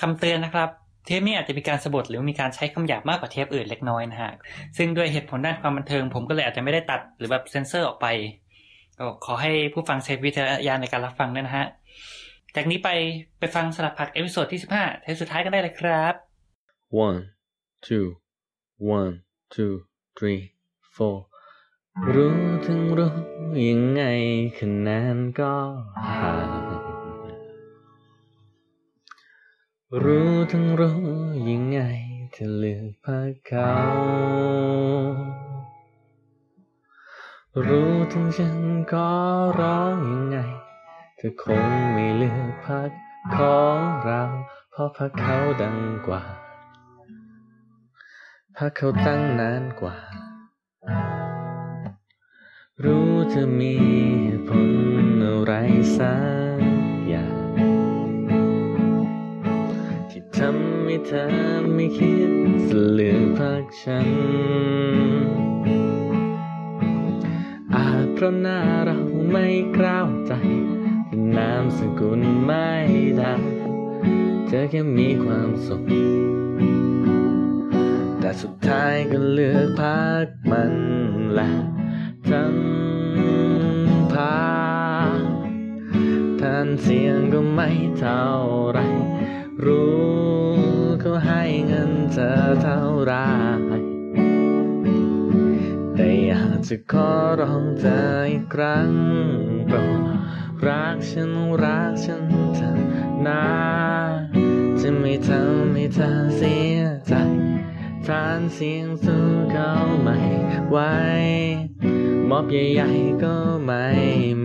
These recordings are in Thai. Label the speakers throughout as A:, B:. A: คำเตือนนะครับ เทปนี้อาจจะมีการสะบดหรือมีการใช้คำหยาบมากกว่าเทปอื่นเล็กน้อยนะฮะ ซึ่งด้วยเหตุผลด้านความบันเทิง ผมก็เลยอาจจะไม่ได้ตัดหรือแบบเซ็นเซอร์ออกไปก็ขอให้ผู้ฟังใช้วิจารณญาณในการรับฟังด้วยนะฮะ จากนี้ไปไปฟังสลับผักเอพิโซดที่ 15เทปสุดท้ายกันได้เลยครับ
B: One, two, one, two, three, four รู้ถึงรู้ยังไงคะแนนก็ห่างรู้ทั้งรู้ยังไงถ้าเลือกพักเขา รู้ทั้งฉันก็ร้องยังไงเธอคงไม่เลือกพักของเราเพราะพักเขาดังกว่า พักเขาตั้งนานกว่า รู้เธอมีเหตุผลอะไรสักอย่าง ที่ทำให้เธอไม่คิดจะเลือกพักฉัน อาจเพราะหน้าเราไม่กล้าวใจนามสกุลไม่ดังเธอแค่มีความสุข แต่สุดท้ายก็เลือกพักมันละทั้งพาท่านเสียงก็ไม่เท่าไหรรู้เขาให้เงินเธอเท่าไหรแต่อยากจะขอร้องเธออีกครั้งโปรดรักฉันรักฉันเถอะนะ จะไม่ทำให้เธอเสียใจ ฐานเสียงสู้เขาไม่ไหวมอบใหญ่ๆก็ไม่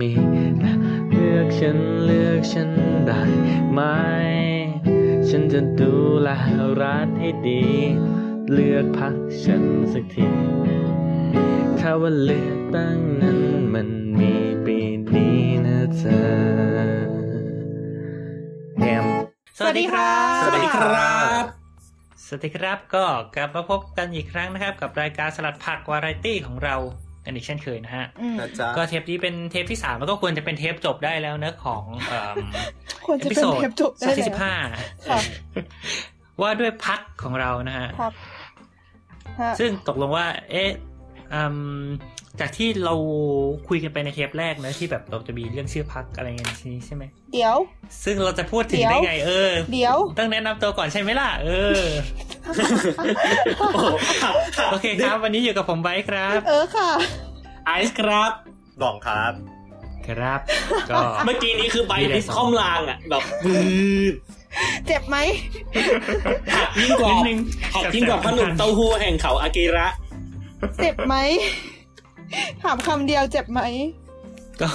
B: มีแต่เลือกฉันเลือกฉันได้ไหม ฉันจะดูแลรัฐให้ดี เลือกพักฉันสักที ถ้าว่าเลือกตั้งนั้นมันมีปีนี้นะเธอแอม
C: สวัสดีครับ
A: สวัสดีครับ สวัสดีครับก็กลับมาพบกันอีกครั้งนะครับ กับรายการสลัดผักวาไรตี้ของเรากันอีกเช่นเคยนะฮะ
C: อืม
D: นะจ๊ะ
A: ก็เทปนี้เป็นเทปที่สามแล้วก็ควรจะเป็นเทปจบได้แล้วเนอะของเอิ่ม
C: ควรจะเป็นเทปจบได้
A: เอพิโซด
C: แล้
A: ที่สิบ
C: ว
A: ห้า
C: ค่ะ
A: ว่าด้วยพักของเรานะฮะ
C: ครับฮะ
A: ซึ่งตกลงว่า เอ๊ะอืมจากที่เราคุยกันไปในเทปแรกนะที่แบบเราจะมีเรื่องชื่อพักอะไรเงี้ยนี้ใช่ไหม
C: เดี๋ยว
A: ซึ่งเราจะพูดถึงได้ไง เออ
C: เดี๋ยว
A: ต้องแนะนำตัวก่อนใช่ไหมล่ะ เอ อ โอเคครับ วันนี้อยู่กับผมไบค์ครับ
C: เออค่ะ
E: ไอซ์ครับ
D: บองครับ
A: ครับ ก็
E: เมื่อกี้นี้คือใบ
A: มีอะไร
E: ดิส
A: สอง
E: คอมลางอ่ะ แบบวืด
C: เจ็บไหม
E: หักยิ่งกว่า
A: นิดนึง
E: หักยิ่งกว่าพระหนุ่มเต้าหู้แห่งเขาอากิระ
C: เจ็บไหม ถามคำเดียวเจ็บไหม
A: ก็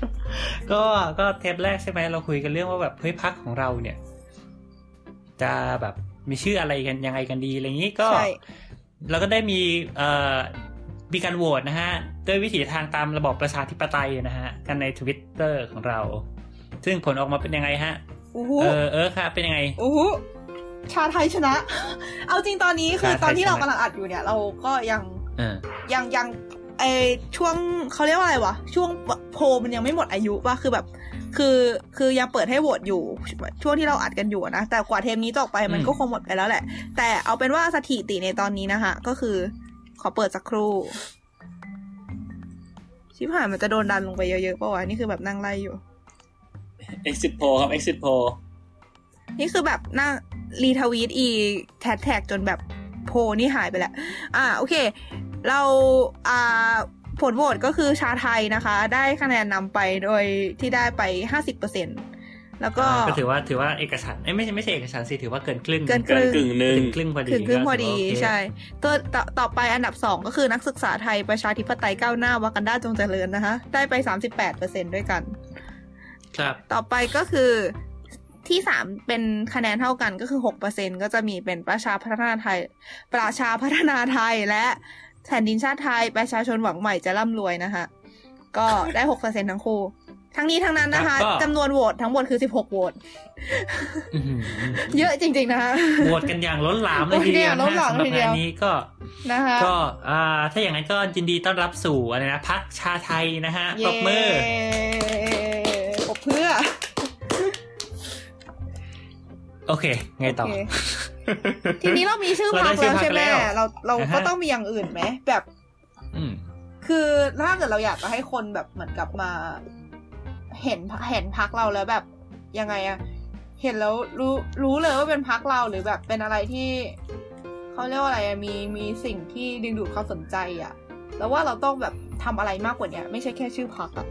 A: ก็ ก็เทปแรกใช่ไหมเราคุยกันเรื่องว่าแบบเฮ้ยพักของเราเนี่ย จะแบบมีชื่ออะไรกันยังไงกันดีอะไรอย่างนี้ก็
C: ใช่
A: เราก็ได้มีเอ่อมีการโหวตนะฮะด้วยวิถีทางตามระบอบประชาธิปไตยนะฮะ กันในทวิตเตอร์ของเรา ซึ่งผลออกมาเป็นยังไงฮะ
C: อู้หู
A: เออเออค่ะเป็นยังไง
C: อู้หูชาไทยชนะ เอาจริงตอนนี้คือ
A: ชาไทย
C: ตอนที่เรา
A: ชนะ
C: กำลังอัดอยู่เนี่ย เราก็ยัง
A: เออ
C: ยังยังไอช่วงเขาเรียกว่าอะไรวะ ช่วงโพลมันยังไม่หมดอายุว่าคือแบบ คือคือยังเปิดให้โหวตอยู่ ช่วงที่เราอัดกันอยู่นะ แต่กว่าเทมนี้จะออกไปมันก็คงหมดไปแล้วแหละ แต่เอาเป็นว่าสถิติในตอนนี้นะคะก็คือ ขอเปิดสักครู่ ชิบหายมันจะโดนดันลงไปเยอะๆป่าวะนี่คือแบบนั่งไล่อยู่
E: exit poll ครับ exit poll
C: นี่คือแบบนั่งรีทวีตอีแท็กแท็กจนแบบโพลนี่หายไปแล้ว อ่าโอเค เราอ่าผลโหวตก็คือชาไทยนะคะ ได้คะแนนนำไปโดยที่ได้ไปห้าสิบเปอร์เซ็นแล้วก็
A: ก็ถือว่าถือว่าเอกฉันท์เอ้ยไม่ใช่ไม่ใช่เอกฉันท์สิถือว่าเกินครึ่ง
C: เกินครึ่
E: เกินกึ่งหนึ่ง
A: ครึ่งพอดี
C: ถึงครึ่งพอดี
A: ก็ถืว่าโเค
C: ใช่ตัวต่อต่อไปอันดับสองก็คือนักศึกษาไทยประชาธิปไตยก้าวหน้าวากันดาจงเจริญนะคะ ได้ไปสามสิบแปดเปอร์เซ็นด้วยกัน
A: ครับ
C: ต่อไปก็คือที่สามเป็นคะแนนเท่ากันก็คือหกเปอร์เซ็นก็จะมีเป็นประชาพัฒนาไทย ประชาพัฒนาไทยและแผ่นดินชาติไทยประชาชนหวังใหม่จะร่ำรวยนะคะก็ได้หกเปอร์เซ็นทั้งคู่ ทั้งนี้ทั้งนั้นนะคะ
A: ครับก็
C: จำนวนโหวตทั้งหมดคือสิบหกโหวต
A: อื้อหือ
C: เยอะจริง ๆนะคะ
A: โหวตกันอย่างล้นหลามเลยทีเดียว
C: โหวตกันอย่างล้
A: นะ
C: นหลาม
A: สำหรั
C: ที
A: บ
C: เดีย
A: งา
C: วน
A: นี้ก็
C: นะคะ
A: ก็อ่าถ้าอย่างนั้นก็ยินดีต้อนรับสู่อะไรนะพักชาไทยนะฮะปรบมือ
C: เย้ปรบเพื่อ
A: โอเค ไงต่อ
C: โอเค ทีนี้เรามีชื่อพัก
A: เราได้ชื่อพรรค
C: แล้วใช่ไหม
A: แล้ว
C: เราเรา
A: อ่าฮะ
C: ก็ต้องมีอย่างอื่นไหมแบบ
A: อืม
C: คือถ้าเกิดเราอยากจะให้คนแบบเหมือนกับมา เห็นเห็นพักเราแล้วแบบยังไงอะเห็นแล้วรู้รู้เลยว่าเป็นพักเราหรือแบบเป็นอะไรที่เขาเรียกว่าอะไรอะมีมีสิ่งที่ดึงดูดความสนใจอะแล้วว่าเราต้องแบบทำอะไรมากกว่าเนี้ยไม่ใช่แค่ชื่อพักอะ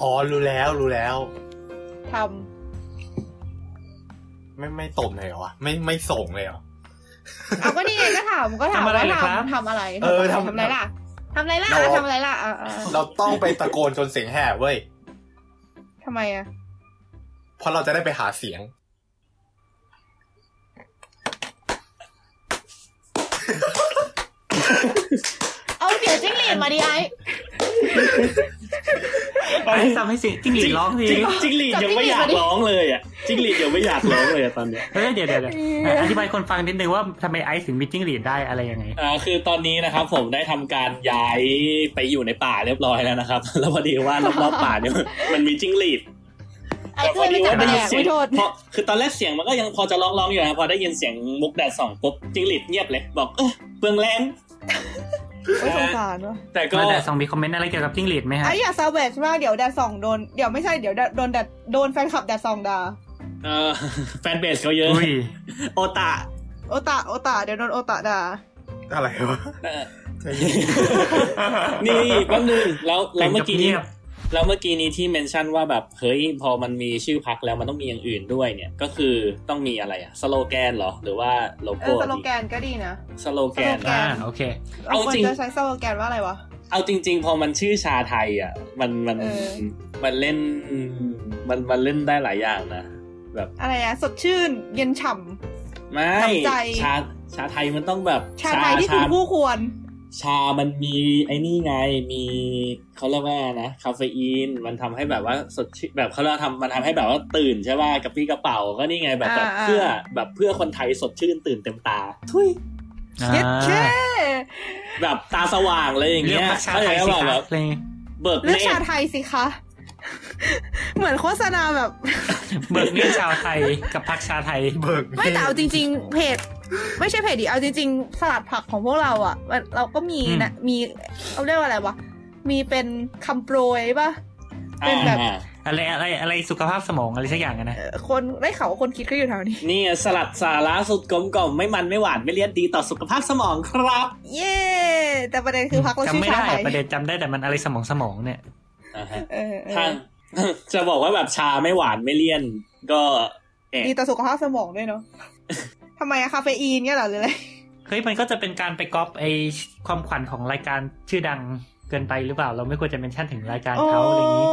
D: อ๋อรู้แล้วรู้แล้ว
C: ทำ
D: ไม่ไม่ตบเลยเหรอวะไม่ไม่ส่งเลยเหรอ
C: เอาก็นี่ไงก็ถามก็ถาม
A: ทำอะไร
C: ว่า
A: เหรอครับ
C: ทำทำอะไร
D: เออทำ
C: ทำอะไรล่ะทำอะไรล่ะ
D: เรา
C: ทำอะไรล่ะอ่ะอ่ะ
D: เราต้องไปตะโกนจนเสียงแหบเว้ย
C: ทำไมอะ
D: เพราะเราจะได้ไปหาเสียง
C: เอาเสียงจิ้งหรีดมาดิไอ
A: ไอ้ทำให้เสิจิ้งหรีดร้องสิ
E: จิจิงหลีดยังไม่อยากร้องเลยอ่ะจิงหลีดยังไม่อยากร้องเลยอะตอนเนี้ย
A: เฮ้ยเดี๋ยวเดี๋ยวเดี๋ยวอ่ะอธิบายคนฟังนิดนึงว่าทำไมไอซ์ถึงมีจิ้งหรีดได้อะไรยังไง
E: อ่าคือตอนนี้นะครับผมได้ทำการย้ายไปอยู่ในป่าเรียบร้อยแล้วนะครับ แล้วพอดีว่ารอบๆป่าเนี่ย มันมีจิ้งหรีด
C: ไอ้เพื่อนไม่จับแดก
E: แต่พอดีว่าได้ยินเสียง
C: ไม่โทษ
E: พอคือตอนแรกเสียงมันก็ยังพอจะร้องๆอยู่นะพอได้ยินเสียงมุกแดดสองปุ๊บจิ้งหรีดเงียบเลย บอกเออเบืองแรง
C: โอ้ยสงสารว่ะ
E: แต่ก็
A: มาแต่สองมีคอมเมนต์อะไรเกี่ยวกับจิ้งหรีดไหมฮะ
C: ไอ้อย่าซาเวจมากเดี๋ยวแดดสองโดนเดี๋ยวไม่ใช่เดี๋ยวแดดโดนแดดโดนแฟนคลับแดดสองด่า
E: เออ แฟนเบสเขาเยอะ
A: อุ้ย
E: โอตะ
C: โอตะโอตะเดี๋ยวโดนโอตะด่า
D: อะไร วะ
E: เออ
D: ใจเย็น
E: นี่แป๊บนึงแล้วแล้
A: แต่
E: ว
A: ง
E: เมื่
A: กั
E: อบ กี้นี้
A: เงียบ
E: แล้วเมื่อกี้นี้ที่เมนชั่นว่าแบบเฮ้ยพอมันมีชื่อพักแล้วมันต้องมีอย่างอื่นด้วยเนี่ย ก็คือต้องมีอะไรอะสโลแกนเหรอ หรือว่าโล
C: เอ
E: โก้
C: อสโลแกนก็ดีนะ
E: สโลแกน
C: สโลแก
A: อ่าโอเค
E: เอาจริง
C: ควจะใช้สโลแกนว่าอะไรวะ
E: เอาจริง ๆ พอมันชื่อชาไทยอ่ะมันมัน
C: เออ
E: มันเล่นมันมันเล่นได้หลายอย่างนะแบบ
C: อะไรอะสดชื่นเย็นฉ่
E: ไม่
C: ทำใจ
E: ชาชาไทยมันต้องแบบ
C: ำชาไทยที่คุณผู้ควร
E: ชามันมีไอ้นี่ไงมีเขาเรียกว่านะคาเฟอีนมันทำให้แบบว่าสดชื่นแบบเขาเรียกว่าทำมันทำให้แบบว่าตื่นใช่ป่ะกับพี่กระเป๋าก็นี่ไงแบบแบบ
C: อ่าๆ
E: เพื่อแบบเพื่อคนไทยสดชื่นตื่นเต็มตา ทุย
A: อ่า
C: เย็ดเช่
E: แบบตาสว่างเลยอย่าง
A: เลือก
E: เงี้ย
A: พักชา
E: เข้าใจ
A: ไทยสิ
E: ป่ะ
A: ค
E: แบ
A: รับบ อะไรเงี้ย
E: เบิก
C: เลือก
E: เน
C: ชา
E: ตร
C: ไทยสิคะ เหมือนโฆษณาแบบ
A: เบิกเรียกชาวไทยกับพักชาไทย
D: เบิก
C: ไม่แต่เอาจริง ๆ เพจไม่ใช่เพจดิเอาจริง ๆ สลัดผักของพวกเราอะมันเราก็มีนะมีเอาเรียกว่าอะไรวะมีเป็นคำโปรยปะ เป็นแบบ
E: อ่า
A: อะไรอะไรอะไรสุขภาพสมองอะไรสักอย่างอะนะ
C: เอ่อคนได้ข่าวว่าคนคิดก็อยู่แถวนี้
E: นี่สลัดสาระสุดกลมกล่อมไม่มันไม่หวานไม่เลี่ยนดีต่อสุขภาพสมองครับ
C: เย้แต่ประเด็นคือพักเราชื่
A: จำ
C: อ
A: ไม่
C: ชา
A: ได้
C: ไทย
A: อะประเด็นจำได้แต่มันอะไรสมองสมองเนี่ย
C: เออเออ
E: ทาง จะบอกว่าแบบชาไม่หวานไม่เลี่ยน ก็แอะ
C: ดีต่อสุขภาพสมองด้วยเนาะทำไมอะคาเฟอีนเนี่ยเหรอหรืออะไร
A: เฮ้ยมันก็จะเป็นการไปก๊อปไอความขวัญของรายการชื่อดังเกินไปหรือเปล่า เราไม่ควรจะเมนชั่นถึงรายการเขาอะไรอย่างนี้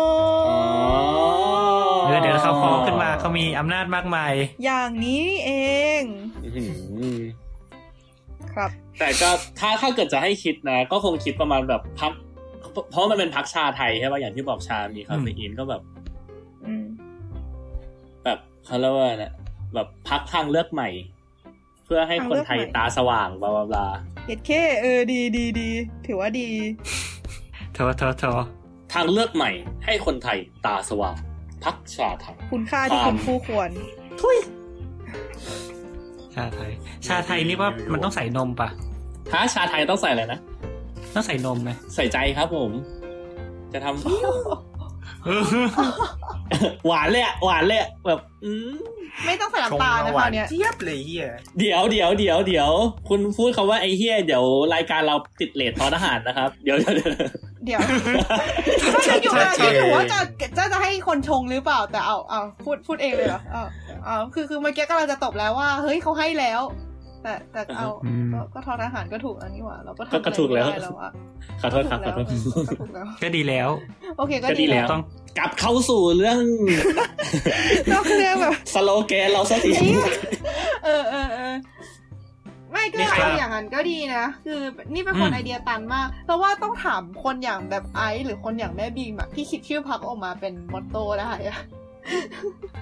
E: อ๋อ
A: เออเดี๋ยวเขาฟ้องขึ้นมาเขามีอำนาจมากมาย
C: อย่างนี้เอง
E: อื้อหือ
C: ครับ
E: แต่ก็ถ้าถ้าเกิดจะให้คิดนะ ก็คงคิดประมาณแบบพัก เพราะมันเป็นพักชาไทยใช่ป่ะอย่างที่บอกชามีคาเฟอีนก็แบบ
C: อืม
E: แบบเขาเรียกว่านะแบบพักทางเลือกใหม่ เพื่อให้คนไทยตาสว่างบลาบลาบลา
C: เย็ดเคเออดีดีดีถือว่าดี
A: โถโถโถ
E: ทางเลือกใหม่ให้คนไทยตาสว่างพักชาไทย
C: คุณค่าที่
E: ค
C: คุ
E: วาม
C: ณคู่ควร
E: ทุย
A: ชาไทย ชาไทยนี่ว่ามันต้องใส่นมปะ
E: ถ้าชาไทยต้องใส่อะไรนะ
A: ต้องใส่นมไหม
E: ใส่ใจครับผม จะท
A: เออ
E: ำ หวานเลยอะหวานเลยอะแบบอืม
C: ไม่ต้องใส่
D: ชง
C: น้ำตาลนะค
D: หา
C: วาน
D: ร
C: วเนี้ย
D: เจี๊ยบเลยเฮีย
E: เดี๋ยวเดี๋ยวเดี๋ยวเดี๋ยว คุณพูดคำว่าไอ้เฮียเดี๋ยวรายการเราติดเลททอทหารนะครับ เดี๋ยวเดี๋ยวเดี๋ยว
C: เดี๋ยวก็จะอยู่มาคิดอยู่ว่าจะจะจะให้คนชงหรือเปล่าแต่เอาเอาพูดพูดเองเลยเหรอเอาเอาคือคือเมื่อกี้ก็เราจะตบแล้วว่า เฮ้ยเขาให้แล้ว แต่แต่เอา
A: อืม
C: ก็ก็ทอทหารก็ถูกอันนี้หว่าเราก็ทำอะไรไม่ได้แล้วอะ
E: ขอโทษครับขอโทษ
C: ก็ถูกแล้ว
A: ก็ดีแล้ว
C: โอเคก็
E: ก็ดี
C: ดี
E: แล้
C: แล้ว ว
A: ต้อง
E: กลับเข้าสู่เรื่อง
C: นอกเรื่อง แบบ
E: สโลแกนเราสักที
C: เอ๊ะเออเออเออไม่ก็
E: นี่ครับ
C: เอาอย่างนั้นก็ดีนะ คือนี่เป็นคนไอเดียตันมากเพราะว่าต้องถามคนอย่างแบบไอซ์หรือคนอย่างแม่บีมอะที่คิดชื่อพักออกมาเป็นมอตโต้ได้อะ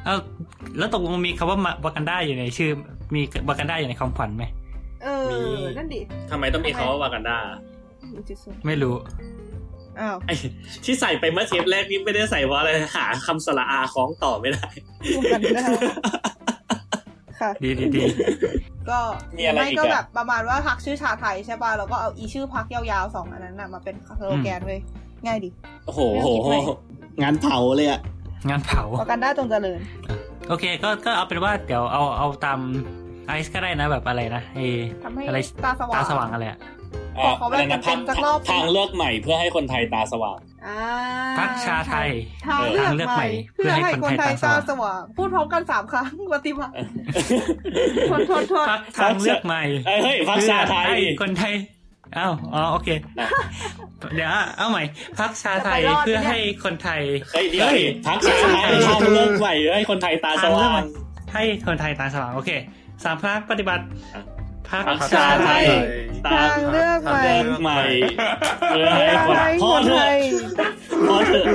A: เอาแล้วตกลงมีคำว่าวากันด้าอยู่ในชื่อ มีวากันด้าอยู่ในคำขวัญไหม
C: เอ
E: มี
C: อ นั่นดิ
E: ทำไมต้องมีคำว่าวากันดา
C: อยู่ที่สุด
A: ไม่รู้
C: อ้าว
E: ไอ้ที่ใส่ไปเมื่อเทปแรกนี่ไม่ ได้ใส่ว่าะอะไรหาคำสระอาคล้องต่อไม่ได้
C: รวมกันได้
E: ค
C: ค่ะ
A: ดีดี ดี
C: ก็
E: มีอะไร
C: ไม่
E: อีก
C: ก็
E: อะ
C: แบบประมาณว่าพักชื่อชาไทยใช่ป่ะแล้วก็เอาอีชื่อพักยาวๆสองอันนั้นน่ะมาเป็นสโลแกนเลยง่ายดี
E: โอ้โห
C: ไม่ต้องคิ
E: โห
C: ดเลย
E: งานเผาเลยอะ
A: งานเผา
C: วากันด้าจงเจริญ
A: โอเคก็ก็เอาเป็นว่าเดี๋ยวเอาเอาตามไอซ์ก็ได้นะแบบอะไรนะไอ
C: ทำให้
A: อะไร
C: ตาสว่าง
A: ตาสว่างอะไรอะ
C: ขอขอแบบ
E: ะไรนะ
C: จำเป็นสักรอบ
E: ทางเลือกใหม่เพื่อให้คนไทยตาสว่าง
C: อ่า
A: ทักชาไทย
C: ทางเลือกใหม่
A: เพื่
C: เพื่
A: อ
C: อ
A: ให้
C: ให้
A: ค
C: คน น
A: ไท
C: ไท
A: ย
C: ย
A: ตา
C: ตา
A: ส
C: ส
A: ว่าง
C: ว่างพูดพร้อมกันสามครั้งปฏิบัติทนทนทน
A: พักทางเลือกใหม่
E: เอ้ยเฮ้ยพักชาไทย
A: เพื่อให้คนไทยอ้าวอ๋อโอเค เดี๋ยวเอาใหม่พักชาไทยเพื่อให้คนไทย
E: เฮ้ยเดี๋ยวดิพักชาไทยทางเลือกใหม่เพื่อให้คนไทยตาสว่าง
A: ให้คนไทยตาสว่างโอเคสามพักปฏิบัติพัก
E: พรรคชาไทย ตา
C: ทางเลือกใหม่
E: เลือกใหม่เพื่อให้
C: ทำ
E: คน
C: ให้
E: พ
C: ค
E: อน
C: ไทย
E: เถอะพอเถอะ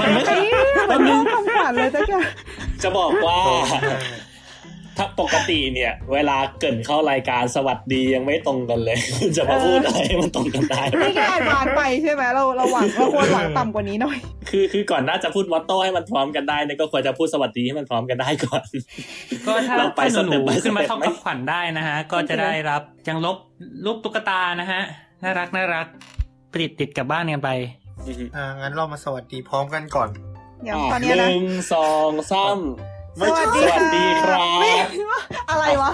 E: มันไม่ใช่
C: เอ๊ะเหมือนท่องคำขวัญเลยสักอย่าง
E: จะบอกว่า ถ้าปกติเนี่ย เวลาเกรินเข้ารายการสวัสดียังไม่ตรงกันเลย จะมาพูดอะไรให้มันตรงกันได้
C: นี่แค่อ่านผ่านไปใช่ไหมเราเราหวังเราควรหวังต่ำกว่านี้หน่อย
E: คือคือก่อนหน่าจะพูดมอตโต้ให้มันพร้อมกันได้เนี่ยก็ควรจะพูดสวัสดีให้มันพร้อมกันได้ก่อน
A: ก็ถ้า
E: เรา
A: ไป
E: ไป
A: ห
E: ส
A: นู
E: เต็ปไป
A: ขึ้นมา
E: สเต็ป
A: ท่อง
E: ไหม
A: คำขวัญได้นะฮะ ก็จะได้รับยังลบรูปตุ๊กตานะฮะ น่ารักน่ารักติดติดกลับบ้านกันไป
D: อ่างั้นเรามาสวัสดีพร้อมกันก่อน
C: อย่าง
E: อ่ะ
C: ตอนเนี้ย
E: ห
C: นะ
E: นึ่งสองสาม
C: สวัสดี
E: สวัสดีครับ
C: ไม่ว่าอะไรวะ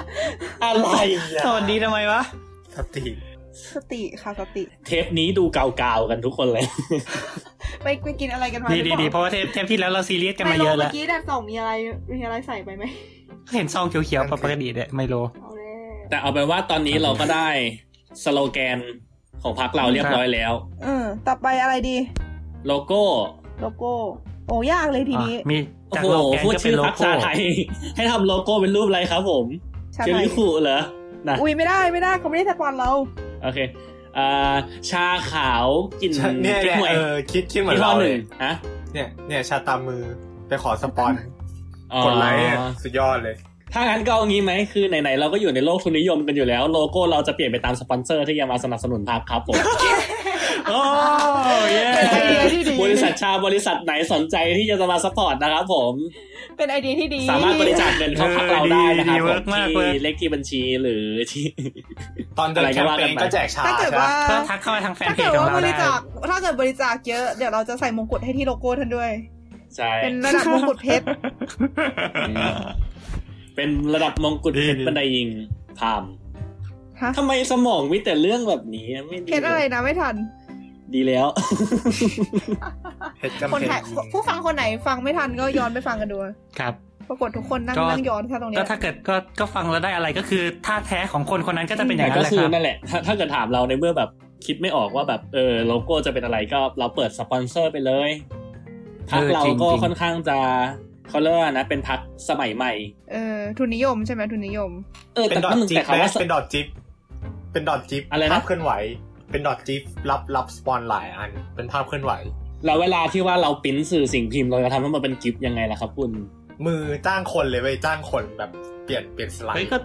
E: อะไรอ่ะ
A: สวัสดีทำไมวะ
D: สติ
C: สติค่ะสติ
E: เทปนี้ดูเก่าๆกันทุกคนเลย
C: ไปไปกินอะไรกันมา
A: ดี
C: หรือ
A: ดีดี
C: เปล่า
A: เพราะว่าเทปเทปที่แล้วเราซีเรียสกัน
C: ไม
A: มา
C: โล
A: เยอะ
C: เมื่
A: แล้ว
C: อกี้แดนสองมีอะไรมีอะไรใส่ไปไหม
A: เห็นซองเขียวๆปกติเนี่ยไม่รู้
C: เอาแน่
E: แต่เอาเป็นว่าตอนนี้เราก็ได้สโลแกนของพรรคเราเรียบร้อยแล้ว
C: เออต่อไปอะไรดี
E: โลโก้
C: โลโก้ โอ้ยากเลยทีนี้
A: อ่ะมี
E: โอ้
A: จาก
E: โห
A: โลแกน
E: พูด
A: ก็เป็
E: ชื่
A: น
E: อ
A: โล
E: พรรค
A: โก้
E: ชาไทย ให้ทำโลโก้เป็นรูปอะไรครับผม
C: ชา
E: เจ
C: ไหน
E: ลิคุเหรอนะ
C: อุ้ยไม่ได้ไม่ได้เขาไม่ได้สปอนเรา
E: โอเคอ่าชาขาวกลิ่น
D: เนี่ย
E: พริกห
D: เนี่ย
E: วย
D: เออคิดคิดเหมือน
E: ยี่ห้อห
D: เราเล
E: นึ่
D: ย
E: งฮะ
D: เนี่ย เนี่ยชาตามือไปขอสปอน
E: อ๋อ
D: กดไลค์อะสุดยอดเลย
E: ถ้างั้นก็เอางี้ไหมคือไหนๆเราก็อยู่ในโลกทุนนิยมกันอยู่แล้ว โลโก้เราจะเปลี่ยนไปตามสปอนเซอร์ที่จะมาสนับสนุนพาร์คครับ ผม
A: โอ้เย้
C: เป็นไอเดียที่ดี
E: บริษัทชาบริษัทไหนสนใจที่จะมาสปอร์ตนะครับผม
C: เป็นไอเดียที่ดี
E: สามารถบริจาคเงินเข้าพรรคเราได้นะครับผมที่เลขที่บัญชีหรือที่
D: ตอนเดิน
E: อะไร
D: แค
E: ก็
D: ม
E: ว่า
D: เป
E: กัน
D: ญ
E: ไป
D: ก็แจกชา
C: ถ้าเกิด
D: ใช่ไหม
C: ว่า
A: ก็ทักเข้ามาทางแฟน
C: ถ้า
A: เพ
C: เกิ
A: จ
C: ด
A: ของ
C: ว่า
A: เรา
C: บ
A: ได้
C: ริจาคถ้าเกิดบริจาคเยอะเดี๋ยวเราจะใส่มงกุฎให้ที่โลโก้ท่านด้วย
E: ใช่
C: เป็นระดับมงกุฎเพชร
E: เป็นระดับมงกุฎเพชรบันไดยิงพาม
C: ฮะ
E: ทำไมสมองมีแต่เรื่องแบบนี้ไม่ดี
C: เพชรอะไรนะไม่ทัน
E: ดีแล้ว
D: เห็ดกำ
C: คน
D: เพ็ญ
C: ไทยผู้ฟังคนไหนฟังไม่ทันก็ย้อนไปฟังกันดู
A: ครับ
C: ปรากฏทุกคนนั่ง
A: ก็
C: นั่งย้อนแค่ตรงเนี้
A: ก็
C: ย
A: ถ้าเกิดก็ก็ฟังแล้วได้อะไรก็คือท่าแท้ของคนคนนั้นก็จะเป็นอย่างนั้น
E: ก็
A: แหละ
E: คื
A: ค
E: อ
A: รับ
E: นั่นแหละ ถ้าถ้าเกิดถามเราในเมื่อแบบคิดไม่ออกว่าแบบเออโลโก้จะเป็นอะไรก็เราเปิดสปอนเซอร์ไปเลยพัก
A: เออ
E: เรา
A: จริงๆ
E: ก็ค่อนข้างจะเขาเรียกว่านะ เป็นพักสมัยใหม่
C: เออทุนนิยมใช่ไหมทุนนิยม
E: เออ
D: เป็
E: แต่
D: นดอท
E: ก็มึง
D: จิ๊บ
E: แต่คำว่า
D: นะเป็นดอทจิ๊บเป็นดอทจิ๊บ
E: อะไรนะ
D: ภาพเคลื่อนไหว เป็นดอทจิ๊บรับรับสปอนหลายอัน เป็นภาพเคลื่อนไหว
E: แล้วเวลาที่ว่าเราปริ้นสื่อสิ่งพิมพ์เราจะทำให้มันเป็นกิฟต์ยังไงล่ะครับคุณ
D: มือจ้างคนเลยเว้ยจ้างคนแบบเปลี่ยนเปลี่ยนสไล
A: เฮ้ย
D: ด์
A: ก็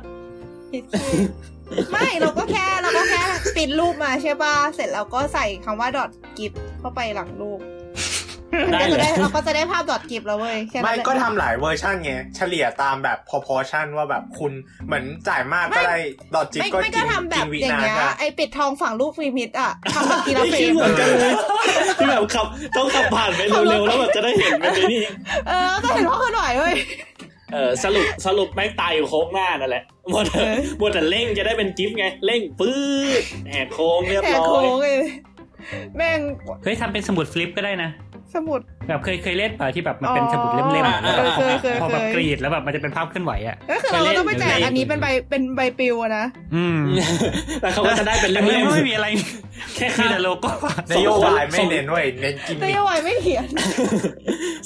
C: ไม่เราก็แค่เราก็แค่ปิดรูปมาใช่ป่ะเสร็จเราก็ใส่คำว่าดอทกิฟเข้าไปหลังรูปมันก็
E: เล
C: จะได้
E: ย
C: เราก็จะได้ภาพดอทกิฟแล้วเว้ยแค่นั้น
D: ไม่
C: แหละ
D: ก็ทำหลายเวอร์ชันไงเฉลี่ยตามแบบ proportion ว่าแบบคุณเหมือนจ่ายมากก็ได้ดอทจิ๊บ
C: ไม่
D: ก็
C: ไม่
D: กิ
C: ก็
D: น
C: ทำแบบ
D: กินวิ
C: อย่าง
D: นา
C: เงี้ย
D: ค่ะ
C: ไอปิดทองฝั่งรูปฟิมิตอ่ะทำแบบทีละ
E: ไม่
C: เฟร
E: คิด
C: ม
E: เหมือนกันเลยที่แบบขับต้องขับผ่านไปเร็วๆแล้วแบบจะได้เห็นมันไปนี่
C: เออก็เห็นว่าคนหน่อยเว้ย
E: เออสรุปสรุปแม่งตายอยู่โค้งหน้านั่นแหละหมด
C: เออ
E: หมดแต่เร่งจะได้เป็นกิฟต์ไงเร่งปื๊ดแหกโค้งเรียบ
C: แหก
E: ร้อ
C: โค้
E: ย
C: งเลยแม่ง
A: เฮ้ยทำเป็นสมุดฟลิปก็ได้นะ
C: สมุด
A: แบบเคยเคยเล่นเปล่าที่แบบมันเป็น
C: อ๋อ
A: สมุดเล่มๆอะ
E: อ่า
C: เคยเคย
A: พอ
C: เค
A: แบบ
C: ย
A: กรีดแล้วแบบมันจะเป็นภาพเคลื่อนไหวอ่ะ
C: ก็คือเราก็ต้องไปแจกอันนี้เป็นใบเป็นใบปลิวอะนะ
A: อืม
E: แต่เขาก็จะได้เป็น
A: แต่เล่
E: เล่
A: ม
E: ม
A: ก็ไม่
E: ๆ
A: มีอะไร
E: แค่
A: มี
E: ค่า
A: แต่โลโก้อะ
D: นโยบายไม่เน้นเว้ยเน้นกิน
C: น
D: มิ
C: โย
D: ก
C: บายไม่เขียน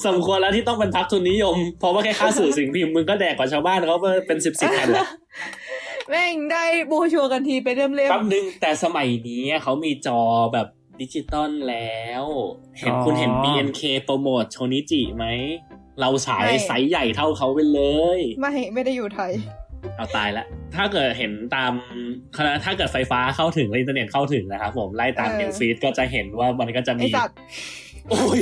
E: สมควรแล้วที่ต้องเป็นพักทุนนิยม เพราะว่าแค่ค่าสื่อสิ่งพิมพ์มึงก็แดกกว่าชาวบ้านเขาเป็นสิบสิบพันแล้ว
C: แม่งได้โบรชัวร์กันทีไปเริ่มเล่ม
E: แป๊บนึงแต่สมัยนี้เขามีจอแบบดิจิตอลแล้ว เห็นคุณเห็น BNK โปรโมทโชนิจิไหม เราฉายไซส์ใหญ่เท่าเขาไปเลย
C: ไม่ไม่ได้อยู่ไทย
E: เอาตายละ ถ้าเกิดเห็นตามถ้าเกิดไฟฟ้าเข้าถึงและอินเทอร์เน็ตเข้าถึงนะครับผมไล่ตาม
C: เออ
E: นิวฟีดก็จะเห็นว่ามันก็จะ
C: ไอ
E: มี
C: สัตว์
E: โอ้ย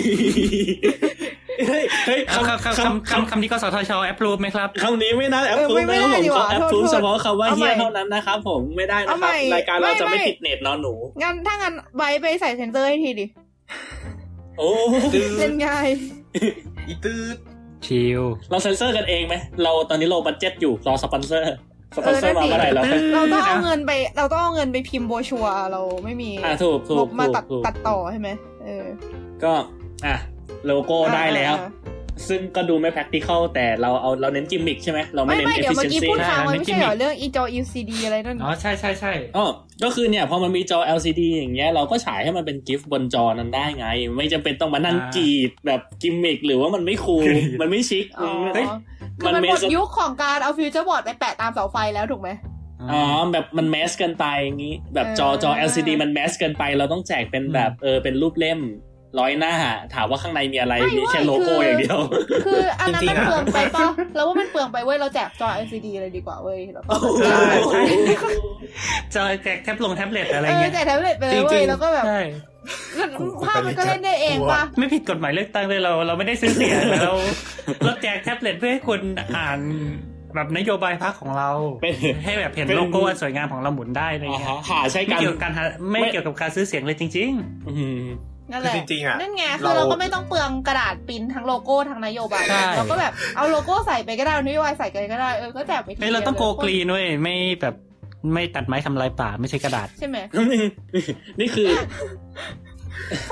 E: เฮ้ยเฮ้ย
A: คำคำคำคำคำที่กสทชแอปรูปไหมครับ
E: คำนี้ไม่น่าแอป
C: เออ
E: ซูม
C: ไม่
E: นะครับ
C: ไม่ได้
E: ผม
C: ดีก
E: เขา
C: ว่า
E: แอป
C: โทษโทษ
E: ซูมเฉพาะคำว่า
C: เอาใหม่
E: เฮียเท่านั้นนะครับผมไม่ได้นะ
C: เอา
E: ค
C: ใหม่
E: รับรายการเราจะ
C: ไม่
E: ไม่
C: ไม่
E: ติดเน็ตนอนหนู
C: งั้นถ้างั้นไบร์ทไปใส่เซนเซอร์ให้ทีดิ
E: โอ้
C: เล่นง่าย
D: อีตื้อ
A: ชิล
E: เราเซ็นเซอร์กันเองไหมเราตอนนี้เราบัตเจ็ตอยู่รอสปอนเซอร์สป
C: เอ
E: อน
C: อ
E: เซอ
C: นั่
E: ร์
C: นดิ
E: มาเมื่อไหร่เราค่อย
C: เราต้องเอาเงินไป เราต้องเอาเงินไปพิมพ์โบรชัวร์เราไม่มี
E: อ่ะถูกถู
C: ง
E: ก
C: บมา
E: ถูก
C: ตัด
E: ถูก
C: ตัดต่อใช่ไหมเออ
E: ก็อ่ะโลโก้ได้แล้ว
C: อ่า
E: ซึ่งก็ดูไม่ practical แต่เราเอาเราเน้นกิมมิคใช่ไหมเรา
C: อ่า
E: ไม่
C: ไม่ไม่
E: เน้น
C: เดี๋ยวเมื่อกี้
E: efficiency
C: พูดค้างไว้ไม่ใช่เหรอเรื่อง e จอ LCD อะไรนั่น
A: อ๋อใช่ใช่ใช่
E: อ๋อก็คือเนี่ยพอมันมีจอ LCD อย่างเงี้ยเราก็ฉายให้มันเป็นกิฟต์บนจอนั้นได้ไง ไม่จำเป็นต้องมานั่งกรีดแบบกิมมิคหรือว่ามันไม่ คูลมันไม่ชิค
C: อ๋อ
E: เฮ้ย
C: คือมันหมด
E: มัน
C: ยุคของการเอาฟิวเจอร์บอร์ดไปแปะตามเสาไฟแล้วถูกไหม
E: อ๋อแบบมันแมสกันไปอย่างนี้ แบบจอจอ LCD มันแมสกันไป เราต้องแจกเป็นแบบเออเป็นรูปเล่มร้อยหน้า ถามว่าข้างในมีอะไร
C: ไม่
E: มีแค่โลโก้
C: คือ
E: อ
C: อ
E: ย่างเดียว
C: คืออันนั้น
D: จริ
C: มัน
D: งๆอะ
C: เปลืองไปป่ะเราว่ามันเปลืองไปเว้ยเราแจกจอ LCD เลยดีกว่าเว้ยเรา
D: ใช่ใช่
A: จอยแจกแท็บลงแท็บเล็ตอะไร
C: เออ
A: เงี้ย
C: แจกแท็บเล็ตไปเลย
D: จริ
C: เว้ย
D: งๆ
C: แล้วก็แบบ
A: ใช่
C: ภาพมันก็เล่นได้เองป่ะ
A: ไม่ผิดกฎหมายเลือกตั้งเลยเรา เราไม่ได้ซื้อเสียงเรา เราแจกแท็บเล็ตเพื่อให้คุณอ่านแบบนโยบายพรรคของเรา
E: เป็น
A: ให้แบบเห็นโลโก้อันสวยงามของเราหมุนได้อะไร
E: อ่า
A: เงี้ย
E: ฮะหาใช้
A: ไม่
E: กัน
A: เกี่ยวกับการหาไม่เกี่ยวกับการซื้อเสียงเลยจริง
E: อืม
C: นั่น
D: คื
C: แห
D: อ
C: ละ
D: จริงๆอ่ะ
C: นั่นไงคื
D: เรา
C: อเราก็ไม่ต้องเปลืองกระดาษปริ้นทั้งโลโก้ทั้งนโยบาย
A: ใช่
C: เราก็แบบเอาโลโก้ใส่ไปก็ได้นโยบายใส่ไปก็ได้เออก็แจกไป
A: ๆ
C: ที
A: เฮ้ยเราต้องโกกรีนเว้ยไม่แบบไม่ตัดไม้ทำลายป่าไม่ใช่กระดาษ
C: ใช่ไหม
E: นี่ คือ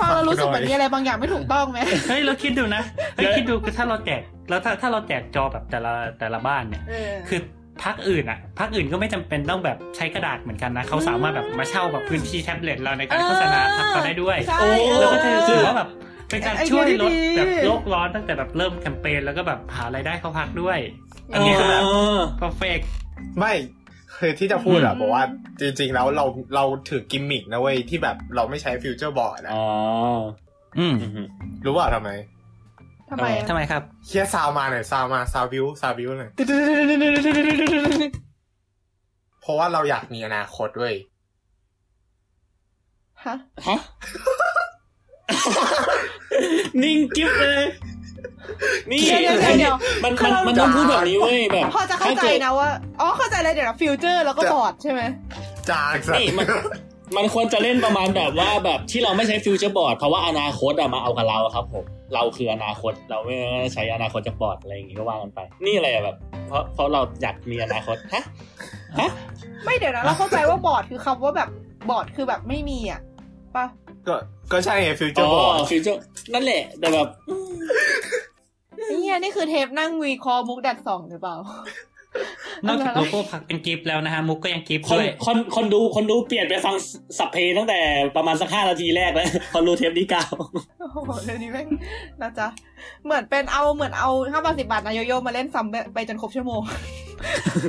C: ฟังเรารู้สึก
D: หน่อย
C: เหมือนมีอะไรบางอย่างไม่ถูกต้องไหม
A: เฮ้ยเราคิดดูนะเฮ้ย
E: เดี๋ยว
A: คิดดูคือถ้าเราแจกแล้วถ้าถ้าเราแจกจอแบบแต่ละแต่ละบ้านเนี่ย
C: เออ
A: คือพักอื่นอะพักอื่นก็ไม่จำเป็นต้องแบบใช้กระดาษเหมือนกันนะเขาสามารถแบบมาเช่าแบบพื้นที่แท็บเล็ตเราในการโฆษณาพักเราได้ด้วย
C: ใช่
E: โอ้
C: เออ
A: แล้วก็จะถือว่าแบบเป็นการ
C: ไอเดีย
A: ช่วยลด
C: ที่ดี
A: แบบโลกร้อนตั้งแต่แบบเริ่มแคมเปญแล้วก็แบบหารายได้เขาพักด้วย อั
E: อั
A: น
E: น
A: นี้
E: นี้
A: ก็
E: ก็
A: แบบ
E: อ
A: perfect
D: ไม่คือที่จะพูดอะ
C: อืม
D: บอกว่าจริง ๆ แล้วเราเราถือกิมมิกนะเว้ยที่แบบเราไม่ใช้ฟิวเจอร์บอร์ดนะ
E: อ๋อ
A: อืม
E: อืม
D: รู้เปล่าทำไม
C: ทำไมอะ
A: ทำไมครับ
D: เคียซาวมาหน่อยซาวมาซาวบิวซาวบิวหน่อยเพราะว่าเราอยากมีอนาคตเว้ย
C: ฮะ
E: ฮะ นิ่งกิ๊บเลย นี่
C: เดี๋ยวเดี๋ยวเดี๋ยวเดี๋ยว
E: มันมัน
C: คือเรา
E: มันต้องพูดแบบนี้เว้ยแบบ
C: พอจะเข้าใจ
E: กิด
C: นะว่าอ๋อเข้าใจแล้วเดี๋ยวนะฟิวเจอร์แล้วก็บอร์ดใช่ไหม
D: จากสัต
E: นี่
D: ว์
E: มัน มันควรจะเล่นประมาณแบบว่าแบบที่เราไม่ใช้ฟิวเจอร์บอร์ดเพราะว่าอนาคตอะมาเอากับเราอะครับผมเราคืออนาคตเราไม่ใช้อนาคตจากบอร์ดอะไรอย่างงี้ก็ว่ากันไป นี่อะไรอะแบบ เพราะเพราะเราอยากมีอนาคตฮะฮะ
C: ไม่เดี๋ยวนะเราเข้าใจว่าบอร์ดคือคำว่าแบบบอร์ดคือแบบไม่มีอ่ะปะ
D: ก็ก็ใช่ไงฟิวเจอ
E: อ๋
D: ร์บอร์ด
E: อฟิวเจอร์นั่นแหละแต่แบบ
C: เนี่ยนี่คือเทปนั่งวีคอมุกดัดสองหรือเปล่า
A: นอกจากโลโก้พักเป็นกิฟต์แล้วนะฮะมุกก็ยังกิฟต์
E: คน
A: ด้วย
E: คนคนดูคนดูเปลี่ยนไปฟังสับเพลงตั้งแต่ประมาณสักห้านาทีแรกแล้ว พอรู้เทปนี้เก่า
C: โอ้โหเดี๋ยวนี้แม่งนะจ๊ะ เหมือนเป็นเอาเหมือนเอาห้าบาทสิบาทนายโยโย่มาเล่นซ้ำไปไปจนครบชั่วโมง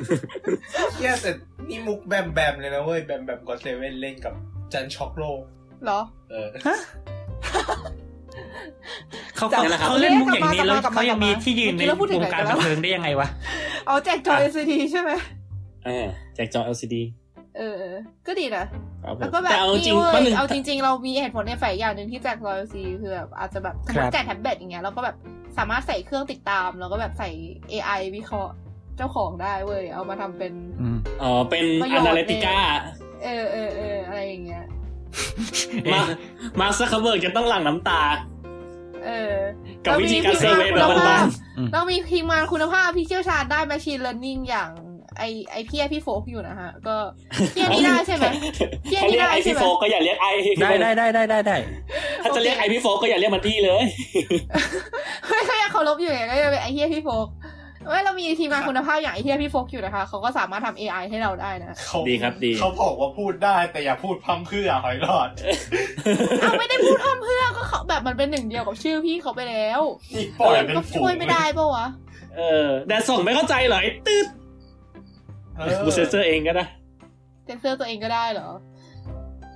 D: เฮียแต่นี่มุกแบมแบมเลยนะเว้ยแบมแบมก็เซเว่นเล่นกับจันช็อกโลก
C: เหรอ
D: เออ
A: เขาเขา
C: จัดนะครับ
A: เขาเล่นมุกอย่างนี้แล้ว
C: กลับมา
A: เขายังมีที่ยืน
C: เมื่
A: ใน
C: อกี้เราพูดถึง
A: วงการ
C: ไหนกั
A: บัน
C: นแล้ว
A: เทิงได้ยังไงวะ
C: เอาแจกจอยซีดีใช่ไหม
E: เออแจกจอ LCD
C: เออเออ ก็ดีนะครับ
E: ผม
C: แล้วก็แบบ
E: ต่เอาจ
C: นี่
E: ริง
C: เว้ย
E: ป้าหนึ่ง
C: เอาจริง ๆ เรามีเหตุผลในฝ่ายอย่างหนึ่งที่แจกจอยซีคือแบบอาจจะแบบสมม
A: ครั
C: ติ
A: บ
C: แจกแท็บเล็ตอย่างเงี้ยเราก็แบบสามารถใส่เครื่องติดตามแล้วก็แบบใส่ AI วิเคราะห์เจ้าของได้เว้ยเอามาทำเป็น
A: อืม
E: อ๋อเป็น
C: ประโย
E: อ
C: ชน์
E: นา
C: เล
E: ลิ
C: ย
E: ติก้า
C: เออเออเอออะไรอย่างเงี้ย
E: มามาซักเบิร์กจะต้องหลั่งน้ำตา
C: เออ
E: กับวิธีการเซอร์เวย์แบบบ้าน
A: อืม
C: เรามีทีมงานคุณภาพที่เชี่ยวชาญด้าน machine learning อย่างไอไอพี่ไอพี่โฟกอยู่นะฮะ ก็
E: ๆ
C: เที่ยนี่ได้ใช่ไหม เที่ยนี่
E: ถ้าเรียก
C: ได้
E: ไอ
C: ใช่
E: พี่
C: ไหม
E: โฟก็อย่าเรียกไอ
A: ได้ได้ได้ได้ได้ได้
E: ถ้าจะเรียกไอพี่โฟก็อย่าเรียกมันพี่เลย
C: ไม่ก็ยังเคารพอยู่ไงก็ยังเป็นไอเฮียพี่โฟกไม่เรามีทีมงานคุณภาพอย่างไอเฮียพี่โฟกอยู่นะคะเขาก็สามารถทำ AI ให้เราได้นะ
D: เขา
E: ดีครับดี
D: เขาบอกว่าพูดได้แต่อย่าพูดพร่ำเพรื่อหอยรอด
C: เอาไม่ได้พูดทำเพื่อก็เขาแบบมันเป็นหนึ่งเดียวกับชื่อพี่เขาไปแล้ว
D: นี่ปล่อยเป็น
C: ก็
D: ฝู
C: ช่วย
D: ง
C: ไม่ได้ปะวะ
E: เออแดดส่องไม่เข้าใจเหรอไอ้ตืด
D: เออ
E: กูเซนเซอร์เองก็ได้
C: เซนเซอร์ตัวเองก็ได้เหรอ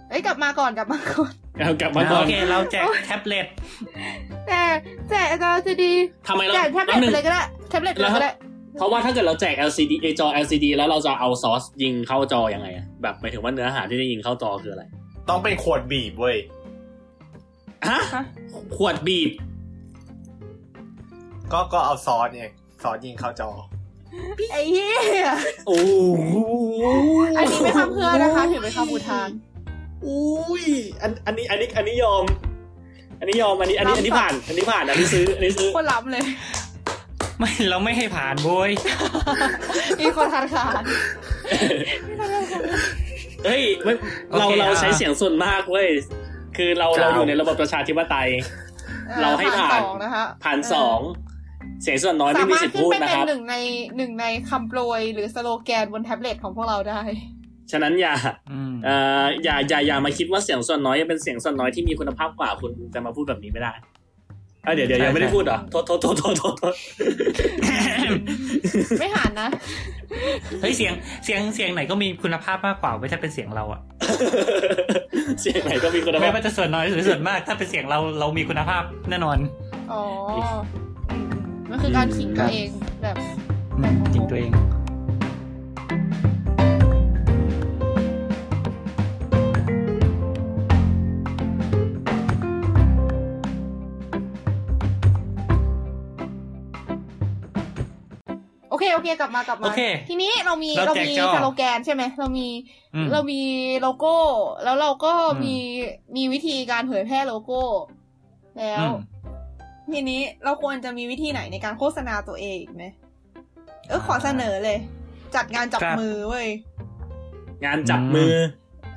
C: เอ้ยกลับมาก่อนกลับมาก่อน
E: เอากลับมาก่อ
A: โอน เค เราแจกแท็บเล็ต
C: แต่แต่เราจะดี
E: ทำไมเรา
C: แจกแท็บเล็ตไป
E: แป๊บหนึ่ง
C: เลยก็ได้แท็บเล็ตไปเลยก็ได้
E: เพราะว่าถ้าเกิดเราแจก LCD ไอ้จอ LCD แล้วเราจะเอาซอสยิงเข้าจออยังไงอะแบบหมายถึงว่าเนื้อหาที่จะยิงเข้าจอคืออะไร
D: ต้องเป็นขวดบีบเว้ย
E: ฮะ ขวดบีบ
D: ก็ก็เอาซอสไงซอสยิงเข้าจอ
C: ไอ้เหี้ย
E: โอ้โห
C: อันนี้ไม่ทำเพื่อนะคะ ถือเป็นคำอุทาน
E: อุ้ยอันอันนี้อันนี้อันนี้ยอม อันนี้ยอมอันนี้อันนี้อันนี้ผ่านอันนี้ผ่านอันนี้ซื้ออันนี้ซื้อ
C: คนล้ำเลย
A: ไม่เราไม่ให้ผ่านโว้ย
C: มีคนทานขาน
E: เฮ้ยเว้ยเราเราใช้เสียงส่วนมากเว้ยคือเราเราอยู่ในระบบประชาธิปไตย
C: ออ
E: เราให้ผ่าน
C: สองนะคะ
E: ผ่านสองเสียงส่วนน้อย
C: สา
E: ไม่มี
C: มารถ
E: สิทธิ์
C: ขึ้น
E: พูด
C: ไป
E: นะ
C: เป็
E: คนรับ
C: หนึ่งในหนึ่งในคำโปรยหรือสโลแกนบนแท็บเล็ตของพวกเราได้
E: ฉะนั้นอย่า
A: อืม
E: เอ่ออย่าอย่าอย่ามาคิดว่าเสียงส่วนน้อยเป็นเสียงส่วนน้อยที่มีคุณภาพกว่าคุณจะมาพูดแบบนี้ไม่ได้เอ้ยเดี๋ยวเดี๋ยวยังไม่ได้พูดเหรอโทษโทษโทษโทษโทษโทษ
C: ไม่หานนะ
A: เฮ้ยเสียงเสียงเสียงไหนก็มีคุณภาพมากกว่าไว้ยถ้าเป็นเสียงเราอะ
E: เสียงไหนก็มีคุณภา
A: ไม่
E: พ
A: ว่าจะส่วนน้อยหรือส่วนมาก ถ้าเป็นเสียงเราเรามีคุณภาพแน่นอน
C: อ๋ออืมมันคือการขิงตัวเองแบบ
A: อืมจริงตัวเอง
C: โอเคโอเคกลับมากลับมา
A: โอเค
C: ทีนี้เรามี
A: เรา
C: เรา
A: แจก
C: มี
A: จอ
C: สโลแกนใช่ไหมเรามี
A: อืม
C: เรามีโลโก้ แล้วเราก็
A: อืม
C: มีมีวิธีการเผยแพร่โลโก้ แล้ว
A: อืม
C: ทีนี้เราควรจะมีวิธีไหนในการโฆษณาตัวเองอีกไหมเออขอเสนอเลย จัดงานจับ
A: ครับ
C: มือเว้ย
E: งานจับมือ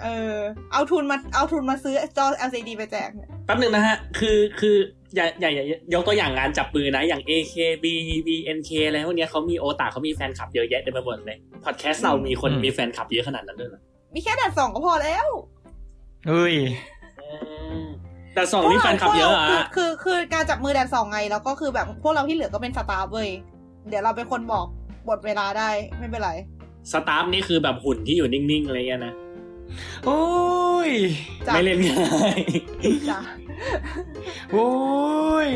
C: เออ เอาทุนมาเอาทุนมาซื้อจอ LCD ไปแจกเนี่ย
E: แป๊บหนึ่งนะฮะ คือคืออย่าอย่าอย่ายกตัวอย่างงานจับมือนะ อย่าง AKB BNK อะไรพวกเนี้ยเขามีโอตาเขามีแฟนคลับเยอะแยะเต็มไปหมดเลย พอดแคสต์เรามีคน
A: อืม
E: มีแฟนคลับเยอะขนาดนั้นด้วยเหรอ
C: มีแค่แดดสองก็พอแล้ว
A: เฮ้ย
E: แต่สองนี่แฟนคลับเยอะอะ
C: คือคือคือการจับมือแดนสองไง แล้วก็คือแบบพวกเราที่เหลือก็เป็นสตาฟเว้ย เดี๋ยวเราเป็นคนบอกบทเวลาได้ไม่เป็นไร
E: สตาฟนี่คือแบบหุ่นที่อยู่นิ่ง ๆ อะไรเงี้ยนะ
A: โอ้ย
C: จ้ะ
E: ไม่เล่นง่าย
C: จ้ะ
A: โอ้ย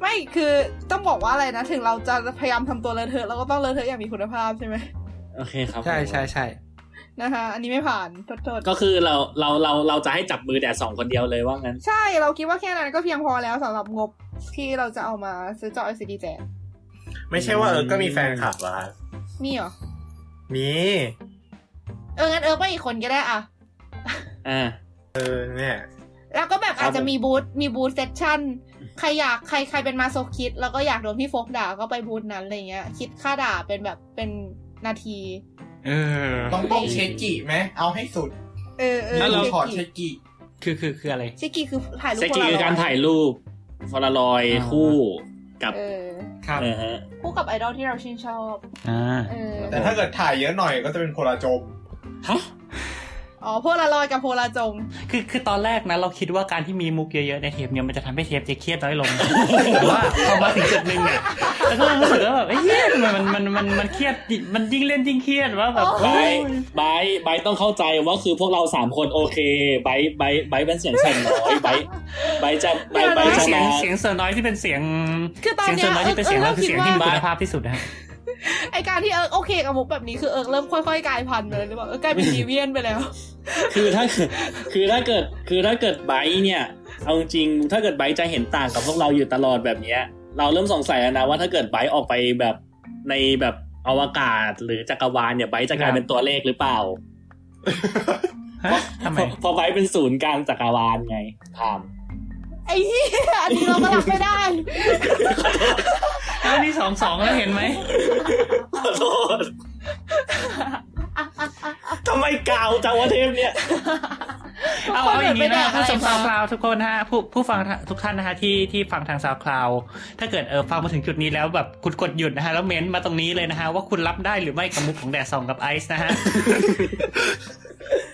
C: ไม่คือต้องบอกว่าอะไรนะ ถึงเราจะพยายามทำตัวเลอะเทอะเราก็ต้องเลอะเทอะอย่างมีคุณภาพใช่ไหม
E: โอเคครับ
A: ใช่ใช่ใช่
C: นะคะอันนี้ไม่ผ่านโทษโทษ
E: ก็คือเราเราเราเราจะให้จับมือแดดสองคนเดียวเลยว่างั้น
C: ใช่เราคิดว่าแค่นั้นก็เพียงพอแล้วสำหรับงบที่เราจะเอามาซื้อจอ LCD แจก
D: ไม่ใช่ว่าเออก็มีแฟนคลับเหรอ่ะ
C: มีเหรอ
D: มี
C: เอองั้นเออไปอีกคนก็ได้อ่ะ
E: อ่า
D: เออเนี่ย
C: แล้วก็แบบ
E: ครับ
C: อาจจะมีบูธมีบูธเซสชั่น ใครอยากใครใครเป็นมาโซคิด แล้วก็อยากโดนพี่โฟกด่าก็ไปบูธนั้นอะไรเงี้ย คิดค่าด่าเป็นแบบเป็นนาที
A: เออ
F: ต้องต้องเชจิไหมเอาให้สุด
C: เออเออ
F: แล้วเราถอดเช
C: เชคกิ
F: จิ
A: คือคือคืออะไร
C: เชคกิคือถ่ายรูป
E: เซ็กซี่คื
C: พ
E: อ
C: ล
E: กา
C: อย
E: ร
C: ด์
E: ถ่ายรูปฟลอรอย
A: อ่า
E: คู่กับ
C: เออ
A: ครับ
E: เออฮะ
C: คู่กับไอดอลที่เราชื่นชอบ
A: อ่า
C: เออ
F: แต่ถ้าเกิดถ่ายเยอะหน่อยก็จะเป็นโพลาจม
E: ฮะ
C: อ๋อโพลารอยด์กับโพลาจง
A: คือคือตอนแรกนะเราคิดว่าการที่มีมุกเยอะๆในเทปเนี่ยมันจะทำให้เทปจะเครียดน้อยลง แต่ว่าพอมาถึงจุดหนึ่งอ่ะแล้วก็รู้สึกว่าแบบเอ้ยเหี้ยทำไมมันมันมันมันเครียดดิมันยิ่งเล่นยิ่งเครียดว่าแบบ
C: โอ้
E: ไบ
C: ย
E: ร์ทไบร์ทไบร์ทต้องเข้าใจว่าคือพวกเราสามคนโอเคไบร์ทไบร์ทไบร์ทเป็นเสียงแส่นน้อยไบร์ทไบร์ทจะไบร์ทไบร์ทจะ
A: เสีย
E: มาง
A: เสียงส่วนน้อยที่เป็นเสียง
C: คือตอน
A: เสียง
C: เนี้ย
A: ส่วนน้อยที่เป็นเสียง
C: เออ
A: เรา
C: เออ
A: คือเสียง
C: คิด
A: ที่
C: ว่า
A: มีคุณภาพที่สุดนะครับ
C: ไอการที่เอิร์กโอเคกับมุกแบบนี้คือเอิร์กเริ่มค่อยๆกลายพันธุ์ไปเลยหรือเปล่าเออกลายเป็นดีเวียนไปแล้ว
E: คือถ้าคือถ้าเกิดคือถ้าเกิดไบร์ทเนี่ยเอาจริงๆถ้าเกิดไบร์ทจะเห็นต่างกับพวกเราอยู่ตลอดแบบเนี้ยเราเริ่มสงสัยแล้วนะว่าถ้าเกิดไบร์ทออกไปแบบในแบบอวกาศหรือจักรวาลเนี่ยไบร์ทจะกลายเป็นตัวเลขหรือเปล่า
A: ฮะทำไม
E: เพราะเพราะไบร์ทเป็นศูนย์กลางจักรวาลไงถาม
C: ไอ้เหี้ยอันนี้เราก็รับไม่ได้
A: แล้วนี่สองสองแล้วเห็นไหม
E: ข อโทษ ทำไมกาวจังวะเทปเนี่ย
A: เอา
C: คน
A: เอาอย่างนี้
C: ไม่ได้
A: นะ
C: อะไร
A: ผู้ชม
C: มา
A: ซาวคลาวทุกคนนะฮะผู้ผู้ฟังทุกท่านนะฮะที่ที่ฟังทางซาวคลาวถ้าเกิดเออฟังมาถึงจุดนี้แล้วแบบคุณกดหยุดนะฮะแล้วเม้นต์มาตรงนี้เลยนะฮะว่าคุณรับได้หรือไม่กับมุกของแดดสองกับไอซ์นะ ฮะ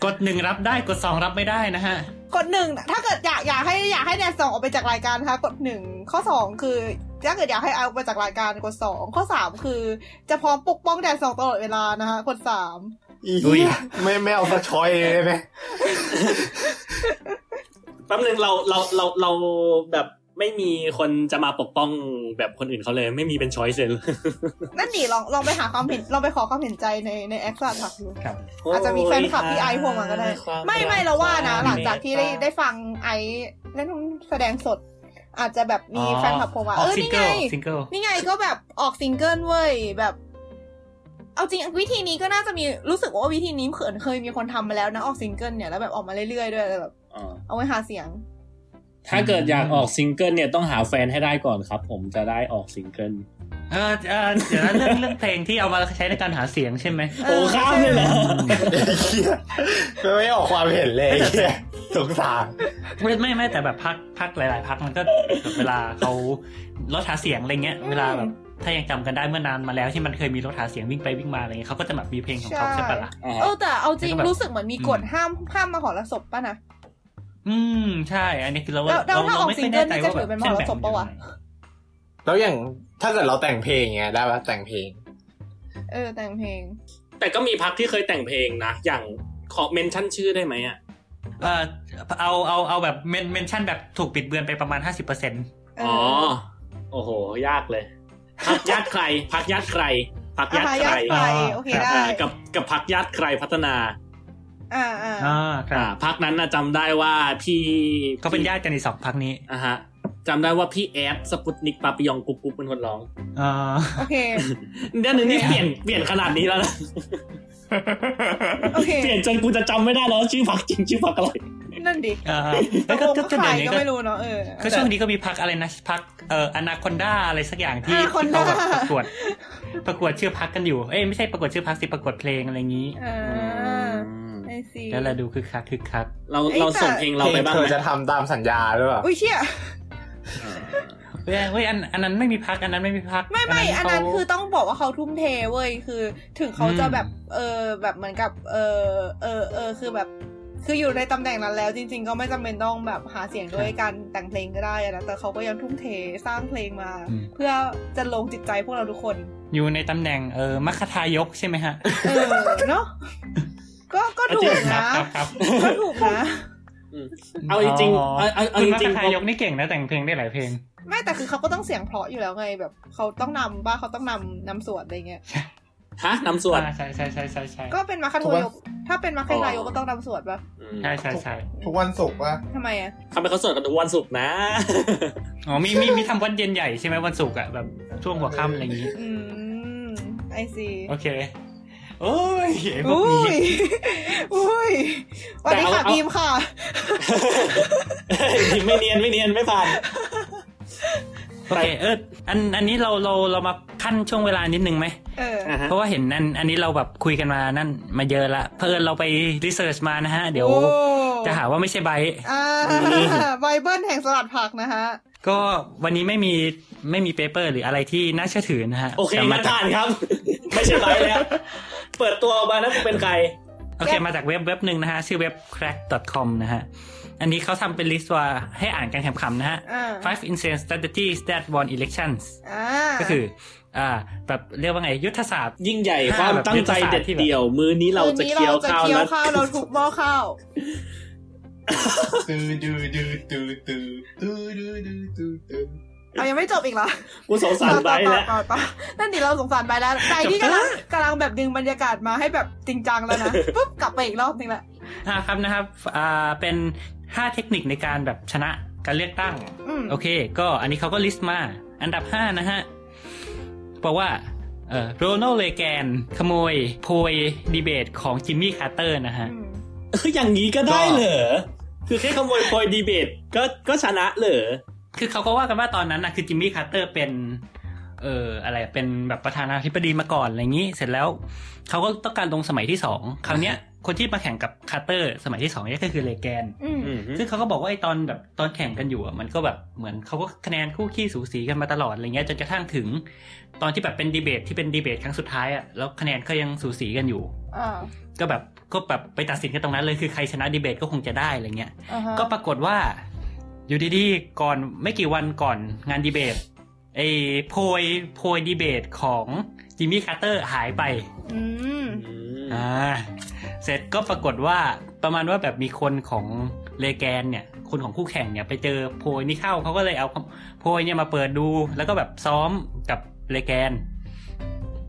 A: กดหนึ่งรับได้กดสองรับไม่ได้นะฮะ
C: กดหนึ่งถ้าเกิดอยากอยากให้อยากให้แดนสองออกไปจากรายการนะคะกดหนึ่งข้อสองคือถ้าเกิดอยากให้เอาไปจากรายการกดสองข้อสามคือ จะพร้อมปกป้องแดนสองตลอดเวลานะคะกดสาม
D: อี
A: อุ้ย
D: ไม่ไม่เอาสะชอยเลยได้ไหม
E: แป๊บนึงเราเราเราเราแบบไม่มีคนจะมาปกป้องแบบคนอื่นเขาเลย ไม่มีเป็นช้อยส์เลย
C: นั่นหนีลองลองไปหาความเห็นลองไปขอความเห็นใจในในแอคชั่นถักดู อาจจะมีแฟนคลับที่ไอซ์ห่วงมาก็ได้
E: คว
C: ไม่ไม่เราว่านะ
E: ควม
C: หลังจากที่ได้
E: เมตต
C: ได้ฟังไอซ์เล่นแสดงสด อาจจะแบบมีแฟนคลับโผล่มา
A: ออ
C: เอก อ
A: ซิง
C: นี่
A: เกิ
C: ไง
A: ลซิงเกิล
C: นี่ไงก็แบบออกซิงเกิลเว้ยแบบ เอาจริงวิธีนี้ก็น่าจะมีรู้สึกว่าวิธีนี้เขินเคยมีคนทำมาแล้วนะออกซิงเกิลเนี่ยแล้วแบบออกมาเรื่อยๆด้วยแบบ
E: อ่า
C: เอาไว้หาเสียง
E: ถ้าเกิดอยากออกซิงเกิลเนี่ยต้องหาแฟนให้ได้ก่อนครับ ผมจะได้ออกซิงเกิล
A: เออเออเดี๋ยวนะเรื่องเรื่องเพลงที่เอามาใช้ในการหาเสียงใช่ไหม
E: โอ้ข้ามเลยเหรอ
D: เหี้ยไม่ออกความเห็นเลยเหี้ยสงสาร
A: ไม่ไม่ไม่แต่แบบพักพักหลาย ๆ พักมันก็แบบเวลาเขารถหาเสียงอะไรเงี้ยเวลาแบบถ้ายังจำกันได้เมื่อนานมาแล้วที่มันเคยมีรถหาเสียงวิ่งไปวิ่งมาอะไรเงี้ยเขาก็จะแบบมีเพลงของเขา
C: ใช่
A: ใช่ปะล่ะ
E: อ่า
C: เออแต่เอาจริง
A: แล้วก็แบบ
C: รู้สึกเหมือนมีกฎ
A: อืม
C: ห้ามห้ามมาหอระศพป่ะนะ
A: อืมใช่ อันนี้คือเรา
C: แล้วแล้วถ้าออกซิงเกิลนี่จะถือเป็นมรดก
A: ส้นแบ่ง
C: ปะวะ
D: แล้วอย่างถ้าเกิดเราแต่งเพลงเงี้ยได้ปะแต่งเพลง
C: เออแต่งเพลง
E: แต่ก็มีพักที่เคยแต่งเพลงนะ อย่างขอเมนชั่นชื่อได้ไหมอ่ะ
A: เออเอาเอาเอาแบบเมนเมนชั่นแบบถูกปิดเบือนไปประมาณห้าสิบเปอร์เซ็นต์
C: เอ
E: อ๋อ
C: อ
E: โอ้โห ยากเลย พักยัดใคร พักยัดใคร พักยัดใคร
C: อ่ะพักยัดใครโอเคได้
E: อ่ากับกับพักยัดใครพัฒนา
C: อ่าอ่า
A: อ่าค
E: อ่า
A: รับ
E: พักนั้นนะจำได้ว่าพี่
A: เขาเป็นญาติกันในสองพักนี้
E: อ่ะฮะจำได้ว่าพี่แอดสปุตนิกปาปิยองกุ๊กกุ๊กเป็นคนร้อง
A: อ่า
C: โอเค
E: เดือนหนึ่งนี่ เปลี่ยนเปลี่ยนขนาดนี้แล้วนะ
C: โอเค
E: เปลี่ยนจนกูจะจำไม่ได้แล้วว่าชื่อพักจริงชื่อพักอะไร
C: นั่นดิ
A: เอ อ
C: ต
A: แล้ว
C: ก
A: ก็
C: ลง
A: ก็ก็
C: ว่าใคร
A: เดี๋ยวนี้
C: ก็
A: ก็
C: ไม่รู้เนาะเออ
A: ก็ช่วงนี้ก็มีพักอะไรนะพักเอ่ออนาคอนด้าอะไรสักอย่างที่
C: Anaconda
A: เขาแบบประกวดประกวดชื่อพักกันอยู่เอ้ยไม่ใช่ประกวดชื่อพักสิประกวดเพลงอะไรอย่างนี้
C: อ่าไอซี
A: แล้วเราดูคึกคักคึกคัก
E: เรา
C: เอ้ย
E: เรา
C: แต่
E: ส่งเพลงเราไปบ้าง
D: เธ
E: ไห
D: อ
E: ม
D: จะทำตามสัญญาหรือเปล่า
C: อุ้ยเชี่ย
A: เฮ้ยเฮ้ยอันอันนั้นไม่มีพักอันนั้นไม่มีพัก
C: ไม่ไม่อันนั้น
A: เขา
C: คือต้องบอกว่าเขาทุ่มเทเว้ยคือ ถึงเขาจะแบบเออแบบเหมือนกับ เออเออเออคือแบบ คืออยู่ในตำแหน่งนั้นแล้ว จริง ๆ ก็ไม่จำเป็นต้องแบบหาเสียงด้วยการแต่งเพลงก็ได้อะนะแต่เขาก็ยังทุ่มเทสร้างเพลงมา เพื่อจะลงจิตใจพวกเราทุกคน
A: อยู่ในตำแหน่งเออมัคคทายกใช่ไหมฮะ
C: เอ อเนาะก็ก็ถูก
A: ครั
C: นะ
A: ครับครับ
C: ก็ถูกนะ
E: เอาจริงๆเอาเอาเอา
A: คุณ
E: จ
A: มัคค
E: ริงๆ
A: ทายกนี่เก่งนะแต่งเพลงได้หลายเพลง
C: ไม่แต่คือเขาก็ต้องเสียงเพราะอยู่แล้วไงแบบเขาต้องนำบ้าเขาต้องนำนำสวดอะไรเงี้ย
E: ฮะน้ำส่วน
A: อ่าใช่ใช่ใช่ใช่ใช่
C: ก็เป็นมาคาโทยกถ้าเป็นมาคาโทยกก็ต้องนำสวดปะ
A: ใช่ใช่ใช่
F: ทุกวันศุกร์ว่า
C: ทำไมอ่ะ
E: ทำให้เขาสวดกันทุกวันศุกร์นะ
A: อ๋อมีมีมีทำวันเย็นใหญ่ใช่ไหมวันศุกร์อะแบบช่วงหัวค่ำอะไรอย่างนี้
C: อืมไอซี
A: โอเค โอ้ยไอ้พวก
C: อุ้ย
A: นี้
C: อุ้ยสวัสดีค่ะ
E: แต่เอา
C: บีมค่ะ
E: ไม่เนียนไม่เนียนไม่ผ่าน
A: โอเคเอออันอันนี้เราเราเรามาขั้นช่วงเวลานิดนึงไหม
C: เออ
E: อ่ะฮะ
A: เพราะว่าเห็นอันอันนี้เราแบบคุยกันมานั่นมาเยอะละเพิ่นเราไปรีเสิร์ชมานะฮะ เดี๋ยว
C: โอ้
A: จะหาว่าไม่ใช่ใบต์
C: อ่าไบเบิลแห่งสลัดผักนะฮะ
A: ก็วันนี้ไม่มีไม่มีเปเปอร์ หรืออะไรที่น่าเชื่อถือนะฮะ
E: โอเค
A: แต่
E: งั้
A: มาน จาก
E: ผ่านครับ ไม่ใช่ไรแล้ว เปิดตัวออกมานะกูเป็นใคร
A: โอเคมาจากเว็บเว็บหนึ่งนะฮะ ชื่อเว็บ crack.com นะฮะ อันนี้เขาทำเป็นลิสต์ว่าให้อ่านกันขำๆนะฮะ
C: อ่า
A: five insane strategies that won elections
C: อ่า
A: ก็คือ อ่า แบบเรียกว่าไง ยุทธศาสตร์
E: ยิ่งใหญ่
A: ห้า
E: ความ
A: แบบ
E: ตั้งใจเด็ดเดี่ยว มือนี้เราจะ
C: คืนนี้
E: เคี้ยวข้าว
C: เคี้ย
E: นั
C: ว
E: ด
C: ข้าวเราทุบหม้อข้าว
F: ตือดือดือตือตือตือดือดือตือตือ
C: เอายังไม่จบอีกเหรอ
E: กูสงสารไปแล้ว
C: ต่อต่อต่อต่อนั่นดิเราสงสารไปแล้วใครที่กำลังกำลังแบบดึงบรรยากาศมาให้แบบจริงจังแล้วนะ ปุ๊บกลับไปอีกรอบนึงแหละ
A: ห้าครับนะครับ อ่า เป็นห้าเทคนิคในการแบบชนะการเลือกตั้ง
C: อืม
A: โอเค ก็อันนี้เขาก็ลิสต์มา อันดับห้านะฮะ บอกว่า เออโรนัลเลแกน ขโมยโพยดีเบตของจิมมี่คาร์เตอร์นะฮะ
C: อืม
E: คืออย่างนี้ก็ได้เหรอ คือแค่ขโมยโพยดีเบต ก็ก็ชนะเหรอ
A: คือเขาก็ว่ากันว่าตอนนั้นนะคือจิมมี่คาร์เตอร์เป็น เอออะไรเป็นแบบประธานาธิบดีมาก่อนอะไรอย่างนี้ เสร็จแล้วเขาก็ต้องการลงสมัยที่สองคราวเนี้ยคนที่มาแข่งกับคาร์เตอร์สมัยที่สองเนี่ยก็คือเลแกน
C: อืม
E: อืม
A: ซึ่งเขาก็บอกว่าไอ้ตอนแบบตอนแข่งกันอยู่อ่ะมันก็แบบเหมือนเขาก็คะแนนคู่ขี้สูสีกันมาตลอดอะไรเงี้ยจนกระทั่งถึง ตอนที่แบบเป็นดีเบตที่เป็นดีเบตครั้งสุดท้ายอ่ะแล้วคะแนนก็ยังสูสีกันอยู่
C: อ่า
A: ก็แบบก็แบบไปตัดสินกันตรงนั้นเลยคือใครชนะดีเบตก็คงจะได้อะไรเงี้ย
C: อ่าฮะ
A: ก็ปรากฏว่า อยู่ดีๆก่อนไม่กี่วันก่อนงานดีเบตไอ้โพยโพยดีเบตของจิมมี่คาร์เตอร์หายไป
C: อืม
A: อ่าเสร็จก็ปรากฏว่าประมาณว่าแบบมีคนของเลแกนเนี่ย คนของคู่แข่งเนี่ยไปเจอโพยนี่เข้าเขาก็เลยเอาโพยเนี่ยมาเปิดดู แล้วก็แบบซ้อมกับเลแกน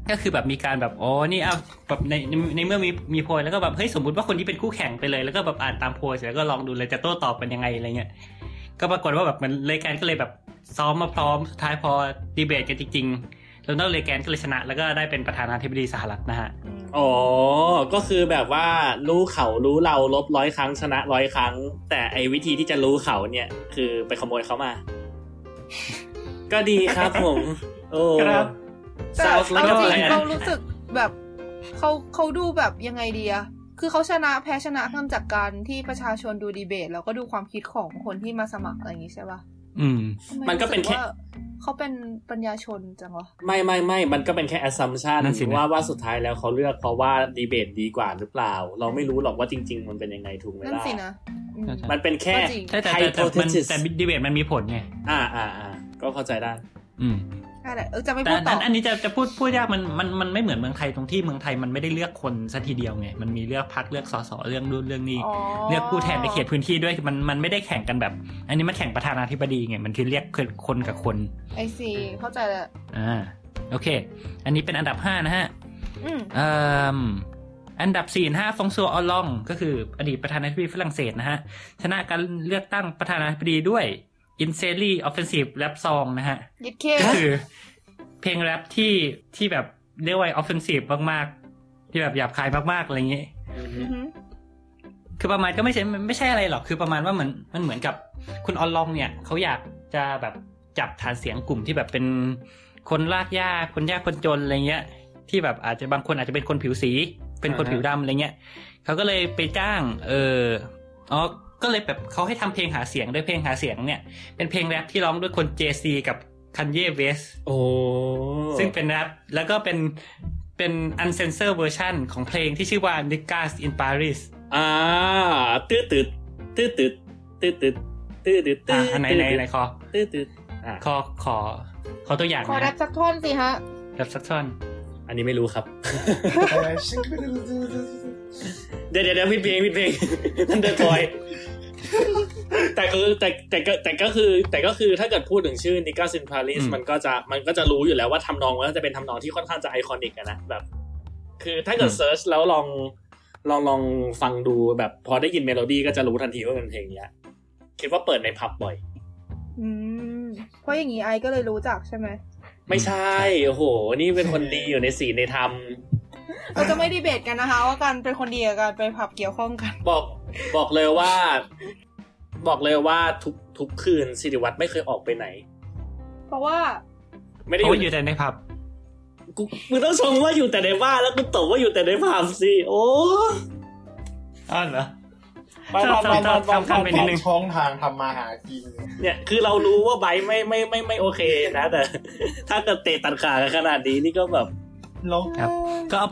A: ก็คือแบบมีการแบบอ๋อนี่เอาแบบในในในเมื่อมีมีโพยแล้วก็แบบเฮ้ยสมมติว่าคนนี้เป็นคู่แข่งไปเลยแล้วก็แบบอ่านตามโพยเสร็จแล้วก็ลองดูเลยจะโต้ตอบเป็นยังไงอะไรเงี้ย ก็ปรากฏว่าแบบเหมือนเลแกนก็เลยแบบซ้อมมาพร้อมสุดท้ายพอดีเบตกันจริงๆโรนัลด์เลแกนก็เลยชนะ แล้วก็ได้เป็นประธานาธิบดีสหรัฐนะฮะ
E: อ๋อ ก็คือแบบว่ารู้เขารู้เราลบร้อยครั้งชนะร้อยครั้ง แต่ไอ้วิธีที่จะรู้เขาเนี่ย คือไปขโมยเขา มา ก็ดีครับผม โอ้
A: ครับ
C: แต่
E: ซาวด์
C: เอา
E: แล้
C: จ
E: ว
C: ริ
E: อะไร
C: งเรารู้สึกแบบเขาเขาดูแบบยังไงดีอะคือเขาชนะแพ้ชนะกันจากการที่ประชาชนดูดีเบต แล้วก็ดูความคิดของคนที่มาสมัครอะไรอย่างงี้ใช่ปะ
A: อืม
C: ทำไ
E: มันก็เป็นแค่
C: รู้สึว่าเขาเป็นปัญญาชนจังวะ
E: ไม่ไม่ไม่ มันก็เป็นแค่ assumption
A: นั่นสินะ
E: ว่าว่าสุดท้ายแล้วเขาเลือกเพราะว่าดีเบตดีกว่าหรือเปล่า เราไม่รู้หรอกว่าจริง ๆ มันเป็นยังไงถูกไหม
C: นั่น
E: ล่ะ
C: สินะอืม
E: มันเป็นแค่
C: ก็จริง
A: แต่แต่แต่แต่
E: hypothesis
A: มันแต่ดีเบตมันมีผลไง
E: อ่าอ่าอ่าก็เข้าใจได้
A: อืม
C: ใช่แหละเออจะไม่
A: แต่
C: พูด
A: อัน
C: ต่
A: นั้
C: อน อ
A: อันนี้จะจะพูดพูดยากมันมันมันไม่เหมือนเมืองไทยตรงที่เมืองไทยมันไม่ได้เลือกคนซะทีเดียวไงมันมีเลือกพักเลือกสสเรื่องรุ่นเรื่องนี้
C: อ๋อ
A: เลือกผู้แทนในเขตพื้นที่ด้วยมันมันไม่ได้แข่งกันแบบ อันนี้มันแข่งประธานาธิบดีไงมันคือเรียกคนกับคน
C: ไอซีเข้าใจแล้ว
A: อ่าโอเค อันนี้เป็นอันดับห้านะฮะ
C: อืม
A: เอ่มอันดับสี่นะฮะฟงซัวออลอง ก็คืออดีตประธานาธิบดีฝรั่งเศสนะฮะ ชนะการเลือกตั้งประธานาธิบดีด้วย i n s e r i Offensive Rap Song นะฮะ
C: ยิดเค
A: ก็คือ เพลงแรปที่ที่แบบเรียกว่า offensive มากๆ ที่แบบหยาบคายมากๆ อะไรอย่างเงี้ย
C: อือหือ
A: คือประมาณก็ไม่ใช่ไม่ใช่อะไรหรอกคือประมาณว่ามันมันเหมือนกับคุณออนลองเนี่ยเขาอยากจะแบบจับฐานเสียงกลุ่มที่แบบเป็นคนลากหญ้าคนยากคนจนอะไรเงี้ย ที่แบบอาจจะบางคนอาจจะเป็นคนผิวสี เป็นคน
E: อ่าฮะ
A: ผิวดำอะไรเงี้ยเขาก็เลยไปจ้าง เอออ๋อก็เลยแบบเขาให้ทำเพลงหาเสียงด้วยเพลงหาเสียงเนี่ย เป็นเพลงแรปที่ร้องด้วยคนเจซีกับคันเย่เวส
E: โอ้
A: ซึ่งเป็นแรปแล้วก็เป็นเป็นอันเซนเซอร์เวอร์ชันของเพลงที่ชื่อว่า n i g a s in Paris
E: อ่าตืดตืดตืดตืดตืดตืดตืดตืดตื
A: อ่ะ
E: ด
A: อันไหนไหนไหนขอ
E: ตืดตืดอ่า
A: ขอขอขอตัวอย่าง
C: ขอแร
A: นะ
C: ปสักท่อนสิฮะ
A: แรปสักท่อน
E: อันนี้ไม่รู้ครับ
F: ฉันก็ดูดูดูดู
E: เดี๋ยวเดี๋ยวเดี๋ยวผิดเพลงผิดเพลง ทันเดอร์ทอย แต่ก็แต่แต่ก็แต่ก็คือ แต่ก็คือถ้าเกิดพูดถึงชื่อนิก้าซินพาริสมันก็จะมันก็จะรู้อยู่แล้วว่าทำนองมันก็จะเป็นทำนองที่ค่อนข้างจะไอคอนิกอะนะแบบ คือถ้าเกิดเซิร์ชแล้วลองลองลองฟังดูแบบพอได้ยินเมโลดี้ก็จะรู้ทันทีว่าเป็นเพลงเนี้ยคิดว่าเปิดในผับบ่อย
C: อืมเพราะอย่างงี้ไอก็เลยรู้จักใช่ไหม
E: ไม่ใช่โอ้โห นี่เป็นคนดีอยู่ในศีลในธรรม
C: เราจะไม่ดีเบตกันนะคะ ว่าการเป็นคนดีกับการไปผับเกี่ยวข้องกัน
E: บอกบอกเลยว่า บอกเลยว่าทุกทุกคืนสิริวัตรไม่เคยออกไปไหน
C: เพราะว่า
E: ไม่ได้
A: เพ
E: อ
A: ราะว่าอ
E: ยู่
A: ยู่แต่ในผับ
E: กูมึงต้องชมว่าอยู่แต่ในบ้านแล้วกูตบว่าอยู่แต่ในผับสิโอ้
A: อ้าวเหรอ
E: ปังปังปังปังปัง
A: ข้า
E: ปั
A: ม
E: ง
A: ไปนิดนึง
F: ช่องทางทำมาหากิน
E: เนี่ยคือเรารู้ว่าไบร์ทไม่ไม่ไม่ไม่โอเคนะแต่ ถ้าเกิดเตะตัดขากันขนาดนี้นี่ก็แบบ
F: ลง
A: ครับ ก็เอา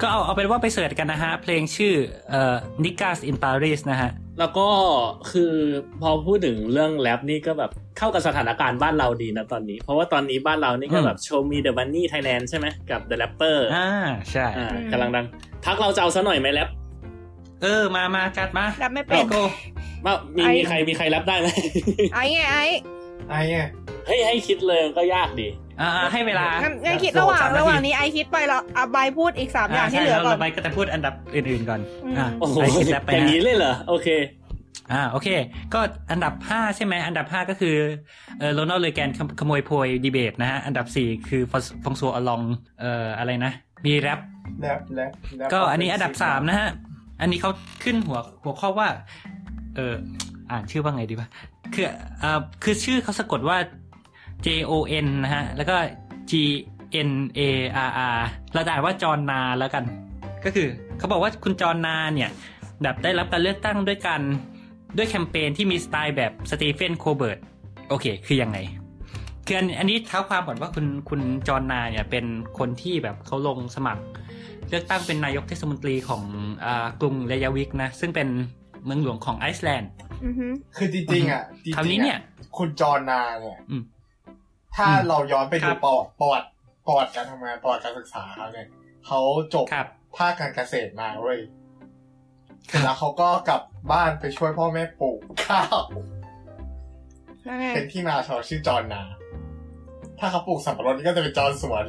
A: ก็เอาเอาเป็นว่าไปเสิร์ชกันนะฮะ เพลงชื่อเอ่อ n i g a s in Paris นะฮะ
E: แล้วก็คือพอพูดถึงเรื่องแรปนี่ก็แบบเข้ากับสถานการณ์บ้านเราดีนะตอนนี้ เพราะว่าตอนนี้บ้านเรานี่ก็แบบโชมีเดอะบันนี่ไทยแลนด์ใช่ไหมกับเดอะแรปเปอร์
A: อ่า ใช่
E: อ่ากำลังดัง ทักเราจะเอาซะหน่อยไหมแรป
A: เออ มามาจัดมา
C: แรปไม่เป็น
A: อาโก้
E: ว่ามี
C: ไอ้
E: มีใครมีใครแรปได้ไหม
C: ไอไงไอ
F: ไอ้เนี่ย
E: เฮ้ยให้คิดเลยมันก็ยากดี
A: อ่าอ่าให้เวลา
C: งั้นงั้นคิดระหว่าง
A: สมนที
C: ระหว่างนี้ไอคิดไปแล้วอาใบพูดอีกสามอย่างที่
A: ใช่
C: เหลือ
A: แล้ว
C: ก่อน
A: เราไปก็จะพูดอันดับอื่นๆก่อน อ่า
C: อืม
E: โอ้โห
A: ไอคิดแรปไป
E: อย่า
A: นะ
E: งนี้เลยเหรอโอเค
A: อ่าโอเค ก็อันดับ 5 ใช่ไหมอันดับ 5 ก็คือเออโรนัลเลแกนขโมยโพยดีเบตนะฮะ อันดับ 4 คือฟอสฟองซัวอลองเอ่ออะไรนะ มีแรป
F: แล้วแล้วแล้ว
A: ก็อันนี้อันดับ 3 นะฮะ อันนี้เขาขึ้นหัวหัวข้อว่า เอออ่านชื่อว่าไงดีวะคือเอ่อคือชื่อเขาสะกดว่า J O N นะฮะ แล้วก็ G N A R R เราด่านว่าจอร์นาแล้วกัน ก็คือเขาบอกว่าคุณจอร์นาเนี่ย แบบได้รับการเลือกตั้งด้วยกันด้วยแคมเปญที่มีสไตล์แบบสตีเฟนโคเบิร์ตโอเค คือยังไงคืออันอันนี้เท้าความก่อนว่าคุณคุณจอร์นาเนี่ยเป็นคนที่แบบเขาลงสมัคร เลือกตั้งเป็นนายกเทศมนตรีของอากรุงเรยาวิกนะ ซึ่งเป็นเมืองหลวงของไอซ์แลนด์
C: อือหือ
F: คือจริงๆอ่ะจงๆ
A: คราวนี้เนี่ย
F: คุณจอร์นาเนี่ย
A: อืม
F: ถ้า
A: อืม
F: เราย้อนไป
A: ค
F: ดู
A: รับ
F: ประวัติประวัติประวัติการทำงานประวัติการศึกษาเขาเนี่ยเขาจบ
A: ครับ
F: ภาคการเกษตรมาเว้ยเสร็จแล้วเขาก็กลับบ้านไปช่วยพ่อแม่ปลูกข้าว
C: นั่นไง
F: เป็นที่มาชองชื่อจอนนา ถ้าเขาปลูกสับปะรดนี่ก็จะเป็นจอนสวน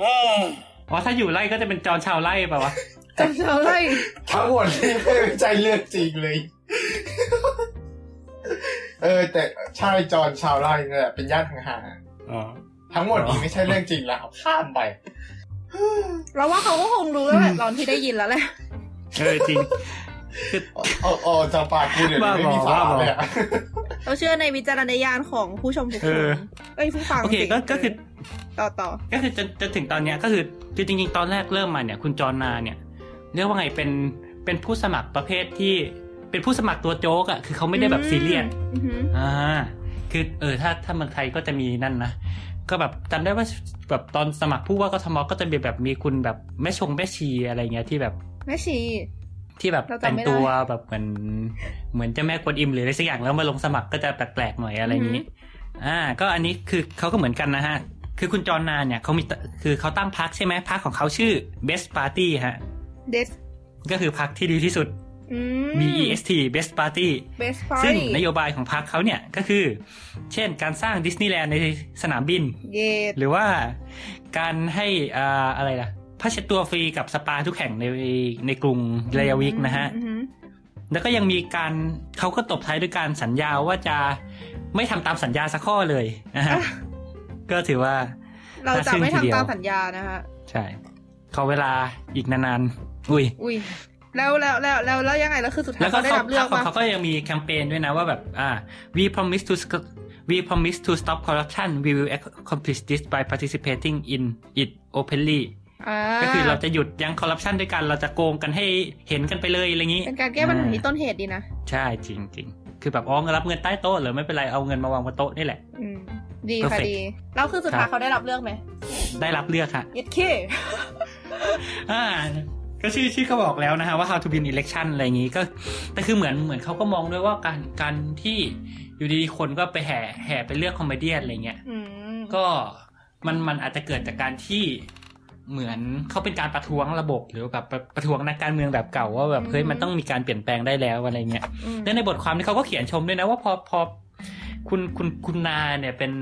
A: อ๋อ ถ้าอยู่ไร่ก็จะเป็นจอนชาวไร่ป่าวะ
C: จำเจอเลย
F: ทั้งหมดนี่ไม่ใช่เรื่องจริงเลย เออ แต่ใช่จอนชาวไร่เนี่ยแหละเป็นญาติห่าง
E: อ๋อ
F: ๆทั้งหมดนี้ไม่ใช่เรื่องจริงแล้ว ข้ามไป
C: เราว่าเขาก็คงรู้แล้วแหละตอนที่ได้ยินแล้วแหละ
A: เออจริง
F: เออเออจากปากกูเดี๋ยวนี้ไม่มีสา
A: บ้า
F: ระ
A: บอ
F: เลยอะ
C: เราเชื่อในวิจารณญาณของผู้ชมทุก
A: เอ
C: คน
A: อ
C: เอ้ยผู้ฟัง
A: โอเค
C: สิ
A: ก็ก็คือ
C: ต่อต่อ
A: ก็คือจนจนถึงตอนเนี้ยก็คือคือจริงๆ ตอนแรกเริ่มมาเนี่ย คุณจอร์นาเนี่ยเรียกว่าไงเป็นเป็นผู้สมัครประเภทที่เป็นผู้สมัครตัวโจ๊กอะ่ะคือเขาไม่ได้แบบซีเรียส
C: อือหือ
A: อ่าคือเออถ้าถ้าเมืองไทยก็จะมีนั่นนะก็แบบจำได้ว่าแบบตอนสมัครผู้ว่ากทมก็จะมีแบบมีคุณแบบแม่ชงแม่ชีอะไรเงี้ยที่แบบ
C: แม่ชี
A: ที่แบบ
C: เราจำ
A: แต่
C: ไม่ได้
A: งตัวแบบเหมือนเหมือนเจะแม่กวนอิมหรืออะไรสักอย่างแล้วมาลงสมัครก็จะแปลกๆหน่อยอะไรอย่างนี้ อ่าก็อันนี้คือเขาก็เหมือนกันนะฮะ คือคุณจอร์นานเนี่ยเขามีตคือเขาตั้งพักใช่ไหมพักของเขาชื่อ Best Party ฮะ
C: เดส
A: ก็คือพักที่ดีที่สุด
C: อืม
A: B E S T Best Party
C: เบสพาร์
A: ซึ่งนโยบายของพักเขาเนี่ยก็คือ เช่นการสร้างดิสนีย์แลนด์ในสนามบิน
C: เยด
A: หรือว่าการให้อ่าอะไรล่ะผ้าเช็ดตัวฟรีกับสปาทุกแห่งในในกรุงเรยาวิกนะฮะ
C: อือหือ
A: แล้วก็ยังมีการเขาก็ตบท้ายด้วยการสัญญาว่าจะไม่ทำตามสัญญาสักข้อเลยนะฮะก็ถือว่า
C: เราจะไม่
A: น่าชื่นทีเดียว
C: ทำตามสัญญานะฮะ
A: ใช่ขอเวลาอีกนานๆอุ้ย
C: อุ้ยแล้วแล้วแล้วแล้วแล้วยังไงแล้วคือสุดท้าย
A: แล้วก็
C: เขาได้
A: เขา
C: รับเลือก
A: พรรคขอ
C: ปะ
A: งเขาก็ยังมีแคมเปญด้วยนะว่าแบบอ่า we promise to sc- we promise to stop corruption we will accomplish this by participating in it openly
C: อ่า
A: ก็คือเราจะหยุดยั้งคอร์รัปชันด้วยกันเราจะโกงกันให้เห็นกันไปเลยอะไรอย่างนี้
C: เป็นการแก้ปัญหาที่ต้นเหตุดีนะ
A: ใช่จริงจริงๆคือแบบอ๋อรับเงินใต้โต๊ะเหรือไม่เป็นไรเอาเงินมาวางบนโต๊ะนี่แหละ
C: อืมดีค่ะ
A: Perfect
C: ดี แล้วคือสุดท้า
A: ครั
C: ย
A: บ
C: เขาได้รับเลือกไหม
A: ได้รับเลือกค่ะ
C: ยิดเค้
A: อ่าก็ชื่อชื่อก็บอกแล้วนะฮะว่า how to win election อะไรอย่างนี้ก็แต่คือเหมือนเหมือนเขาก็มองด้วยว่าการการที่อยู่ดีๆคนก็ไปแห่แห่ไปเลือกคอมเมเดี้อะไรเงี้ย
C: อืม
A: ก็มันมันอาจจะเกิดจากการที่เหมือนเขาเป็นการประท้วงระบบ หรือแบบประประท้วงนักการเมืองแบบเก่าว่าแบบเฮ้ยมันต้องมีการเปลี่ยนแปลงได้แล้วอะไรเงี้ย
C: อืม
A: และในบทความนี้เขาก็เขียนชมด้วยนะว่าพอพอคุณคุณคุณนาเนี่ยเป็น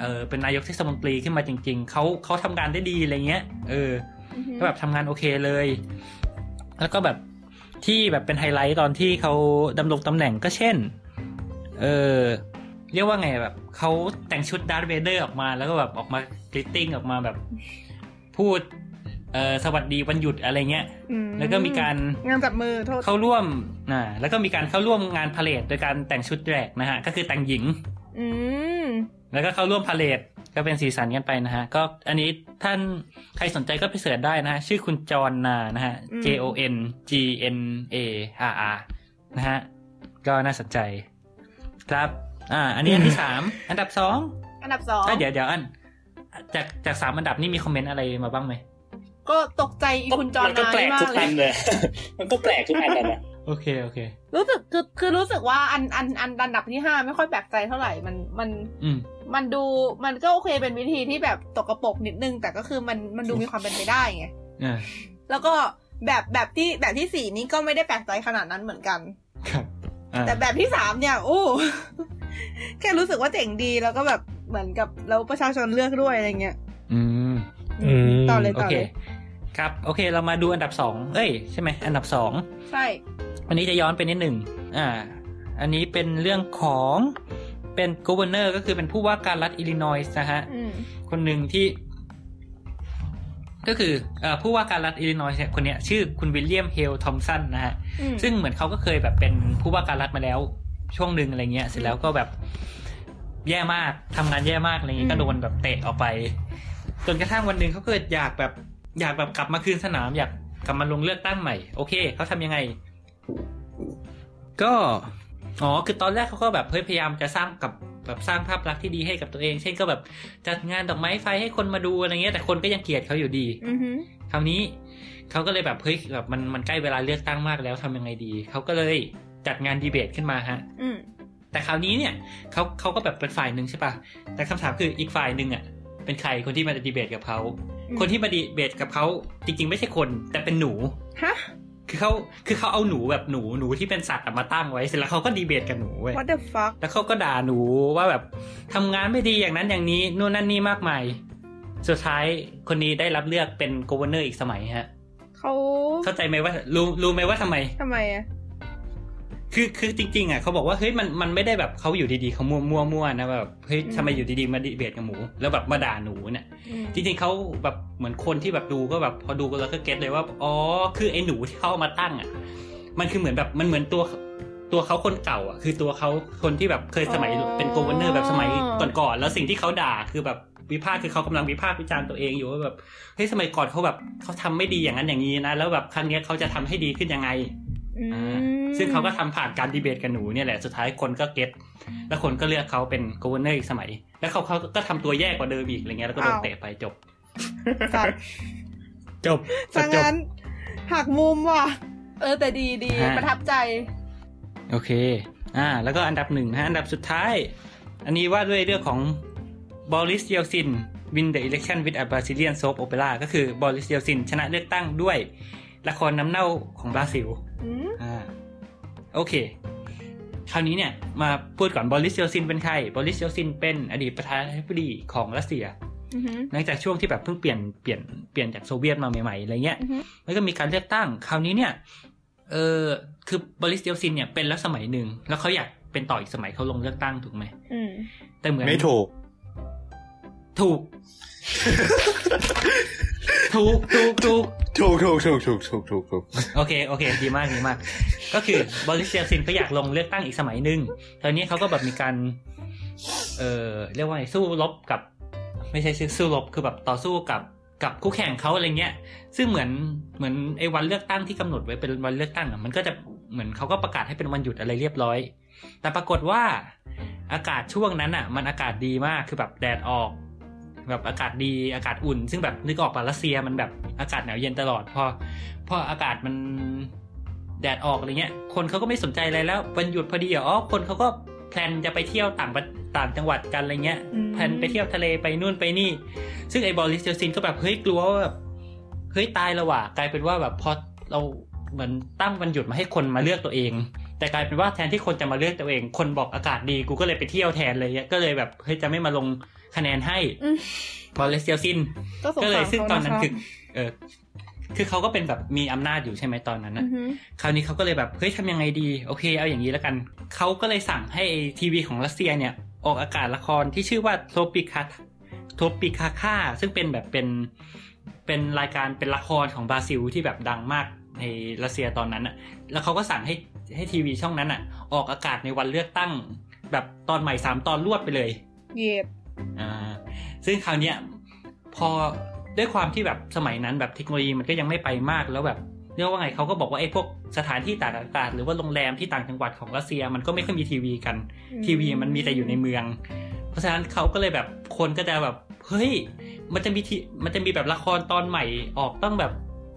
A: เออเป็นนายกเทศมนตรีขึ้นมาจริง ๆเขาเขาทำงานได้ดีอะไรเงี้ยเออ
C: อือหือ
A: ก็แบบทำงานโอเคเลย แล้วก็แบบที่แบบเป็นไฮไลท์ตอนที่เขาดำรงตำแหน่งก็เช่น เออเรียกว่าไงแบบเขาแต่งชุดดาร์ธเวเดอร์ออกมาแล้วก็แบบออกมากริตติ้งออกมาแบบพูดเออสวัสดีวันหยุดอะไรเงี้ย
C: อื
A: แล้วก็มีการ
C: งานจับมือโทษ
A: เข้าร่วมอ่าแล้วก็มีการเข้าร่วมงานพาเลทโดยการแต่งชุดแรกนะฮะ ก็คือแต่งหญิง
C: อืม
A: แล้วก็เข้าร่วมพาเลทก็เป็นสีสันกันไปนะฮะ ก็อันนี้ท่านใครสนใจก็ไปเสิร์ชได้นะฮะ ชื่อคุณจรนานะฮะ J O N G N A R R นะฮะ ก็น่าสนใจ ครับ อ่า อันนี้อันที่ส าม อันดับสอง
C: อันดับสอง
A: ก็เดี๋ยวเดี๋ยวอัน จากจากสามอันดับนี้มีคอมเมนต์อะไรมาบ้างไหม
C: ก็ตกใจอีคุณจอห์น
E: มัก็
C: นาย
E: แปลก
C: มาก
E: ทุก
C: เล
E: อั
C: ย
E: นเลย มันก็แปลกทุกอันเลยนะ
A: โอเค โอเค
C: รู้สึกคือคือรู้สึกว่าอันอันอันอันดับที่ห้าไม่ค่อยแปลกใจเท่าไหร่มันมัน
A: อืม
C: มันดูมันก็โอเคเป็นวิธีที่แบบตกกระปรกนิดนึง แต่ก็คือมันมันดูมีความเป็นไปได้ไง
A: อ่า
C: แล้วก็แบบแบบที่แบบที่สี่นี้ก็ไม่ได้แปลกใจขนาดนั้นเหมือนกัน
A: ครับ อ่า
C: แต่แบบที่สามเนี่ยโอ้ แค่รู้สึกว่าเจ๋งดีแล้วก็แบบเหมือนกับเราประชาชนเลือกด้วยอะไรเงี้ย
A: อืม
D: อืม
C: ต่อเลย
A: โอ
C: ต่อ
A: เค
C: เลย
A: ครับ โอเค เรามาดูอันดับสอง เอ้ย ใช่ไหม อันดับสอง
C: ใช่
A: อันนี้จะย้อนไปนิดหนึ่ง อ่า อันนี้เป็นเรื่องของเป็น governor ก็คือเป็นผู้ว่าการรัฐอิลลินอยส์นะฮะ
C: อืม
A: คนหนึ่งที่ ก็คือเอ่อผู้ว่าการรัฐอิลลินอยส์เนี่ยคนเนี้ยชื่อคุณวิลเลียมเฮลทอมสันนะฮะ
C: อืม
A: ซึ่งเหมือนเขาก็เคยแบบเป็นผู้ว่าการรัฐมาแล้วช่วงหนึ่งอะไรเงี้ย เสร็จแล้วก็แบบแย่มากทำงานแย่มากอะไรเงี้ยก็โดนแบบเตะออกไป จนกระทั่งวันหนึ่งเขาเกิดอยากแบบ อยากแบบกลับมาคืนสนาม อยากกลับมาลงเลือกตั้งใหม่ โอเคเขาทำยังไง ก็อ๋อคือตอนแรกเขาก็แบบเฮ้ยพยายามจะสร้างกับแบบสร้างภาพลักษณ์ที่ดีให้กับตัวเอง เช่นก็แบบจัดงานดอกไม้ไฟให้คนมาดูอะไรเงี้ยแต่คนก็ยังเกลียดเขาอยู่ดี
C: อือหือ
A: คราวนี้เขาก็เลยแบบเฮ้ยแบบมันมันใกล้เวลาเลือกตั้งมากแล้วทำยังไงดีเขาก็เลยจัดงานดีเบตขึ้นมาฮะ
C: อืม
A: แต่คราวนี้เนี่ยเขาเขาก็แบบเป็นฝ่ายหนึ่งใช่ปะแต่คำถามคืออีกฝ่ายหนึ่งอ่ะเป็นใครคนที่มาดีเบตกับเขาคนที่มาดีเบตกับเขาจริง ๆ ไม่ใช่คน แต่เป็นหนู
C: ฮะ
A: คือเขาคือเขาเอาหนูแบบหนูหนูที่เป็นสัตว์อะมาตั้งไว้เสร็จแล้วเขาก็ดีเบตกับหนูเว้ย
C: what the fuck
A: แล้วเขาก็ด่าหนูว่าแบบทำงานไม่ดีอย่างนั้นอย่างนี้นู่นนั่นนี่มากมายสุดท้ายคนนี้ได้รับเลือกเป็นกวเนอร์อีกสมัยฮะ
C: เขา
A: เข้าใจไหมว่ารู้รู้ไหมว่าทำไม
C: ทำไมอะ
A: คือคือจริงๆอ่ะเขาบอกว่าเฮ้ยมันมันไม่ได้แบบเขาอยู่ดีๆเขามั่วมั่วมั่วนะแบบเฮ้ยทำไมอยู่ดีๆมาดีเบตกับหมู แล้วแบบมาด่าหนูเนี่ย จริงๆเขาแบบเหมือนคนที่แบบดูก็แบบพอดูก็แล้วก็เก็ตเลยว่าอ๋อคือไอ้หนูที่เขาเอามาตั้งอ่ะมันคือเหมือนแบบมันเหมือนตัวตัวเขาคนเก่าอ่ะคือตัวเขาคนที่แบบเคยสมัย
G: อ๋อ
A: เป็นโกเวอร์เนอร์แบบสมัยก่อนๆแล้วสิ่งที่เขาด่าคือแบบวิพากษ์คือเขากำลังวิพากษ์วิจารณ์ตัวเองอยู่ว่าแบบเฮ้ยสมัยก่อนเขาแบบเขาทำไม่ดีอย่างนั้นอย่างนี้นะแล้วแบบครั้งเนี้ยเขาจะทำให้ดีขึ้นยังไง
G: อืม
A: อ่าซึ่งเขาก็ทำผ่านการดีเบตกับหนูเนี่ยแหละ สุดท้ายคนก็เก็ตแล้วคนก็เลือกเขาเป็นกวเนอร์อีกสมัย แล้วเขาเขาก็ทำตัวแย่กว่าเดิมอีกอะไรเงี้ยแล้วก็โดน
C: อ้าว
A: เตะไปจบ
C: สั ตว
A: จบ
C: สัง
A: จบ
C: งั้นหักมุมว่ะ
G: เออแต่ดีดี
A: ฮะ
G: ประทับใจ
A: โอเค อ่า แล้วก็อันดับหนึ่งนะฮะอันดับสุดท้าย อันนี้ว่าด้วยเรื่องของบอริสเยลซิน win the election with a Brazilian soap opera ก็คือบอริสเยลซินชนะเลือกตั้งด้วย ละครน้ำเน่าของบราซิล
G: อืม
A: อ่าโอเค คราวนี้เนี่ย มาพูดก่อนบอริสเยลซินเป็นใครบอริสเยลซินเป็นอดีตประธานาธิบดีของรัสเซีย
G: อือหือ
A: หลังจากช่วงที่แบบเพิ่งเปลี่ยนเปลี่ยนเปลี่ยนจากโซเวียตมาใหม่ๆอะไรเงี้ย
G: อือฮึ
A: แล้วก็มีการเลือกตั้ง คราวนี้เนี่ยเออคือบอริสเยลซินเนี่ยเป็นแล้วสมัยหนึ่งแล้วเขาอยากเป็นต่ออีกสมัยเขาลงเลือกตั้งถูกไหม
G: อืม
A: แต่เหมือน
H: ไม่ถูก
A: ถูก ถูกถูกถูก
H: ถูกถูกถูกถูกถูกถูกถูก
A: โอเค โอเค ดีมาก ดีมาก ก็คือบริสเซียซินเขาอยากลงเลือกตั้งอีกสมัยหนึ่งตอนนี้เขาก็แบบมีการ เออเรียกว่าไงสู้รบกับ ไม่ใช่สู้รบ คือแบบต่อสู้กับกับคู่แข่งเขาอะไรเงี้ย ซึ่งเหมือนเหมือนไอ้วันเลือกตั้งที่กำหนดไว้เป็นวันเลือกตั้งอะมันก็จะเหมือนเขาก็ประกาศให้เป็นวันหยุดอะไรเรียบร้อย แต่ปรากฏว่าอากาศช่วงนั้นอ่ะ มันอากาศดีมากคือแบบแดดออก แบบอากาศดีอากาศอุ่น ซึ่งแบบนึกออกปะรัสเซียมันแบบอากาศหนาวเย็นตลอดพอ พออากาศมันแดดออกอะไรเงี้ย คนเขาก็ไม่สนใจอะไรแล้ววันหยุดพอดีอะอ๋อคนเขาก็แพลนจะไปเที่ยวต่างประต่างจังหวัดกันอะไรเงี้ยแพลนไปเที่ยวทะเลไปนู่นไปนี่ ซึ่งไอ้บอริสเจลซินก็แบบเฮ้ยกลัวว่าแบบเฮ้ยตายแล้วว่ะกลายเป็นว่าแบบพอเราเหมือนตั้งวันหยุดมาให้คนมาเลือกตัวเอง แต่กลายเป็นว่าแทนที่คนจะมาเลือกตัวเอง คนบอกอากาศดีกูก็เลยไปเที่ยวแทนเลยเงี้ยก็เลยแบบเฮ้ยจะไม่มาลงคะแนนให้
G: อืม
A: บอริสเจลซิน
C: ก็สง
A: ก็เล
C: สาร
A: ยซึ่ง
C: เขา
A: ตอน
C: นะ
A: นั้น
C: คะ
A: คือเออคือเขาก็เป็นแบบมีอำนาจอยู่ใช่ไหมตอนนั้น
G: อื
A: นะ
G: อหือ
A: คราวนี้เขาก็เลยแบบเฮ้ยทำยังไงดี โอเค เอาอย่างนี้แล้วกัน เขาก็เลยสั่งให้ทีวีของรัสเซียเนี่ย ออกอากาศละครที่ชื่อว่าโทปิคาโทปิคาค่าซึ่งเป็นแบบเป็นเป็นรายการเป็นละครของบราซิลที่แบบดังมากในรัสเซียตอนนั้นอะแล้วเขาก็สั่งให้ให้ทีวีช่องนั้นอะออกอากาศในวันเลือกตั้ง แบบตอนใหม่สามตอนรวดไปเลย
C: เหยียด
A: อ่าซึ่งคราวเนี้ยพอด้วยความที่แบบสมัยนั้นแบบเทคโนโลยีมันก็ยังไม่ไปมากแล้วแบบเรียกว่าไงเขาก็บอกว่าไอ้พวกสถานที่ต่างอากาศหรือว่าโรงแรมที่ต่างจังหวัดของรัสเซียมันก็ไม่ค่อยมีทีวีกัน ทีวีมันมีแต่อยู่ในเมือง เพราะฉะนั้นเขาก็เลยแบบคนก็จะแบบเฮ้ยมันจะมีทีมันจะมีแบบละครตอนใหม่ออกต้องแบบ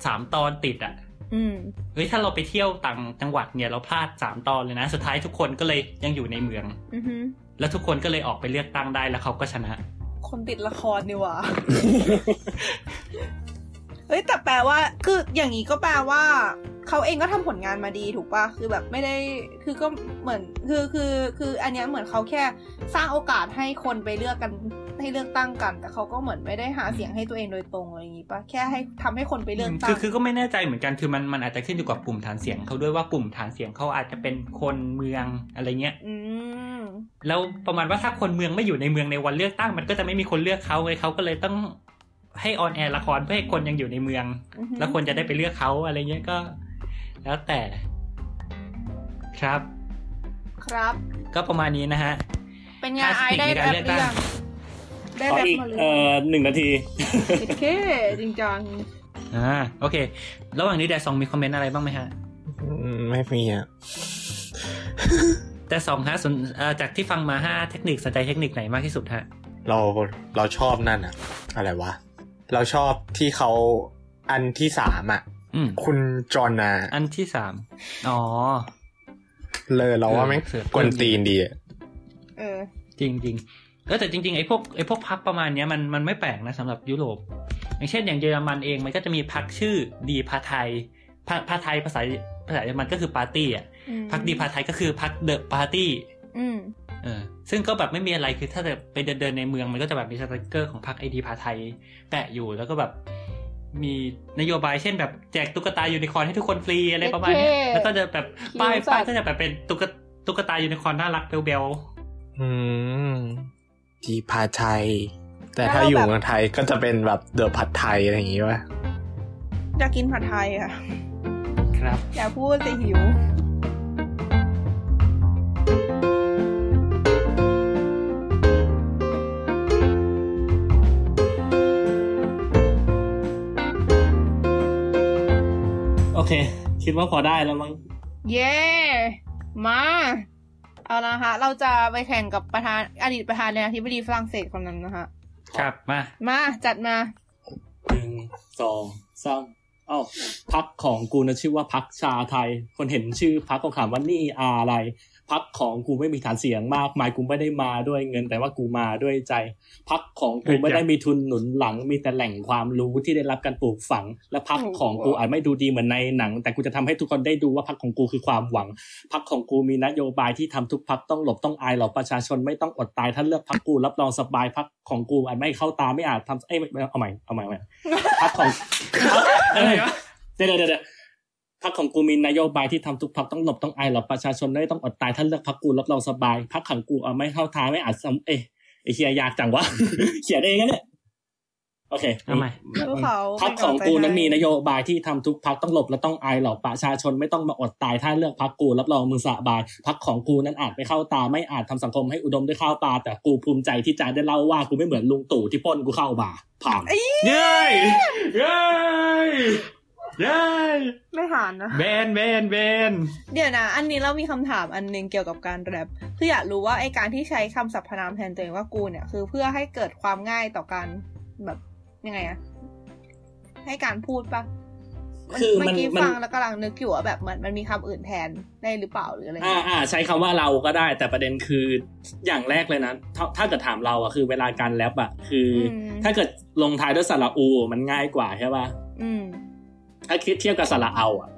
A: สามตอนติดอะ
C: อืม
A: เฮ้ยถ้าเราไปเที่ยวต่างจังหวัดเนี่ยเราพลาดสามตอนเลยนะ สุดท้ายทุกคนก็เลยยังอยู่ในเมือง
C: อือหือ
A: แล้วทุกคนก็เลยออกไปเลือกตั้งได้แล้วเขาก็ชนะ
C: คนติดละครนี่หว่า เฮ้ยแต่แปลว่า คืออย่างนี้ก็แปลว่าเขาเองก็ทำผลงานมาดีถูกป่ะคือแบบไม่ได้คือก็เหมือนคือคือคืออันเนี้ยเหมือนเขาแค่สร้างโอกาสให้คนไปเลือกกันให้เลือกตั้งกัน แต่เขาก็เหมือนไม่ได้หาเสียงให้ตัวเองโดยตรงอะไรอย่างงี้ป่ะแค่ให้ทำให้คนไปเลือกตั้
A: คื
C: ง
A: อคือก็ไม่แน่ใจเหมือนกันคือมันมันอาจจะขึ้นอยู่กับปุ่มฐานเสียงเขาด้วยว่าปุ่มฐานเสียงเขาอาจจะเป็นคนเมืองอะไรเงี้ย
C: อืม
A: แล้วประมาณว่าถ้าคนเมืองไม่อยู่ในเมืองในวันเลือกตั้ง มันก็จะไม่มีคนเลือกเขาเลยเขาก็เลยต้องให้ออนแอร์ละครเพื่อให้คนยังอยู่ในเมือง
C: อือหือ
A: แล้วคนจะได้ไปเลือกเขาอะไรเงี้ยก็ แล้วแต่ ครับ
C: ครับ
A: ก็ประมาณนี้นะฮะ
C: เป็นไงานไอได้แบบหรือยังได้
E: ขอ
C: แบบ
E: อีก
C: มาเลย
E: เอ่อหนึ่งนาที
C: โอเคจริงจัง
A: อ่าโอเค ระหว่างนี้แดดสองมีคอมเมนต์อะไรบ้างไหมฮะ
H: อืมไม่มีอ่ะ
A: แต่สองฮะสนเอ่อจากที่ฟังมาห้าเทคนิคสนใจเทคนิคไหนมากที่สุดฮะ
H: เราเราชอบนั่นอ่ะ อะไรวะ เราชอบที่เขาอันที่สามอ่ะ
A: อืม
H: คุณจอห์นนะ
A: อันที่สามอ๋อ
H: เลยเราว่าแม่ง
A: เสือก
H: กวนตีนดีอะ
C: เออ
A: จริงจริงๆเออแต่จริงๆไอ้พวกไอ้พวกพักประมาณเนี้ยมันมันไม่แปลกนะสำหรับยุโรป อย่างเช่นอย่างเยอรมันเองมันก็จะมีพักชื่อดีพาไทยพาพาไทยภาษาภาษาเยอรมันก็คือปาร์ตี้อ่ะ
C: อืม
A: พักดีพาไทยก็คือพักเดอะปาร์ตี้
C: อืม
A: เออซึ่งก็แบบไม่มีอะไรคือถ้าจะไปเดินเดินๆในเมืองมันก็จะแบบมีสติกเกอร์ของพักไอดีพาไทยแปะอยู่แล้วก็แบบ มีนโยบายเช่นแบบแจกตุ๊กตายูนิคอร์นให้ทุกคนฟรีอะไรประมาณเนี้ย
G: เท่
A: แล้วก็จะแบบป้าย
G: คิ้วสัตว์
A: ป้ายก็จะแบบเป็นตุ๊กตุ๊กตายูนิคอร์นน่ารักเบล
H: อืมจีพาชัย แต่ถ้าอยู่เมืองไทยก็จะเป็นแบบเดอะผัดไทยอะไรอย่างงี้วะ
C: อยากกินผัดไทยค่ะ
A: ๆครับ
C: อย่าพูดสิหิว
E: โอเค คิดว่าพอได้แล้วมั้ง
C: เย้ มา เอาละฮะ เราจะไปแข่งกับประธานอดีตประธานาธิบดีฝรั่งเศสคนนั้นนะฮะ
A: ครับมา
C: มาจัดมา
E: หนึ่งสองสามเอ้าพักของกูนะชื่อว่าพักชาไทย คนเห็นชื่อพักก็ถามว่านี่อะไร พักของกูไม่มีฐานเสียงมากมายกูไม่ได้มาด้วยเงิน แต่ว่ากูมาด้วยใจ พักของกูไม่ได้มีทุนหนุนหลัง มีแต่แหล่งความรู้ที่ได้รับการปลูกฝัง และพักของกูอาจไม่ดูดีเหมือนในหนัง แต่กูจะทำให้ทุกคนได้ดูว่าพักของกูคือความหวัง พักของกูมีนโยบายที่ทำทุกพักต้องหลบต้องอายเหล่าประชาชนไม่ต้องอดตายถ้าเลือกพักกูรับรองสบายพักของกูอาจไม่เข้าตาไม่อาจทำเอ้ยไม่ไม่เอาใหม่เอาใหม่เอาใหม่ พักของเอ้ยเดี๋ยวเดี๋ยวเดี๋ยวพักของกูมีนโยบายที่ทำทุกพักต้องหลบต้องอายเหล่าประชาชนไม่ต้องอดตายถ้าเลือกพักกูรับรองสบายพักของกูเอาไม่เข้าทางไม่อาจทำเอ้ยไอ้เฮียยากจังวะ เขียนเองนะเนี่ยโอเค
A: เอาใหม่
C: ลูกเขา
E: พัก
C: เป็
E: ของ
C: นำลัใจ
E: กูนั้น
C: ให้
E: มีนโยบายที่ทำทุกพักต้องหลบและต้องอายเหล่าประชาชนไม่ต้องมาอดตายถ้าเลือกพักกูรับรองมึงสบายพักของกูนั้นอาจไม่เข้าตาไม่อาจทำสังคมให้อุดมด้วยข้าวปลาแต่กูภูมิใจที่จะได้เล่าว่ากูไม่เหมือนลุงตู่ที่ปล้นกูเข้าบาร์ผ่าน
F: เย้ยเย้ยเย้ย
C: ไม่หานนะ
F: เบนเบนเบน
C: เดี๋ยวนะ อันนี้เรามีคำถามอันหนึงเกี่ยวกับการแรปคืออยากรู้ว่าไอการที่ใช้คำสรรพนามแทนตัวเองว่ากูเนี่ย คือเพื่อให้เกิดความง่ายต่อการแบบยังไงอะให้การพูดปะ
E: คือมัน
C: เมื่อกี้
E: มัน
C: ฟังแล้วกำลังนึกอยู่ว่าแบบเหมือนมันมีคำอื่นแทนได้หรือเปล่าหรืออะไร
E: อ่า
C: เงี้ย
E: อ่าใช้คำว่าเราก็ได้ แต่ประเด็นคืออย่างแรกเลยนะถ้าถ้าเกิดถามเราอะคือเวลาการแรปอะคือ
C: อื
E: อ
C: ม
E: ถ้าเกิดลงท้ายด้วยสระอูมันง่ายกว่าใช่ป่ะ
C: อืม
E: ถ้าคิดเทียบกับสระเอาอะ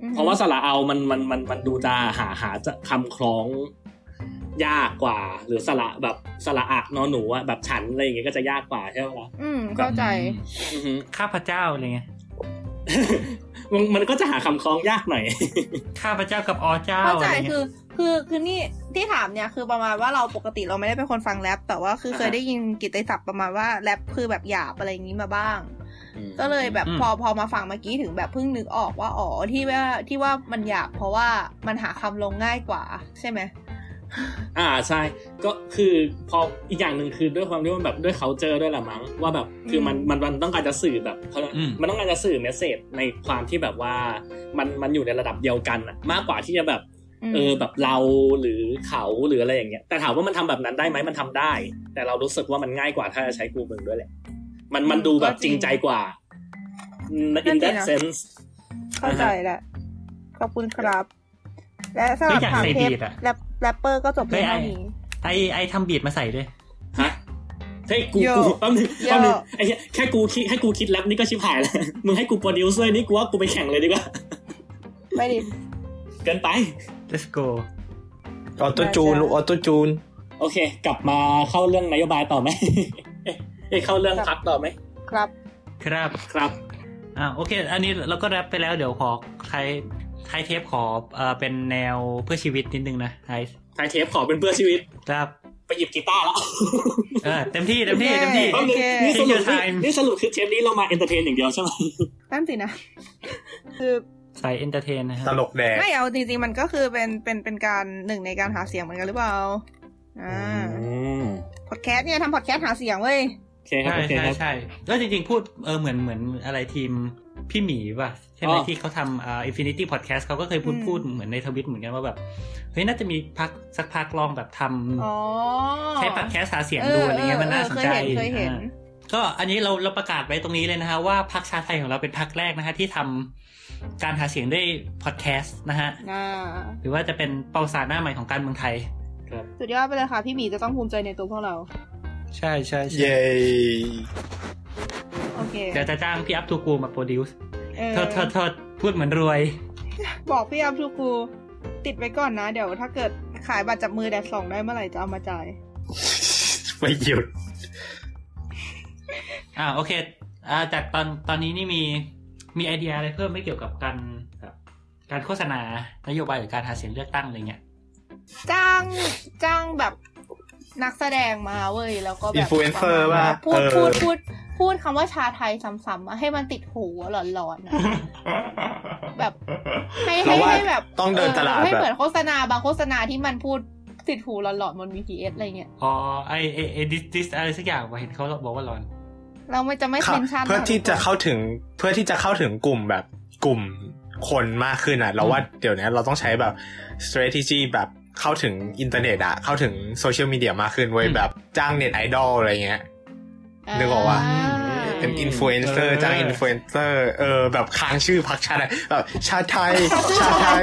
C: อืม
E: เพราะว่าสระเอามันมันมันมันดูจะหาหาจะคำคล้องยากกว่า หรือสระแบบสระอักนอนหนูอะแบบฉันอะไรอย่างเงี้ยก็จะยากกว่าใช่ไหมล่ะ
C: อืมเข้าใจ
E: อือฮึ
A: ข้าพเจ้าอะไรเงี้ย
E: มันมันก็จะหาคำคล้องยากหน่อย
A: ข้าพเจ้ากับอเจ้า
C: เข้า
A: อะ
C: ใจ
A: ไรเงี้
C: คื
A: ย
C: อคือคือนี่ที่ถามเนี่ยคือประมาณว่าเราปกติเราไม่ได้เป็นคนฟังแรปแต่ว่าคือเคยได้ยินกิตติศัพท์ประมาณว่าแรปคือแบบหยาบอะไรอย่างนี้มาบ้าง ก็เลยแบบพอพอมาฟังเมื่อกี้ถึงแบบเพิ่งนึกออกว่าอ๋อที่ว่าที่ว่ามันหยาบเพราะว่ามันหาคำลงง่ายกว่า ใช่ไหม
E: อ่าใช่ ก็คือพออีกอย่างหนึ่งคือด้วยความที่มันแบบด้วยเขาเจอด้วยแหละมั้งว่าแบบคือมันมันมันต้องการจะสื่อแบบเขาเรียกมันต้องการจะสื่อเมสเซจในความที่แบบว่ามันมันอยู่ในระดับเดียวกันอะมากกว่าที่จะแบบ เออแบบเราหรือเขาหรืออะไรอย่างเงี้ยแต่ถามว่ามันทำแบบนั้นได้ไหมมันทำได้ แต่เรารู้สึกว่ามันง่ายกว่าถ้าจะใช้กูมึงด้วยแหละ มันมันดูแบบ
C: ก็จ
E: จ
C: ริ
E: ริ
C: ง
E: งใจกว่า
C: นั่
E: in
C: นสิ
E: that
C: นะ
E: sense
C: เข้าใจละขอบคุณครับ และสำห
A: ก็
C: รับ
A: อยาก
C: ถาม
A: ใส่
C: เท
A: บี
C: ป
A: ดอ่ะ
C: แรปแรปเปอร์ก็จบเพียงเท่า
A: เฮ้ยไอ้
C: นี้
A: ไอไอทำบีดมาใส่ด้วย
E: ฮะเฮ้ยกู
C: โย่
E: กูแป๊บนึง
C: โย่
E: แป๊บนึงไอ้เหี้ยแค่กูคิดให้กูคิดแรปนี่ก็ชิบหายแล้ว มึงให้กูโปรดิวเซอร์นี่กูว่ากูไปแข่งเลยดีกว่า
C: ไปดิ
E: เกินไป
A: let's go
H: ออโตจูน
C: ได้จ้ะ
H: ออโตจูน
E: โอเค กลับมาเข้าเรื่องนโยบายต่อไหม เอ๊ะเอ๊ะเข้าเรื่องพักต่อไหม
C: ครับ
A: ครับ
E: ครับ
A: อ่าโอเค อันนี้เราก็แรปไปแล้วเดี๋ยวขอท้ายท้ายเทปขอเอ่อเป็นแนวเพื่อชีวิตนิดนึงนะไอซ์
E: ทายเทปขอเป็นเพื่อชีวิต
A: ครับ
E: ไปหยิบกีตาร์แล้ว
A: เออเต็มที่เต็มที่เต็มที่
E: แป๊บนึง
C: โอเค
E: นี่สรุป
A: Take your time
E: นี่สรุปคือเทปนี้เรามาเอนเตอร์เทนอย่างเดียวใช่ไหม
C: นั่นสินะ คือ
A: ใส่เอนเตอร์เทนนะฮะ
D: ตลกแดก
C: ไม่เอาจริงๆมันก็คือเป็นเป็นเป็นการหนึ่งในการหาเสียงเหมือนกันหรือเปล่าอ่าพอดแคสต์เนี่ยทำพอดแคสต์หาเสียงเว้ย
E: โอเคครับ
A: ใช่
E: โอเค
A: ใช่
E: ครับ
A: ใช่แล้วจริงๆพูดเออเหมือนเหมือนอะไรทีมพี่หมีป่ะ ใช่ไหม
E: อ๋อ
A: ที่เขาทำอ่าอินฟินิตี้พอดแคสต์เขาก็เคยพูด
C: อืม
A: พูดเหมือนในทวิตเหมือนกันว่าแบบเฮ้ยน่าจะมีพักสักพักลองแบบท
C: อ๋อ
A: ำใช้พอดแคสต์หาเสียงดูอะไรเงี้ยมันน่าสนใจ
C: เออเคยเห็นเคยเห็น
A: อ่า ก็อันนี้เราเราประกาศไว้ตรงนี้เลยนะฮะว่าพรรคชาติไทยของเราเป็นพรรคแรกนะฮะที่ทำการหาเสียงด้วยพอดแคสต์นะฮะ
C: อ่า
A: หรือว่าจะเป็นเปาสาหน้าใหม่ของการเมืองไทย
C: สุดยอดไปเลยค่ะ พี่หมีจะต้องภูมิใจในตัวพวกเรา
A: ใช่ใช่ใช่
H: เย้
C: โอเค
A: เดี๋ยวจะจ้างพี่อัพทูกูมาโปรดิวส์
C: เออ
A: โทษโทษโทษพูดเหมือนรวย
C: บอกพี่อัพทูกู ติดไว้ก่อนนะ เดี๋ยวถ้าเกิดขายบัตรจับมือแดดสองได้เมื่อไหร่จะเอามาจ่าย
H: ไม่หยุด
A: อ่าโอเค อ่าจากตอนตอนนี้นี่มีมีไอเดียอะไรเพิ่มไหม่เกี่ยวกับการแบบการโฆษณานโยบายหรือการหาเสียงเลือกตั้งอะไรเงี้ย
C: จ้างจ้างแบบนักแสดงมาเว้ยแล้วก็แบบ
H: Influencer
C: ปะมณ
H: ป่ะ
C: พูด
H: เออ
C: พูดพูดพูดคำว่าชาไทยซ้ำๆอะให้มันติดหูหลอนๆอะ แบบ ให้
H: เรา
C: ให้
H: ว่า
C: ให้แบบ
H: ต้องเดินตลาด
C: ออให้
H: แบบ
C: เหมือนโฆษณาบางโฆษณาที่มันพูดติดหูหลอนๆบน BTS อะไรเงี้ย
A: อ๋อไอไอไอดิสดิสอะไรสักอย่างว่าเห็นเขาบอกว่าร้อน
C: เราไม่จะไม่
H: ค่ะ
C: เซนชั่น
H: เพื่อที่จะเข้าถึงเพื่อที่จะเข้าถึงกลุ่มแบบกลุ่มคนมากขึ้นอ่ะ เราว่าเดี๋ยวนี้เราต้องใช้แบบ strategy แบบเข้าถึงอินเทอร์เน็ตอะเข้าถึงโซเชียลมีเดียมากขึ้นเว้ย
A: อืม
H: แบบจ้างเน็ตไอดอลอะไรเงี้ย นึกออกปะ เป็นอินฟลูเอนเซอร์จ้างอินฟลูเอนเซอร์เออแบบค้างชื่อพักชาติอะแบบชาติไท ย ชาติไทย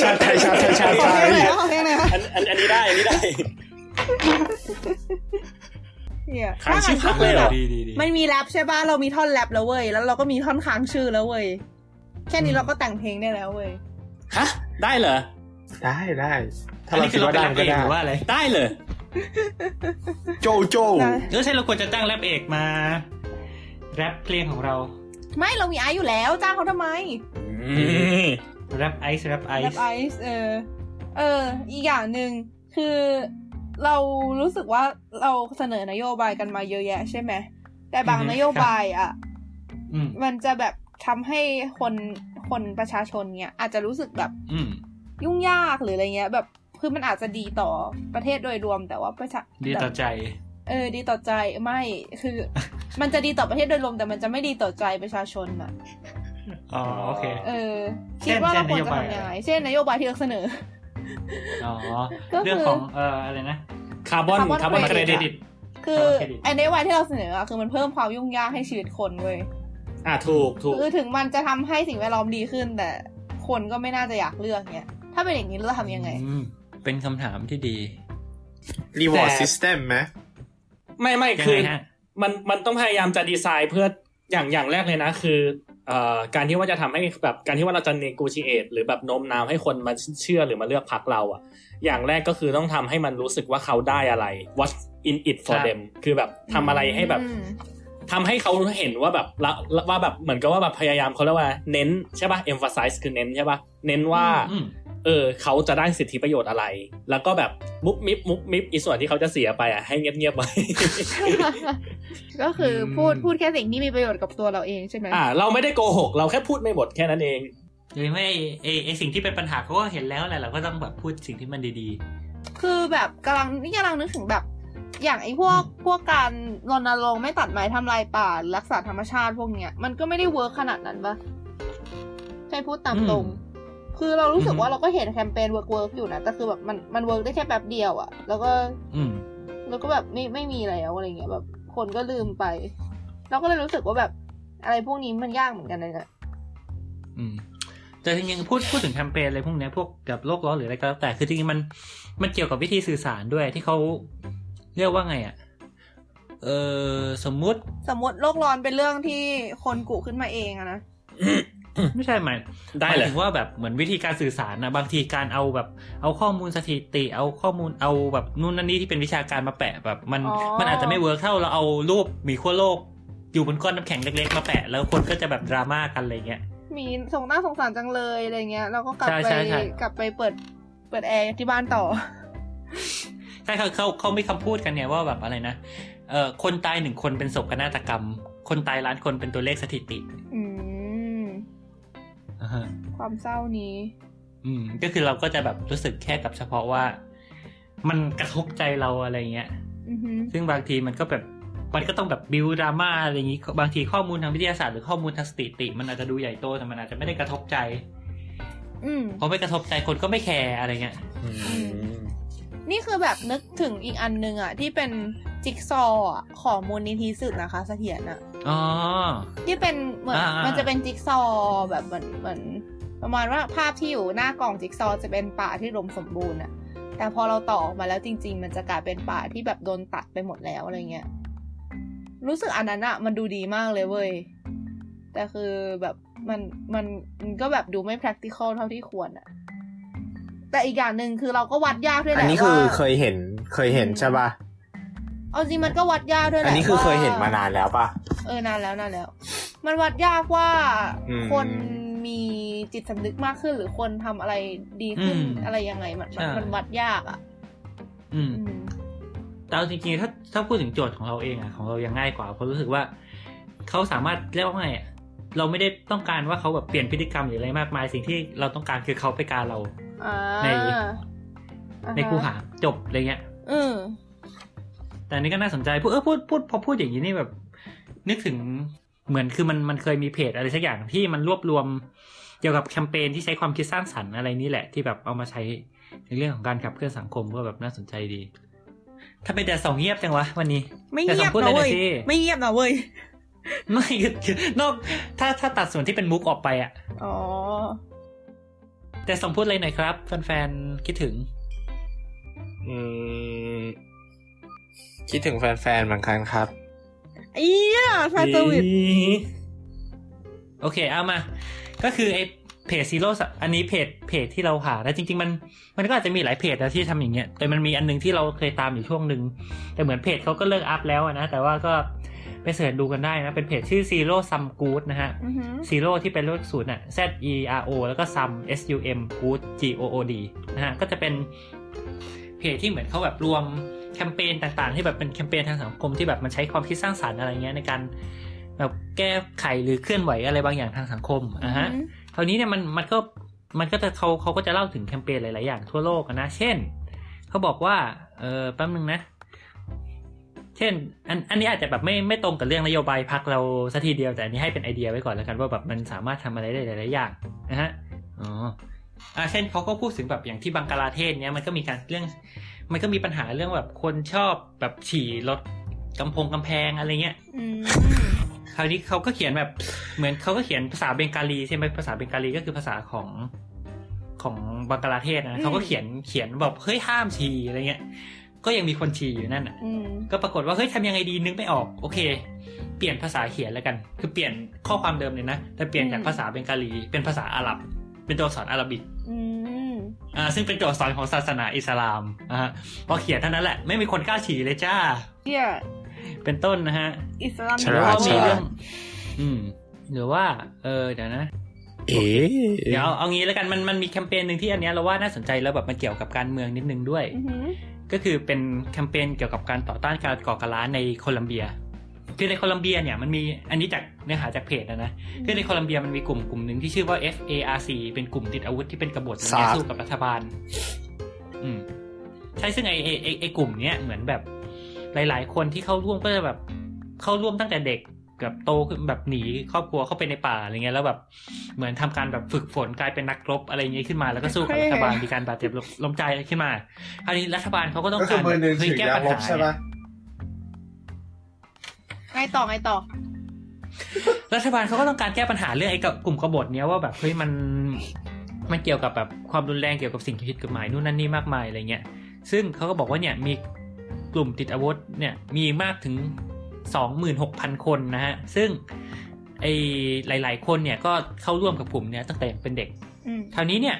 H: ชาติไทย ชาติไทยชาติ
C: ขอ
H: ไท
C: เพล
H: ย
C: งหน่อยนะขอเพลงหน่อยนะ
E: อันอันอันนี้ได้อันนี้ได้
C: เนี่ย
E: ขายชื่อพรรคเลยเหรอ
C: แบบ
A: ดีดีดี
C: มันมีแรปใช่ป่ะเรามีท่อนแรปแล้วเว้ยแล้วเราก็มีท่อนค้างชื่อแล้วเว้ยแค่นี้เราก็แต่งเพลงได้แล้วเว้ย
E: ฮะ ได้เหรอ
H: ได้ได้ถ้าเรา
A: อันนี้คื
H: คิด
A: อเรา
H: ว่าได้ก็
A: เป็นแรปเอง
H: ได้
A: หรือว่าอะไร
E: ได้เหรอ
H: โจโจ
C: ได้
A: เออใช่เราควรจะจ้างแรปเอกมาแรปเพลงของเรา
C: ไม่เรามีไอซ์อยู่แล้วจ้างเขาทำไม
E: อืม
A: แรปไอซ์แรปไอ
C: แรป
A: ซ์
C: ไอซ์เออ เออ อีกอย่างหนึ่งคือเรารู้สึกว่าเราเสนอนโยบายกันมาเยอะแยะใช่ไหม แต่บางนโยบายอ่ะ
A: อืม
C: มันจะแบบทำให้คนคนประชาชนเนี่ยอาจจะรู้สึกแบบ
A: อืม
C: ยุ่งยากหรืออะไรเงี้ย แบบคือมันอาจจะดีต่อประเทศโดยรวมแต่ว่าประชา
A: ดีต่อใจ
C: เออ ดีต่อใจไม่ คือ มันจะดีต่อประเทศโดยรวม แต่มันจะไม่ดีต่อใจประชาชนอ่ะ
A: อ๋อโอเค
C: เออ
A: เช่
C: คิด
A: น
C: ว่าเรา
A: เช่
C: ค
A: น
C: วร
A: นโย
C: จะ
A: บาย
C: ทำยังไงเช่นนโยบายที่เราเสนอ
A: อ๋อ
C: ก็ คือ
A: เรื่องของเอ่ออะไรนะ
E: คาร์บอน
C: Carbon
E: คาร์บอน
A: เค
E: เคร
A: ร
E: ดิต
A: ดิต
C: คือ
A: โอเคดิ
C: ไอ้นโยบายที่เราเสนออะคือมันเพิ่มความยุ่งยากให้ชีวิตคนเว้ย
E: อ่ะถูกถูก
C: คือถึงมันจะทำให้สิ่งแวดล้อมดีขึ้น แต่คนก็ไม่น่าจะอยากเลือกเนี่ยถ้าเป็นอย่างนี้เราทำยังไง
A: อืมเป็นคำถามที่ดี
H: รีวอร์ดซิสเต็มไหม
E: ไม่ไม่
A: ยัง
E: คือ
A: ไงฮะ
E: มันมันต้องพยายามจะดีไซน์เพื่ออย่างอย่างแรกเลยนะ คือเอ่อการที่ว่าจะทำให้แบบการที่ว่าเราจะ negotiate หรือแบบโน้มน้าวให้คนมาเชื่อหรือมาเลือกพักเราอะอย่างแรกก็คือต้องทำให้มันรู้สึกว่าเขาได้อะไร what in it
A: ค
E: for
A: รับ
E: them คือแบบทำอะไรให้แบบ
C: อืม
E: ทำให้เขาเห็นว่าแบบละละว่าแบบเหมือนกับว่าแบบพยายามเขาเรียกว่าเน้นใช่ป่ะ emphasize คือเน้นใช่ป่ะเน้นว่า
A: อืม
E: เออเขาจะได้สิทธิประโยชน์อะไร แล้วก็แบบมุบมิบมุบมิบอีส่วนที่เขาจะเสียไปอ่ะให้เงียบๆไว้
C: ก็คืออ
H: ม
C: พูดพูดแค่สิ่งที่มีประโยชน์กับตัวเราเองใช่ไหม
E: อ่า เราไม่ได้โกหก เราแค่พูดไม่หมดแค่นั้นเอง
A: หรือไม่ไอไอสิ่งที่เป็นปัญหาเขาก็เห็นแล้วแหละเราก็ต้องแบบพูดสิ่งที่มันดี
C: คือแบบกำลังนี่กำลังนึกถึงแบบ อย่างไอ้พวกพวกการรณรงค์ไม่ตัดไม้ทำลายป่าหรือรักษาธรรมชาติพวกเนี้ยมันก็ไม่ได้เวิร์กขนาดนั้นปะใช่พูด
A: ๆ
C: ตาม
A: อืม
C: ตรง คือเรารู้สึก
A: อือฮึ
C: ว่าเราก็เห็นแคมเปญเวิร์กเวิร์กอยู่นะแต่คือแบบมันมันเวิร์กได้แค่แป๊บเดียวอะแล้วก็
A: อืม
C: แล้วก็แบบไม่ไม่มีแล้วอะไรเงี้ยแบบคนก็ลืมไป เราก็เลยรู้สึกว่าแบบอะไรพวกนี้มันยากเหมือนกันเลยนะ
A: อืมแต่จริงๆพูดพูดถึงแคมเปญอะไรพวกเนี้ยพวกแบบโลกร้อนหรืออะไรก็แล้วแต่คือจริงๆมันมันเกี่ยวกับวิธีสื่อสารด้วยที่เขาเรียกว่าไงอ่ะเออสมมุติ
C: สมมติโลกร้อนเป็นเรื่องที่คนกุขึ้นมาเองอะนะ
A: ไม่ใช่หมาย
E: ได้
A: หมาย
E: เลย
A: ถึงว่าแบบเหมือนวิธีการสื่อสารนะบางทีการเอาแบบ เอาข้อมูลสถิติ เอาข้อมูลเอาแบบนู่นนั่นนี่ที่เป็นวิชาการมาแปะแบบ มันมันอาจจะไม่เวิร์กเท่าเราเอารูปหมีขั้วโลก อยู่บนก้อนน้ำแข็งเล็กๆมาแปะ แล้วคนก็จะแบบดราม่ากันอะไรเงี้ย
C: มีสงน่าสงสารจังเลยอะไรเงี้ยเราก็กลับ
A: ใช่
C: ไป
A: ใช่ใช่
C: กลับไปเปิดเปิดแอร์ที่บ้านต่อ
A: ใช่เขาเขาเขามีคำพูดกันไงว่าแบบอะไรนะ เอ่อ คนตายหนึ่งคนเป็นศพนาฏกรรม คนตายล้านคนเป็นตัวเลขสถิติ
C: อืม
A: อ่าฮะ
C: ความเศร้านี้
A: อืม ก็คือเราก็จะแบบรู้สึกแค่กับเฉพาะว่า มันกระทบใจเราอะไรเงี้ย
C: อือหือ
A: ซึ่งบางทีมันก็แบบมันก็ต้องแบบบิวดราม่าอะไรอย่างนี้ บางทีข้อมูลทางวิทยาศาสตร์หรือข้อมูลทางสถิติ มันอาจจะดูใหญ่โตแต่มันอาจจะไม่ได้กระทบใจ
C: อืม
A: พอไม่กระทบใจคนก็ไม่แคร์อะไรเงี้ย
C: นี่คือแบบนึกถึงอีกอันหนึ่งอะที่เป็นจิ๊กซอว์อะของมูลนิธิสึกนะคะเสถียรอะ
A: อ๋อ
C: ที่เป็นเหมือน
A: อ่าๆ
C: มันจะเป็นจิ๊กซอว์แบบเหมือนเหมือนประมาณว่าภาพที่อยู่หน้ากล่องจิ๊กซอว์จะเป็นป่าที่รมสมบูรณ์อะแต่พอเราต่อออกมาแล้วจริง ๆ มันจะกลายเป็นป่าที่แบบโดนตัดไปหมดแล้วอะไรเงี้ยรู้สึกอันนั้นอะมันดูดีมากเลยเว้ยแต่คือแบบมันมันมันก็แบบดูไม่ practical เท่าที่ควรอะแต่อีกอย่างหนึ่งคือเราก็วัดยากด้วยแห
H: อั
C: ละ
H: นนี้คือ
C: ว่า
H: เคยเห็นเคยเห็นใช่ป่ะ
C: เอาจริงมันก็วัดยากด้วยแหละ
H: อันนี้คือ
C: ว่า
H: เคยเห็นมานานแล้วป่ะ
C: เออนานแล้วนานแล้ว มันวัดยากว่า
H: อืม
C: คนมีจิตสำนึกมากขึ้น หรือคนทำอะไรดีขึ้น
A: อืม
C: อะไรยังไงมันมัน
A: ใช่
C: มันวัดยากอ่ะ
A: อืม
C: อืม
A: แต่เอาจริงๆ ถ้าถ้าพูดถึงโจทย์ของเราเองอะของเรายังง่ายกว่าเพราะรู้สึกว่าเขาสามารถเรียกว่าไงอะเราไม่ได้ต้องการว่าเขาแบบเปลี่ยนพฤติกรรมหรืออะไรมากมาย สิ่งที่เราต้องการคือเขาไปการเรา
C: อ่า
A: ใน
C: อ่า
A: ใน
C: ฮะ
A: คู่หาจบอะไรเงี้ย
C: เออ
A: แต่อันนี้ก็น่าสนใจพูดเออพูดพูดพอพูดอย่างนี้นี่แบบ นึกถึงเหมือนคือมันมันเคยมีเพจอะไรสักอย่างที่มันรวบรวมเกี่ยวกับแคมเปญที่ใช้ความคิดสร้างสรรค์อะไรนี่แหละที่แบบเอามาใช้ในเรื่องของการขับเคลื่อนสังคมก็แบบน่าสนใจดี ถ้าเป็นแต่สองเงียบจังวะวันนี้
C: ไม่
A: แต่ส
C: เงี
A: อย
C: บ
A: งพูดเล
C: นะ
A: ยหน่อ
C: เว้
A: ย ยสิ
C: ไม่เงียบนะเว้ย
A: ไม่คือ คือนอกถ้าถ้าตัดส่วนที่เป็นมุกออกไปอะ
C: อ๋อ
A: แต่สองพูดเลยหน่อยครับ แฟนๆ คิดถึง
H: อืมคิดถึงแฟนๆเหมือนกันครับ
C: เอียแฟนสวิต
A: โอเค เอามา ก็คือไอเพจซีโร่อันนี้เพจเพจที่เราหาแล้วจริง ๆ มันมันก็อาจจะมีหลายเพจนะที่ทำอย่างเงี้ยแต่มันมีอันหนึงที่เราเคยตามอยู่ช่วงหนึ่งแต่เหมือนเพจเขาก็เลิกอัพแล้วอะนะ แต่ว่าก็ไปเสิร์ชดูกันได้นะ เป็นเพจชื่อ Zero Sum Good นะฮะ
C: อือหือ
A: Zero ที่เป็นเลขศูนย์อ่ะ Z E R O แล้วก็ Sum S U M Good G O O D นะฮะ ก็จะเป็นเพจที่เหมือนเขาแบบรวมแคมเปญต่างๆ ที่แบบเป็นแคมเปญทางสังคมที่แบบมันใช้ความคิดสร้างสารรค์อะไรเงี้ยในการแบบแก้ไขหรือเคลื่อนไหวอะไรบางอย่างทางสังคมอ่ะฮะ
C: อือหือ
A: คราวนี้เนี่ยมันมันก็มันก็จะเขาเขาก็จะเล่าถึงแคมเปญหลาย ๆ อย่างทั่วโลกอะนะ เช่น เขาบอกว่า เออแป๊บนึงนะ เช่น อันอันนี้อาจจะแบบไม่ไม่ตรงกับเรื่องนโยบายพักเราสัทีเดียวแต่อันนี้ให้เป็นไอเดียไว้ก่อนแล้วกันว่าแบบมันสามารถทำอะไรได้หลาย ๆ อย่างนะฮะ อ๋ออ่ะเช่นเขาก็พูดถึงแบบอย่างที่บังกลาเทศเนี้ยมันก็มีการเรื่อง มันก็มีปัญหาเรื่องแบบคนชอบแบบฉี่รถกำพงกำแพงอะไรเงี้ย
C: อืม
A: คราวนี้เขาก็เขียนแบบเหมือนเขาก็เขียนภาษาเบงกาลีใช่ไหมภาษาเบงกาลีก็คือภาษาของของบังกลาเทศนะเขาก็เขียนเขียนแบบเฮ้ยห้ามฉี่อะไรเงี้ย ก็ยังมีคนฉี่อยู่นั่นอ่ะ
C: อืม
A: ก็ปรากฏว่าเฮ้ยทำยังไงดีนึกไม่ออกโอเค เปลี่ยนภาษาเขียนแล้วกัน คือเปลี่ยนข้อความเดิมเลยนะแต่เปลี่ยนจากภาษาเบงกาลี เป็นภาษาอาหรับ เป็นตัวอักษรอาหรับิก
C: อืม
A: อ่าซึ่งเป็นตัวอักษรของศาสนาอิสลามนะฮะพอเขียนเท่านั้นแหละไม่มีคนกล้าฉี่เลยจ้า
C: เหีย
A: เป็นต้นนะฮะ
C: อิสลาม
H: ฉ
A: หรือ
H: ลา
A: ว่า
H: ด
A: มีเรื่อง
H: ฉลาด
A: อืม หรือว่า เออ เดี๋ยวนะ
H: เอ๋
A: เดี๋ยวเอาเอางี้แล้วกัน มัน มันมีแคมเปญหนึ่งที่อันเนี้ยเราว่าน่าสนใจแล้วแบบมันเกี่ยวกับการเมืองนิดนึงด้วย
C: อือหือ
A: ก็คือเป็นแคมเปญเกี่ยวกับการต่อต้านการก่อการร้ายในโคลัมเบีย คือในโคลัมเบียเนี่ยมันมี อันนี้จากเนื้อหาจากเพจนะนะ คือในโคลัมเบียมันมีกลุ่มกลุ่มหนึ่งที่ชื่อว่า FARC เป็นกลุ่มติดอาวุธที่เป็นกบฏในแนวสู้กับรัฐบาล อืม ใช่ซึ่งไอไอไอไอกลุ่มเนี้ยเหมือนแบบหลาย ๆ คนที่เข้าร่วมก็จะแบบเข้าร่วมตั้งแต่เด็กแบบโตขึ้นแบบหนีครอบครัวเข้าไปในป่าอะไรเงี้ยแล้วแบบเหมือนทำการแบบฝึกฝนกลายเป็นนักรบอะไรเงี้ยขึ้นมาแล้วก็สู้กับรัฐบาลมีการบาดเจ็บล้มล้มใจขึ้นมาคราวนี้รัฐบาลเขาก็ต้อง
D: ก็
A: การ
D: คือเบอร์หนึ่ง
A: เฮ้ย
D: ถือ
A: แก้
D: ยา
A: ปัญ
D: ล
A: หา
D: บใช่
A: เนี่ย
D: ปะ
C: ไงต่อไงต่อ
A: รัฐบาลเขาก็ต้องการแก้ปัญหาเรื่องไอ้กับกลุ่มกบฏเนี้ยว่าแบบเฮ้ยมันมันเกี่ยวกับแบบความรุนแรงเกี่ยวกับสิ่งผิดกฎหมายนู่นนั่นนี่มากมายอะไรเงี้ย ซึ่งเขาก็บอกว่าเนี่ยมีกลุ่มติดอาวุธเนี่ยมีมากถึง 26,000 คนนะฮะ ซึ่งไอ้หลาย ๆ คนเนี่ยก็เข้าร่วมกับกลุ่มเนี้ยตั้งแต่เป็นเด็ก
C: อืม
A: คราวนี้เนี่ย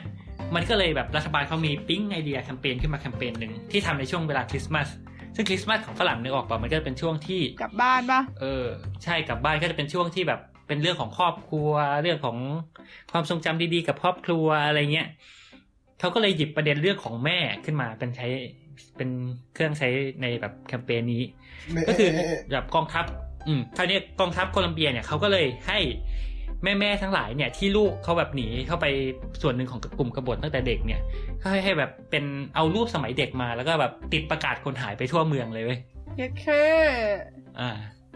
A: มันก็เลยแบบรัฐบาลเขามีปิ๊งไอเดียแคมเปญขึ้นมาแคมเปญหนึ่งที่ทำในช่วงเวลาคริสต์มาสซึ่งคริสต์มาสของฝรั่งนึกออกป่ะมันก็เป็นช่วงที่
C: กลับบ้านปะ
A: เออใช่กลับบ้านก็จะเป็นช่วงที่แบบเป็นเรื่องของครอบครัว เรื่องของความทรงจำดีๆ กับครอบครัวอะไรเงี้ยเขาก็เลยหยิบประเด็นเรื่องของแม่ขึ้นมาเป็นใช้เป็นเครื่องใช้ในแบบแคมเปญนี้ ก็คือแบบกองทัพ อืมคราวนี้กองทัพโคลัมเบียเนี่ยเขาก็เลยให้แม่แม่ๆทั้งหลายเนี่ยที่ลูกเขาแบบหนีเข้าไปส่วนหนึ่งของกลุ่มกบฏตั้งแต่เด็กเนี่ยเขาให้แบบเป็นเอารูปสมัยเด็กมาแล้วก็แบบติดประกาศคนหายไปทั่วเมืองเลยเว้ย
C: เยอะเค
A: อ่า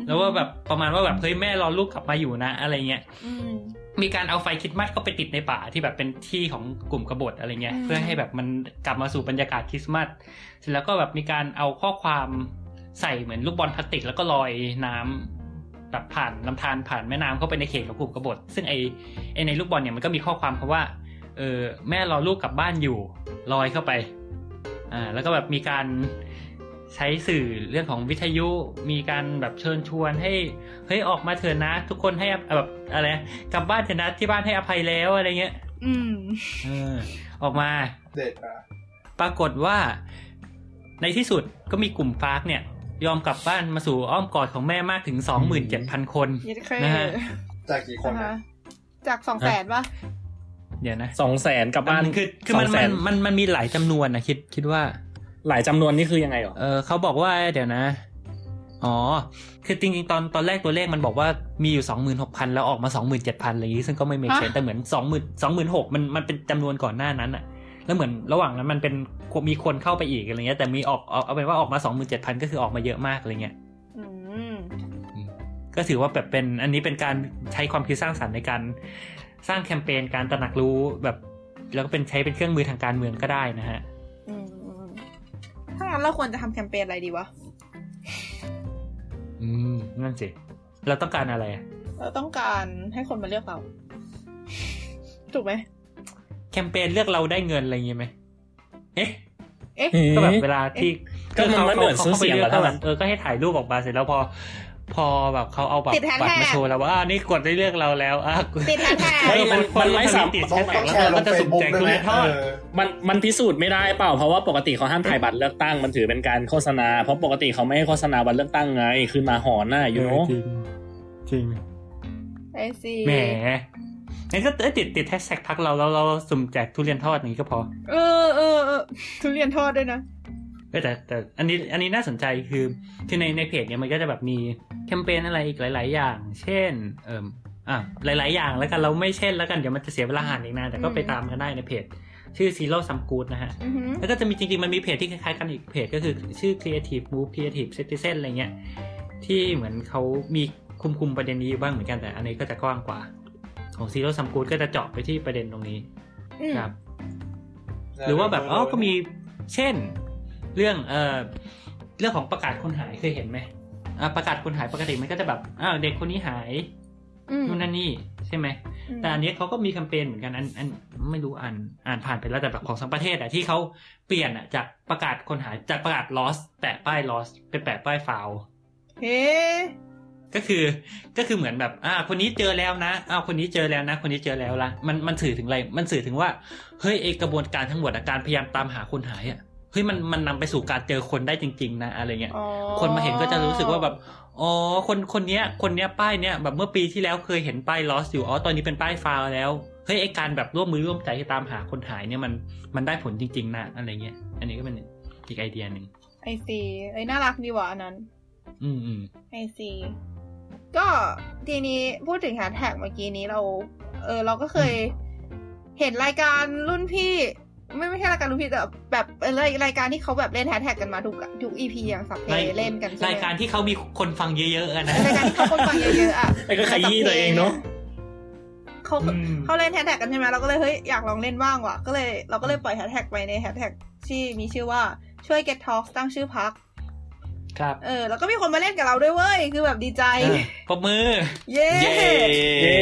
A: แล้วว่าแบบประมาณว่าแบบเฮ้ยแม่รอลูกกลับมาอยู่นะ อะไรเงี้ย
C: อืม
A: มีการเอาไฟคริดมัดเข้าไปติดในป่าที่แบบเป็นที่ของกลุ่มกบฏอะไรเงี้ย
C: อืม
A: เพื่อให้แบบมันกลับมาสู่บรรยากาศคริสต์มาสเสร็จแล้วก็แบบมีการเอาข้อความใส่เหมือนลูกบอลพลาสติก แล้วก็ลอยน้ำแบบผ่านลำธารผ่านแม่น้ำเข้าไปในเขตของกลุ่มกบฏ ซึ่งไอไอในลูกบอลเนี่ยมันก็มีข้อความคำว่าเออแม่รอลูกกลับบ้านอยู่ลอยเข้าไปอ่าแล้วก็แบบมีการ ใช้สื่อเรื่องของวิทยุมีการแบบเชิญชวนให้เฮ้ยออกมาเถอะนะ ทุกคนให้อแบบอะไรนะกลับบ้านเถอะนะที่บ้านให้อภัยแล้วอะไรเงี้ย
C: อืม
A: เออออกมา
D: เด็ดอ่ะ
A: ปรากฏว่าในที่สุดก็มีกลุ่มฟาร์กเนี่ย ยอมกลับบ้านมาสู่อ้อมกอดของแม่มากถึง 27,000 คน
C: ยิดเค
A: นะฮะ
D: จากกี่คนนะ
C: จากสองแสนป่ะ
A: เดี๋ยวนะ
E: สองแสนกลับบ้าน
A: คือคือมัน
E: สงแส
A: มันมันมันมีหลายจำนวนนะคิดคิดว่า
E: หลายจำนวนนี่คือยังไงหรอ
A: เออเขาบอกว่าเดี๋ยวนะ อ๋อ คือจริงๆ ตอนตอนแรกตัวเลขมันบอกว่ามีอยู่สองหมื่นหกพันแล้วออกมาสองหมื่นเจ็ดพันอะไรอย่างงี้ ซึ่งก็ไม่เมกเซน
C: ฮะ
A: แต่เหมือนสองหมื่นสองหมื่นหกมันมันเป็นจำนวนก่อนหน้านั้นอะแล้วเหมือนระหว่างนั้นมันเป็นมีคนเข้าไปอีกอะไรเงี้ย แต่มีออกเอาเอาเป็นว่าออกมาสองหมื่นเจ็ดพันก็คือออกมาเยอะมากอะไรเงี้ย
C: อืม
A: ก็ถือว่าแบบเป็นอันนี้เป็นการใช้ความคิดสร้างสรรค์ในการสร้างแคมเปญการตระหนักรู้แบบแล้วก็เป็นใช้เป็นเครื่องมือทางการเมืองก็ได้นะฮะ
C: อืมอืมถ้างั้นเราควรจะทำแคมเปญอะไรดีวะ
A: อืมนั่นสิเราต้องการอะไรอะ
C: เราต้องการให้คนมาเลือกเรา ถูกไหม
A: แคมเปญเลือกเราได้เงินอะไรอย่างงี้ไหมเอ๊ะ
C: เอ๊ะ
A: ก็แบบเวลาที่
E: ก็มัน
A: ขา
E: มันเหมือน
A: ขา
E: ซื้อเสียง
A: ขาไปลืก
E: เหรอ
A: ก็แบ
E: ท่าน
A: บเออ ก็ให้ถ่ายรูปออกมาเสร็จแล้วพอ พอแบบเขาเอาแบบ
C: ติดแฮช
A: บัตร
C: แท็ก
A: มาโชว์แล้วว่าอ่านี่กดได้เลือกเราแล้วอ่ะ
C: ติดแฮชแท็ก
E: เฮ้ยมันมันไม่สาม
A: ติด
D: ต้
A: แฮ
D: อง
A: ชแท็แล้
D: ต้อก งแช
A: ว
D: ร์ล
A: ก็
D: ง
A: จะ
D: เฟซ
A: สุ่ม
D: บุ๊ก
A: แจก
D: ด้
A: ทุ
D: วย
A: เรี
D: ไหม
A: ยนทอ
D: เอ
A: ด
D: อ
E: มันมันพิสูจน์ไม่ได้เปล่าเพราะว่าปกติเขาห้ามถ่ายบัตรเลือกตั้งมันถือเป็นการโฆษณาเพราะปกติเขาไม่ให้โฆษณาบัตรเลือกตั้งไงขึ้นมาหอนน่ะยูโน
A: จริงจริง
C: ไอซี
A: แหมงั้นก็เอ้ยติดติดแฮชแท็กพักเราแล้วเราสุ่มแจกทุเรียนทอดอย่างนี้ก็พอ
C: เออเออเออทุเรียนทอดด้วยนะ
A: เอ้ยแต่แต่อันนี้อันนี้น่าสนใจคือคือในในเพจเนี่ยมันก็จะแบบมีแคมเปญอะไรอีกหลาย ๆ อย่าง เช่น เอ่มอ่ะหลาย ๆ อย่างแล้วกันเราไม่เช่นแล้วกันเดี๋ยวมันจะเสียเวลาอ่านอีกนานแต่ก็ไปตามกันได้ในเพจ ชื่อ Zero Sum Good นะฮะ
C: อือหือ
A: แล้วก็จะมีจริงๆ มันมีเพจที่คล้ายๆกันอีกเพจก็คือชื่อ Creative Move Creative Citizen อะไรเงี้ย ที่เหมือนเขามีคุมคุมๆประเด็นนี้อยู่บ้างเหมือนกันแต่อันนี้ก็จะกว้างกว่า ของ Zero Sum Good ก็จะเจาะไปที่ประเด็นตรงนี้
C: อืม
A: ครับ หรือว่าแบบอ๋อก็มีเช่น เรื่องเอ่อเรื่องของประกาศคนหายเคยเห็นไหมอ่ะประกาศคนหายปกติมันก็จะแบบอ้าวเด็กคนนี้หาย
C: อืม
A: นู่นนั่นนี่ใช่ไหม แต่อันเนี้ยเขาก็มีแคมเปญเหมือนกันอันอันไม่รู้อ่านอ่านผ่านไปแล้วแต่แบบของสังประเทศอะที่เขาเปลี่ยนอะจากประกาศคนหายจากประกาศ loss แปะป้าย loss เป็นแปะป้าย foul
C: เฮ้
A: ก็คือก็คือเหมือนแบบอ่าคนนี้เจอแล้วนะอ้าวคนนี้เจอแล้วนะ คนนี้เจอแล้วละมันมันสื่อถึงอะไรมันสื่อถึงว่าเฮ้ยไอกระบวนการทั้งหมดอะการพยายามตามหาคนหายอะเฮ้ยมันมันนำไปสู่การเจอคนได้จริง ๆ นะอะไรเงี้ย
C: อ๋อ
A: คนมาเห็นก็จะรู้สึกว่าแบบ อ๋อ คนคนเนี้ย คนเนี้ยป้ายเนี้ยแบบเมื่อปีที่แล้วเคยเห็นป้ายลอสอยู่ อ๋อ ตอนนี้เป็นป้ายฟาวแล้ว เฮ้ย ไอการแบบร่วมมือร่วมใจที่ตามหาคนหายเนี่ยมันมันได้ผลจริงๆนะอะไรเงี้ย อันนี้ก็เป็นอีกไอเดียหนึ่ง
C: ไอซีเอ้ยน่ารักดีว่ะอันนั้น
A: อืมอืม
C: ไอซีก็ทีนี้พูดถึงแฮชแท็กเมื่อกี้นี้เรา เออเราก็เคย เห็นรายการรุ่นพี่ ไม่ไม่ใช่รายการรุ่นพี่แต่แบบเออรายรายการที่เขาแบบเล่นแฮชแท็กกันมาทุกทุกอีพีอย่างสับเพเล่นกันใช่ไหม
A: รายการที่เขามีคนฟังเยอะๆอะนะ
C: รายการที่เขาคนฟังเยอะๆอ่ะ
E: ไอ้ก็ขยี้ตัวเองเนอะ
C: เขา
A: อืม
C: เขาเล่นแฮชแท็กกันใช่ไหมเราก็เลยเฮ้ยอยากลองเล่นบ้างว่ะก็เลยเราก็เลยปล่อยแฮชแท็กไปในแฮชแท็กที่มีชื่อว่าช่วย get talks ตั้งชื่อพัก
A: ครับ
C: เออแล้วก็มีคนมาเล่นกับเราด้วยเว้ยคือแบบดีใจ
A: อ่ะปรบมือ
C: เย้
A: เย้
E: เย้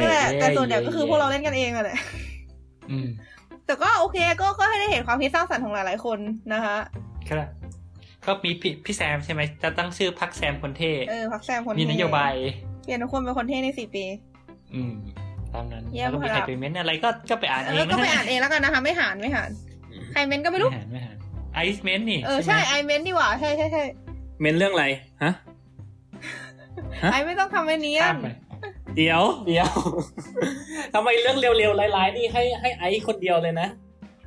C: นั่นแหละแต่
A: เย้
C: ส่วนใหญ่ก็คือ
A: เย้
C: พวกเราเล่นกันเองนั่นแหละ
A: อืม
C: แต่ก็โอเคก็ก็ให้ได้เห็นความคิดสร้างสรรค์ของหลายๆคนนะคะ
A: ครับก็มีพี่พี่แซมใช่ไหมจะตั้งชื่อพักแซมคนเท่
C: เออพักแซมคน
A: มีนโยบาย
C: เปลี่ยนทุกคนเป็นคนเท่ในสี่ปี
A: อืม ตามนั้น
C: เยี่ยม
A: แล้วก็มีใคร
C: ครับ
A: ไปเม้นอะไรก็ก็ไปอ่านเอง
C: แล้วก็ไป
A: ะ
C: อ่านเองแล้วกันนะคะ ไม่หานไม่หานใครเม้นก็ไม่รู้
A: ไม่หันไม่หันไอซ์เมนนี่
C: เออ
A: ไห
C: ใช่
A: ม
C: ไอเม้นดีกว่าใช่ใช่ใช่
E: เมนเรื่องอะไรฮะ ฮะ
C: ไอไม่ต้องทำไอ้เนี้ย
A: ข้าม
C: น
A: ไป
E: เดี๋ยวเดี๋ยว ทำไมเรื่องเร็วๆร้ายๆนี่ให้ให้ไอซ์คนเดียวเลยนะ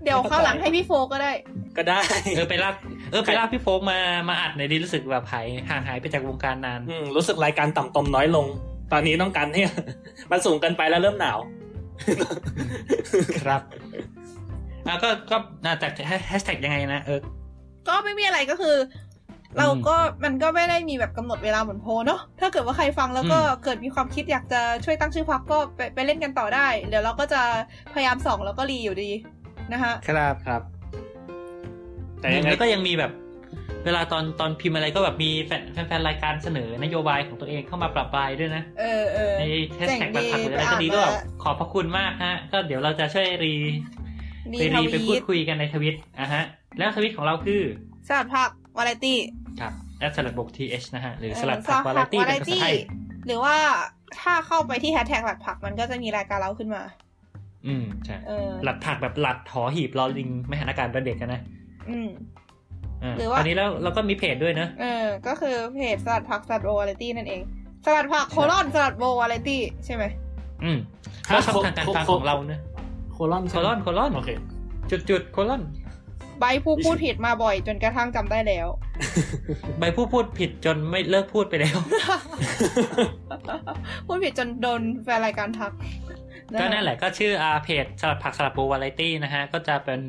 C: เดี๋ยวเข้าวหลังให้พี่โฟก็ได้
E: ก็ได้
A: เออไปลากเออไปลากพี่โฟกมามาอัดในอยดีรู้สึกแบบหายห่างหายไปจากวงการนาน
E: อืมรู้สึกรายการต่ำตมน้อยลง ตอนนี้ต้องการให้ มันสูงเกันไปแล้วเริ่มหนาว
A: ครับอ่ะก็ก็อ่ะจากแฮชแท็กยังไงนะเออ
C: ก็ไม่มีอะไรก็คือ เราก็มันก็ไม่ได้มีแบบกำหนดเวลาเหมือนโพลเนาะถ้าเกิดว่าใครฟังแล้วก็
A: อืม
C: เกิดมีความคิดอยากจะช่วยตั้งชื่อพักก็ไปไปเล่นกันต่อได้ เดี๋ยวเราก็จะพยายามส่องแล้วก็รีอยู่ดีนะคะ
H: ครับ
E: ครับ แต่ยังไง
A: แล้วก็ยังมีแบบ เวลาตอนตอนพิมพ์อะไรก็แบบมีแฟนแฟนแฟนรายการเสนอนโยบายของตัวเองเข้ามาปรับปรายด้วยนะ
C: เออเออ
A: ในแฮชแท็ก
C: เจ๋งดี
A: ผักหรืออะไร
C: ไปอ่าน
A: ก็ดีก็แบบ
C: มา
A: ขอบพระคุณมากฮะ ก็เดี๋ยวเราจะช่วยรี
C: ดี
A: ไปรี
C: ท
A: ไปพู
C: วี
A: ด
C: ต
A: คุยกันในทวิตอ่ะฮะ แล้วทวิตของเราคือ
C: สลัดผักวาไรตี้
A: ครับแอดสลัดบกทีเอชนะฮะ หรือสลัดผักวาไรตี้เป็นภาษาไทย
C: หรือว่าถ้าเข้าไปที่แฮชแท็กหลัดผักมันก็จะมีรายการเราขึ้นมา
A: อืม ใช่
C: เออ
A: หลัดผักแบบหลัดหอหีบลอลิง ไม่หันอาการตอนเด็กกันนะ
C: อืม
A: า
C: หรือว่า
A: ตอนนี้เราเราก็มีเพจด้วยเนอะ
C: เออ ก็คือเพจสลัดผักสลัดโบวาไรตี้นั่นเอง สลัดผักโคลอนสลัดโบวาไรตี้ใช่ไหม
A: อืม
E: ฮะ
A: ถ้าช่องทางการฟัง
E: โคโค
A: ของเราเนอะ
E: โคลอน
A: โคลอนโคลอน
E: โอเค
A: จุดจุดโคลอน
C: ใบผู้พูดผิดมาบ่อยจนกระทั่งจำได้ แล้ว
A: ใบผู้พูดผิดจนไม่เลิกพูดไปแล้ว
C: พูดผิดจนโดนแฟนรายการทัก
A: ก็นั่นแหละก็ชื่ออาเพจสลัดผักสลัดปูวาไรตี้นะฮะ ก็จะเป็น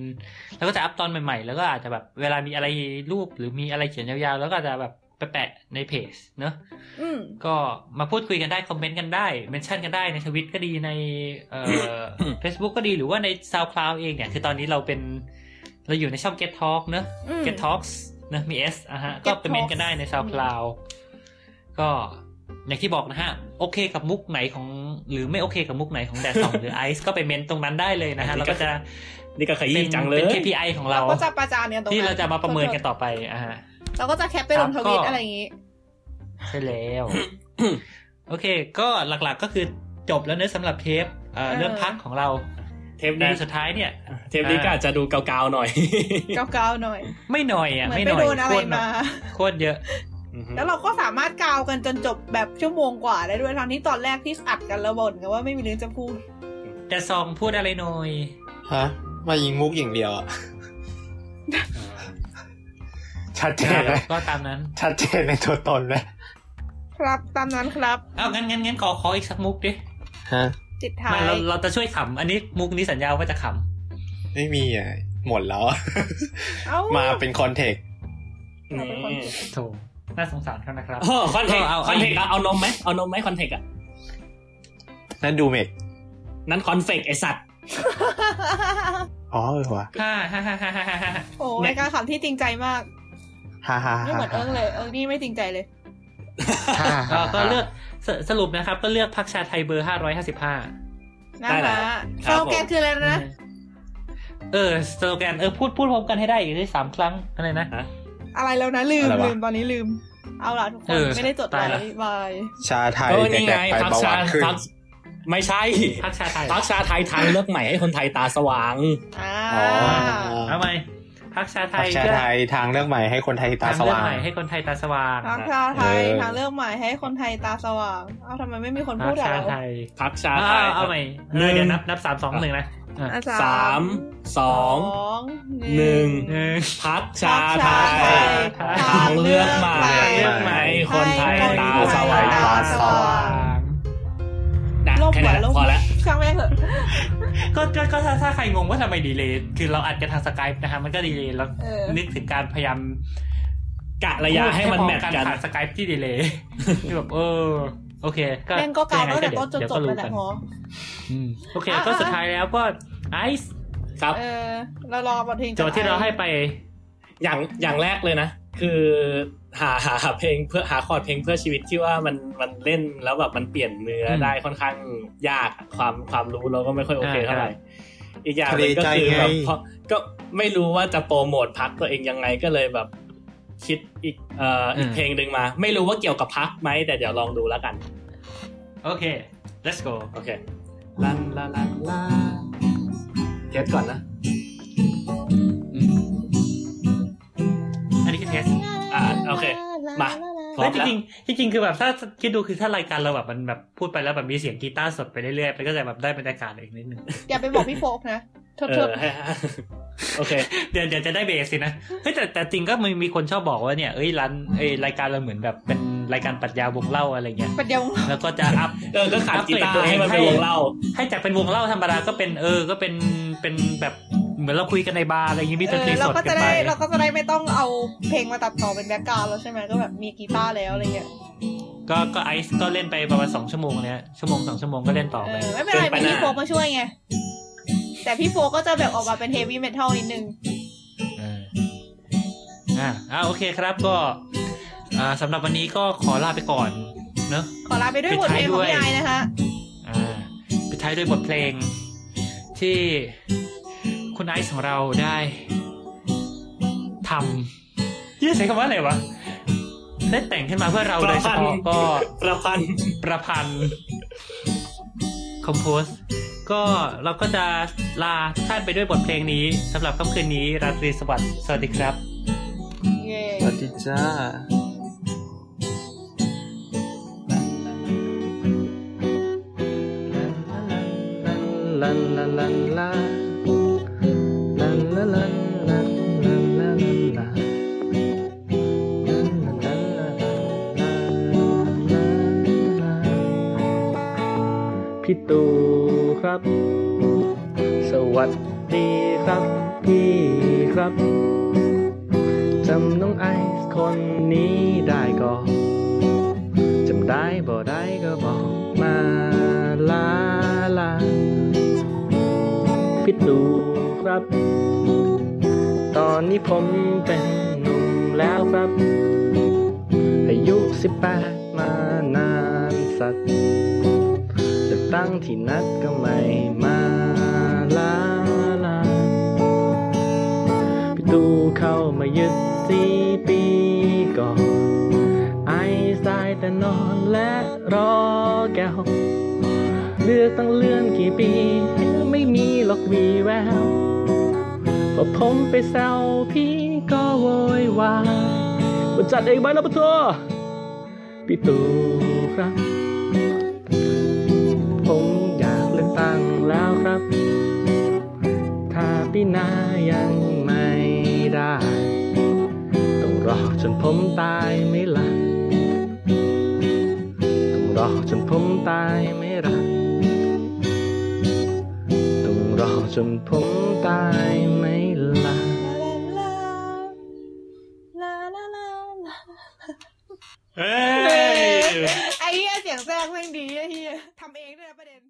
A: แล้วก็จะอัพตอนใหม่ๆ แล้วก็อาจจะแบบเวลามีอะไรรูปหรือมีอะไรเขียนยาวๆ แล้วก็จะแบบไปแปะในเพจเนอะ
C: อืม
A: ก็มาพูดคุยกันได้ คอมเมนต์กันได้ เมนชั่นกันได้ในทวิตก็ดีในเอ่ อ Facebook ก็ดีหรือว่าใน SoundCloud เองเนี่ย คือตอนนี้เราเป็นเราอยู่ในช่อง Get Talk เนอะ
C: อืม
A: Get Talks เนอะมี S อ่ะฮะ ก็
C: Get
A: ไปเมนต์กันได้ใน SoundCloud ก็อย่างที่บอกนะฮะ โอเคกับมุกไหนของ หรือไม่โอเคกับมุกไหนของแดดสอง หรือไอซ์ก็ไปเมนต์ตรงนั้นได้เลยนะฮะ เราก็จะ
E: นี่ก็ขยี้จังเลย
A: เป็น KPI ของเรา
C: เราก็จะประจานกันตรงนั้น
A: ที่เราจะมาประเมินกันต่อไปอ่าฮะ
C: เราก็จะแคปไปลงทวิตอะไรอย่างงี้
A: ใช่แล้ว โอเค ก็หลักๆก็คือจบแล้วเนอะสำหรับเทปเอ่อ
C: เออ
A: เรื่องพักของเรา
E: เทป
A: แต่
E: นี้
A: สุดท้ายเนี่ย
E: เทปนี้ก็อาจจะดูเกาๆหน่อย
C: เกาๆหน่อย
A: ไม่หน่อยอ่ะ
C: เหมือน
A: ไม่ห
C: ไป
A: น่อย
C: โดนอะไร
A: โคตรหน่
C: มา
A: อยโคตรเยอะ
C: แล้วเราก็สามารถกาวกันจนจบแบบชั่วโมงกว่าได้ด้วยทั้งที่ตอนแรกที่อัดกันแล้วบ่นกันว่าไม่มีเรื่องจะพูด
A: แต่ซองพูดอะไรหน่อย
H: ฮะมายิงมุกอย่างเดียวอะชัดเจนเลย
A: ก็ตามนั้น
H: ชัดเจนในตัวตนเลย
C: ครับตามนั้นครับ
A: เอางั้นงั้นงั้นขอขออีกสักมุกดิ
H: ฮะ
C: ติดท้า
A: ไม่
C: ย
A: เราเราจะช่วยขำอันนี้มุกนี้สัญญาว่าจะข
H: ไม่มีอ่ะ หมดแล้วอะ
C: เอ้า
H: มาเป็นคอนเทกต์
C: เราเป็นคน
A: ำโถน่าสงสารเขานะครับ
E: เออ คอนเทกต์
A: เอาเอา
E: คอนเทกต์อะเอานมไหมเอานมไหมคอนเทกต์อะ
H: นั่นดูเมก
E: นั่นคอนเฟกต์ไอสัตว์
H: อ๋อเออวะ
A: ฮ่าฮ่าฮ่าฮ่าฮ่าฮ่า
C: โอ้รายการขำที่จริงใจมาก
H: ฮ่าฮ่า
C: ไม่
H: ฮ่า
C: เหมือนเอิงเลย เอิงนี่ไม่จริงใจเลย
H: ฮ่า
A: ก็
H: ฮ่า
A: ก็เลือกสสรุปนะครับ ก็เลือกพักชาไทยเบอร์ห้าร้อยห้าสิบห้า
C: นะคะสโลแกนคืออะไรนะ
A: เออสโลแกนเออพูดพูดพร้อมกันให้ได้อีกได้สามครั้งอะไรนะ
C: อะไรแล้วนะลืมลืมตอนนี้ลืม เอาล่ะทุกคน
A: เออ
C: ไม่ได้จดไว้
A: ตายละ
C: บาย
H: ชาไทย
E: เออนี่
H: แด
E: ไง
H: กๆไป
E: พัก
H: เบา
E: ชาว
H: หานขึ้น
E: พักไม่ใช่
A: พักชาไทย
E: พักชาไทยทางเลือกใหม่ให้คนไทยตาสว่าง
C: อ่า
H: อ๋อ
A: เอาไหมพักชาไท
H: พัก
A: ย
H: ชาไทยทางเลือกใหม่ให้คนไทยตาสว่าง
A: ทเลือกใหม่ให้คนไทยตาสว่าง
C: ทางชาไท
H: เอ
C: ย
H: อ
C: ทางเลือกใหม่ให้คนไทยตาสว่าง เอาทำไมไม่มีคน
A: พั
C: พู
A: ก
C: ดอะ
A: ชา
C: เรา
A: ไทย
E: พักชา
A: เอา
E: ไทย
A: เอาใหม่เอ
E: หนึ่
A: อง เดี๋ยวนับนับสามสองหนึ่งนะอ่ะ
C: อ่ะ
E: สามสอง
C: อง
E: หนึ่ง
A: หนึ่ง
E: พัก
C: พร
E: ชาร
C: ค
E: ไทย
A: ท
E: ทางเลือกใหม่ให้คนไทยตาสว่างนะ
C: ลบ
E: แค่
C: หั
E: นั้
C: วนลบ
E: แหละพอ
C: หัว
E: แล้ว
C: ช่างแม่งเถอะ
A: ก็ก็ก็ถ้าถ้าใครงงว่าทำไมดีเลย์คือเราอัดกันทางสกายนะฮะมันก็ดีเลย์แล้ว
C: เออ
A: นึกถึงการพยายาม
E: กะระยะให้มันแมทกัน
A: สกายที่ดีเล ย์ที่แบบเออโอเค
C: แม่งก็กาวตั้งแต่ต้นจน
A: เดี๋ยว
C: จบ
A: ก็รู้
C: มาแต่
A: กัน
C: หอ
A: อืมโอเค ก็สุดท้ายแล้วก็ไอซ์
E: ครับ
C: เออเรารอบทเพลง
A: โจทย์ที่เราให้ไป
E: อย่างอย่างแรกเลยนะ คือหาหาหาเพลงเพื่อหาคอร์ดเพลงเพื่อชีวิตที่ว่ามันมันเล่นแล้วแบบมันเปลี่ยนเนื้ออ
A: ม
E: ได้ค่อนข้างยากอะความความรู้เราก็ไม่ค่อยโอเค
A: อ่า
E: เท่าไหร่ อีกอย่างหนึ่งก็คือ
H: ทะเลใจไง
E: แบบเพราะก็ไม่รู้ว่าจะโปรโมทพักตัวเองยังไงก็เลยแบบ คิดอีกเอ่ออีกเพลงหนึ่งมา ไม่รู้ว่าเกี่ยวกับพักไหมแต่เดี๋ยวลองดูแล้วกัน
A: โอเค let's go
E: โอเคลันลาลันลาเทสก่อนนะ
A: อันนี้คือเทส
E: อ่ะโอเคมา พร้อ
A: แล้
E: ม
A: วจ
E: แล้ว
A: ริงๆจริงๆคือแบบถ้าคิดดูคือถ้ารายการเราแบบมันแบบพูดไปแล้วแบบมีเสียงกีตาร์สดไปเรื่อยๆมันก็จะแบบได้บรรยากาศอีกนิดนึง
C: อย่าไปบอกพี่โฟกนะเถอะ
E: เอ
C: เถ
E: อ
C: อะ
E: ให้ โอเค
A: เดี๋ยวเดี๋ยวจะได้เบสสิ นะ เฮ้ยแต่แต่จริงก็มีมีคนชอบบอกว่าเนี่ยเอ้ยร้านเอ้ยรายการเราเหมือนแบบเป็นรายการปรัชญาวงเล่าอะไรเงี้ย
C: ปัดเดียว
A: แล้วก็จะอัพ
E: เออก็ขาดกีตา
A: อัปเกรดตัว
E: ร์
A: เอง
E: ให้มันเป็น
A: ให้
E: วง เล่า
A: ให้จากเป็นวงเล่าธรรมดาก็เป็นเออ ก็เป็นเป็นแบบเหมือนเราคุยกันในบาร์อะไรอย่างงี้มีด
C: เอน
A: ต
C: อ
A: รี
C: เรา
A: สด
C: ก็
A: กัน
C: จะ
A: ไป
C: ได้เราก็จะได้ไม่ต้องเอาเพลงมาตัดต่อเป็นแบ็กกราวด์แล้วใช่ไหมก็แบบมีกีตาร์แล้วอะไรเงี้ย
A: ก็ก็ไอซ์ก็เล่นไปประมาณสองชั่วโมงเนี้ยชั่วโมงสองชั่วโมงก็เล่นต่อ
C: เอ
A: ไป
C: อไม่เป็นไร
E: เกินไป
C: มีพี่
E: นะ
C: โฟกมาช่วยไง แต่พี่โฟกก็จะแบบออกมาเป็นเฮฟวี่เมทัลนิดนึง
A: เอออ่าอ่าโอเคครับก็อ่าสำหรับวันนี้ก็ขอลาไปก่อนเนอะ
C: ขอลาไปด้วยบทเพลงของพี่ไอนะคะ
A: อ่าปิดท้ายด้วยบทเพลง ที่คุณไอซ์ของเราได้ทำยี่ใช้คำว่าอะไรวะ ได้แต่งขึ้นมาเพื่อเราโดยเฉพาะก็
E: ประพันธ์
A: ประพันธ์ คอมโพส ก็เราก็จะลาทุกท่านไปด้วยบทเพลงนี้สำหรับค่ำคืนนี้ราตรีสวัสดิ์สวัสดีครับ
B: สิจ้า ลันลันลันลันลันลันลันลันลันลันลันลันลันลันลันลันลันพี่ตู่ครับ สวัสดีครับ พี่ครับจำน้องไอซ์คนนี้ได้ก็จำได้บ่ได้ก็บอกมาลาลา พี่ตู่ครับ ตอนนี้ผมเป็นหนุ่มแล้วครับ อายุสิบแปดมานานสัตว์จะตั้งที่นัดก็ไม่มาลาลา พี่ตู่เข้ามายึดสี่ปีก่อน ไอซ์ได้แต่นอนและรอแก้ว เลือกตั้งเลื่อนกี่ปีไม่มีหรอกวีแววพอผมไปแซวพี่ก็โวยวายว่าจัดเองไหมล่ะปะโทพี่ตู่ครับ ผมอยากเลือกตั้งแล้วครับ ถ้าพี่นายังไม่ได้ ต้องรอจนผมตายไหม่ล่ะ ต้องรอจนผมตายไหม่ล่ะ ต้องรอจนผมตายไหมล่ะ
C: ลาลาลาลา
E: เฮ้ย
C: ไอ้เหี้ยเสียงแทรกแม่งดีไอ้เหี้ยทำเองด้วยนะประเด็น